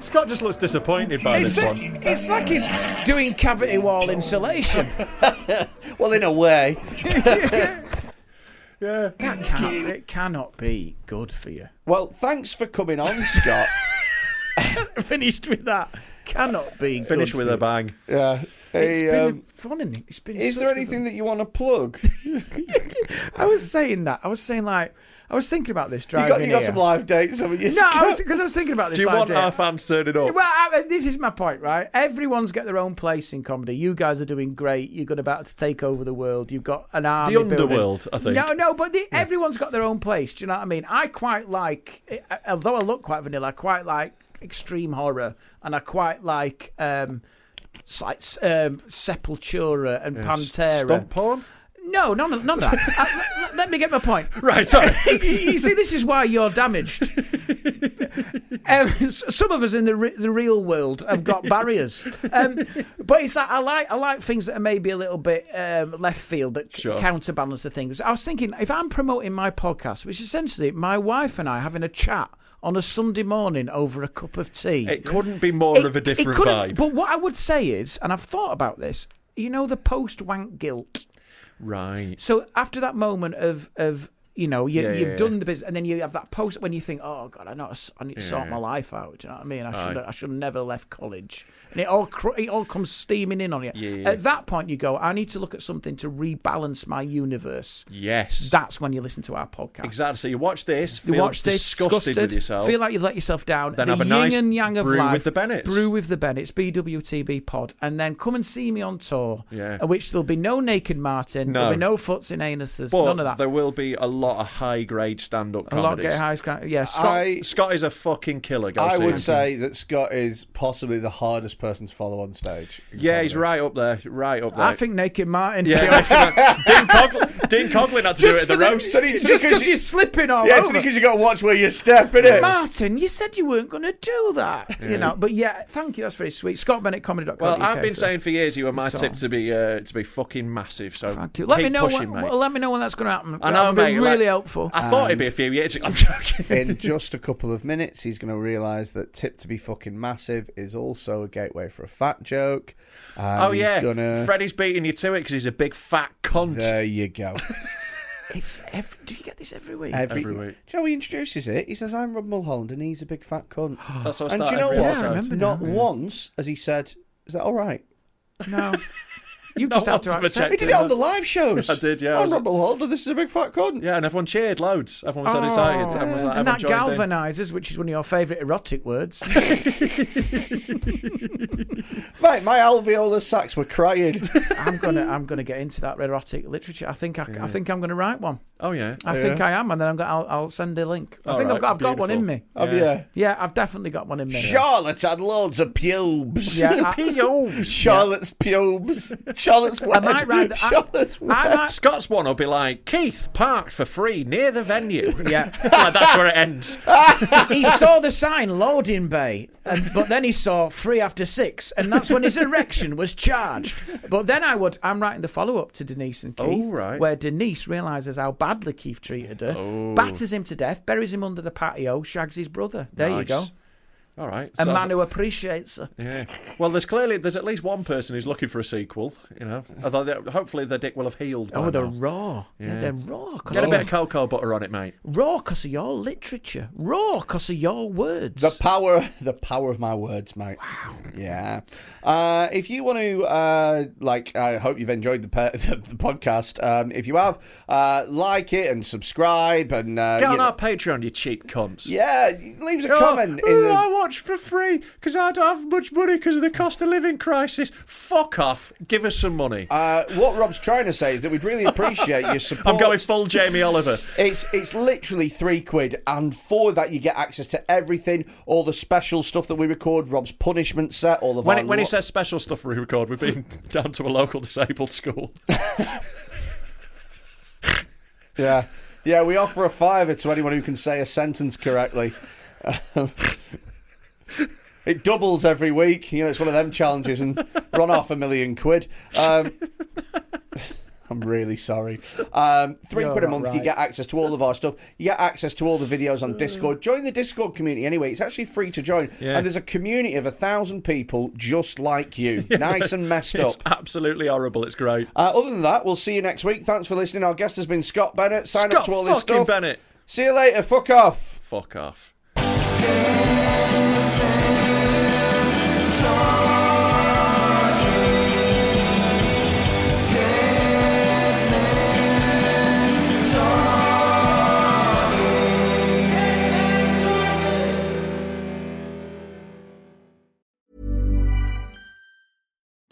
Speaker 2: Scott just looks disappointed by
Speaker 3: It's,
Speaker 2: this
Speaker 3: a-
Speaker 2: one.
Speaker 3: it's like he's doing cavity wall insulation.
Speaker 8: Well, in a way.
Speaker 3: That can't, it cannot be good for you.
Speaker 8: Well, thanks for coming on, Scott.
Speaker 3: Finished with that. Cannot be good
Speaker 2: Finish
Speaker 3: for
Speaker 2: with
Speaker 3: you.
Speaker 2: a bang.
Speaker 8: yeah.
Speaker 3: It's
Speaker 8: Hey,
Speaker 3: been
Speaker 8: um,
Speaker 3: fun. Isn't it? It's been.
Speaker 8: is
Speaker 3: such
Speaker 8: there
Speaker 3: good
Speaker 8: anything that you want to plug?
Speaker 3: fun. I was saying that. I was saying like I was thinking about this
Speaker 8: You got,
Speaker 3: driving
Speaker 8: you got
Speaker 3: here.
Speaker 8: some live dates, haven't you?
Speaker 3: no,
Speaker 8: Scott?
Speaker 3: I was because I was thinking about this.
Speaker 2: Do you
Speaker 3: live
Speaker 2: want
Speaker 3: driving.
Speaker 2: our fans turning up?
Speaker 3: Well, I, this is my point, right? Everyone's got their own place in comedy. You guys are doing great. You're going about to take over the world. You've got an army. building.
Speaker 2: underworld, I think.
Speaker 3: No, no, but the, eh, everyone's got their own place. Do you know what I mean? I quite like, although I look quite vanilla, I quite like extreme horror, and I quite like um, s- like s- um, Sepultura and Pantera.
Speaker 2: Stunt porn?
Speaker 3: No, none of, none of that. Uh, let, let me get my point.
Speaker 2: Right, sorry.
Speaker 3: you see, this is why you're damaged. Um, s- some of us in the re- the real world have got barriers, um, but it's like I like I like things that are maybe a little bit um, left field that c-
Speaker 2: Sure.
Speaker 3: counterbalance the things. I was thinking if I'm promoting my podcast, which is essentially my wife and I having a chat on a Sunday morning over a cup of tea.
Speaker 2: It couldn't be more of a different
Speaker 3: couldn't-
Speaker 2: vibe.
Speaker 3: But what I would say is, and I've thought about this, you know, the post wank guilt.
Speaker 2: Right.
Speaker 3: So after that moment of of you know you,
Speaker 2: Yeah, yeah,
Speaker 3: you've
Speaker 2: yeah.
Speaker 3: done the business, and then you have that post when you think, oh god, I know I s- I need to sort my life out. Do you know what I mean? I should I should never left college, and it all cr- it all comes steaming in on you.
Speaker 2: yeah,
Speaker 3: At that point, you go, I need to look at something to rebalance my universe.
Speaker 2: Yes.
Speaker 3: That's when you listen to our podcast.
Speaker 2: exactly. So you watch this,
Speaker 3: You
Speaker 2: feel
Speaker 3: watch this,
Speaker 2: disgusted, with yourself.
Speaker 3: feel like you've let yourself down.
Speaker 2: Then
Speaker 3: the
Speaker 2: have a
Speaker 3: yin
Speaker 2: nice
Speaker 3: and yang of
Speaker 2: brew with
Speaker 3: life.
Speaker 2: the Bennetts.
Speaker 3: Brew with the Bennetts, BWTB pod, and then come and see me on tour.
Speaker 2: Yeah.
Speaker 3: At which there'll be no naked Martin,
Speaker 2: No.
Speaker 3: there'll be no foots in anuses,
Speaker 2: but
Speaker 3: none of that.
Speaker 2: there will be a lot of high grade stand up
Speaker 3: A lot of
Speaker 2: comedies. Ah,
Speaker 3: get high scra- Yeah, Scott,
Speaker 5: I
Speaker 2: Scott is a fucking killer. Go
Speaker 5: I
Speaker 2: see him.
Speaker 5: would say that Scott is possibly the hardest person to follow on stage.
Speaker 2: Yeah, he's right up there. Right up there.
Speaker 3: I think naked Martin.
Speaker 2: Yeah, Dean, Cogl- Dean Coughlin had to do it at the roast.
Speaker 5: So he-
Speaker 3: Just
Speaker 5: so
Speaker 3: because
Speaker 5: because you-
Speaker 3: you're slipping all
Speaker 5: Yeah, it's
Speaker 3: over.
Speaker 5: because you got to watch where you step in it.
Speaker 3: Martin, you said you weren't going to do that, you know. But yeah, thank you. That's very sweet. Scott Bennett, comedy.com.
Speaker 2: Well, I've been saying for years you were my
Speaker 3: So-
Speaker 2: tip to be uh, to be fucking massive. So
Speaker 3: Thank you. Let
Speaker 2: keep
Speaker 3: me know.
Speaker 2: pushing,
Speaker 3: when,
Speaker 2: mate.
Speaker 3: well, let me know when that's going to happen.
Speaker 2: I know,
Speaker 3: That'd be
Speaker 2: mate. like,
Speaker 3: Really helpful.
Speaker 2: I thought it'd be a few years. ago. I'm joking.
Speaker 5: In just a couple of minutes, he's going to realise that tip to be fucking massive is also a gateway for a fat joke. And
Speaker 2: oh
Speaker 5: he's
Speaker 2: yeah,
Speaker 5: gonna-
Speaker 2: Freddie's beating you to it because he's a big fat cunt.
Speaker 5: There you go.
Speaker 3: It's every, do you get this every week?
Speaker 5: Every,
Speaker 2: Every week.
Speaker 5: Joe he introduces it. He says, "I'm Rob Mulholland, and he's a big fat cunt."
Speaker 2: That's what I
Speaker 5: and do
Speaker 2: start
Speaker 5: you know
Speaker 2: every
Speaker 5: what?
Speaker 3: episode. Yeah, I remember
Speaker 5: Not
Speaker 3: now, yeah.
Speaker 5: once has he said, "Is that all right?"
Speaker 3: No. You
Speaker 2: No
Speaker 3: just
Speaker 2: one's
Speaker 3: have to accept
Speaker 5: He
Speaker 2: objected.
Speaker 5: did it on the live shows.
Speaker 2: I did, yeah, I
Speaker 5: I'm
Speaker 2: was-
Speaker 5: Rob Mulholland. This is a big fat cunt.
Speaker 2: Yeah, and everyone cheered loads. Everyone was so excited. Everyone was like,
Speaker 3: Oh. and
Speaker 2: everyone
Speaker 3: that
Speaker 2: joined in.
Speaker 3: galvanizes, which is one of your favourite erotic words.
Speaker 5: Mate, my alveolar sacks were crying.
Speaker 3: I'm gonna, I'm gonna get into that erotic literature. I think, I, c- I think I'm gonna write one.
Speaker 2: Oh yeah.
Speaker 3: I think I am, and then I'm gonna, I'll, I'll send a link. I
Speaker 2: All
Speaker 3: think
Speaker 2: right,
Speaker 3: I've got, I've got one in me.
Speaker 2: beautiful.
Speaker 5: Have
Speaker 2: Yeah.
Speaker 3: Yeah, I've definitely got one in me.
Speaker 5: you? Charlotte's had loads of pubes.
Speaker 3: Yeah, I,
Speaker 2: P.O.
Speaker 5: Charlotte's pubes. Charlotte's web.
Speaker 3: I might write. I,
Speaker 5: Charlotte's web.
Speaker 3: I might.
Speaker 2: Scott's one will be like Keith parked for free near the venue. Yeah, like, that's where it ends.
Speaker 3: He saw the sign loading bay, and, but then he saw free after six, and that's when his erection was charged. But then I would. I'm writing the follow up to Denise and Keith,
Speaker 2: Oh, right. Oh.
Speaker 3: where Denise realizes how badly Keith treated her, batters him to death, buries him under the patio, shags his brother. There you
Speaker 2: Nice.
Speaker 3: go.
Speaker 2: All right.
Speaker 3: A
Speaker 2: So-
Speaker 3: man who appreciates her.
Speaker 2: Yeah. Well, there's clearly there's at least one person who's looking for a sequel. You know, although they- hopefully their dick will have healed. By
Speaker 3: Oh, they're
Speaker 2: now.
Speaker 3: raw. Yeah. they're raw. Cause
Speaker 2: Get a
Speaker 3: of-
Speaker 2: bit of
Speaker 5: Oh.
Speaker 2: cocoa butter on it, mate.
Speaker 3: raw because of your literature. Raw because of your words.
Speaker 5: The power, the power of my words, mate. Wow. Yeah. Uh, if you want to, uh, like, I hope you've enjoyed the pe- the, the podcast. Um, if you have, uh, like it and subscribe and uh,
Speaker 2: Get
Speaker 5: you
Speaker 2: on
Speaker 5: know-
Speaker 2: our Patreon, you cheap cunts.
Speaker 5: yeah, leave us a
Speaker 2: Oh,
Speaker 5: comment. in
Speaker 2: oh,
Speaker 5: the-
Speaker 2: I watch for free because I don't have much money because of the cost of living crisis. Fuck off. Give us some money.
Speaker 5: uh, what Rob's trying to say is that we'd really appreciate your support.
Speaker 2: I'm going full Jamie Oliver.
Speaker 5: It's it's literally three quid, and for that you get access to everything, all the special stuff that we record, Rob's punishment set, all of
Speaker 2: When,
Speaker 5: our
Speaker 2: it, when he
Speaker 5: lo-
Speaker 2: says special stuff we record, we've been down to a local disabled school.
Speaker 5: Yeah. Yeah, we offer a fiver to anyone who can say a sentence correctly. Um, it doubles every week. You know, it's one of them challenges and run off a million quid. Um, I'm really sorry. Um, 3
Speaker 3: You're
Speaker 5: quid a
Speaker 3: not
Speaker 5: month, you
Speaker 3: right.
Speaker 5: get access to all of our stuff. You get access to all the videos on Discord. Join the Discord community anyway. It's actually free to join.
Speaker 2: Yeah.
Speaker 5: And there's a community of a thousand people just like you. nice and messed up.
Speaker 2: It's absolutely horrible. It's great.
Speaker 5: Uh, other than that, we'll see you next week. Thanks for listening. Our guest has been Scott Bennett. Sign up
Speaker 2: Scott
Speaker 5: to all this
Speaker 2: fucking
Speaker 5: stuff.
Speaker 2: Bennett.
Speaker 5: See you later. Fuck off.
Speaker 2: Fuck off.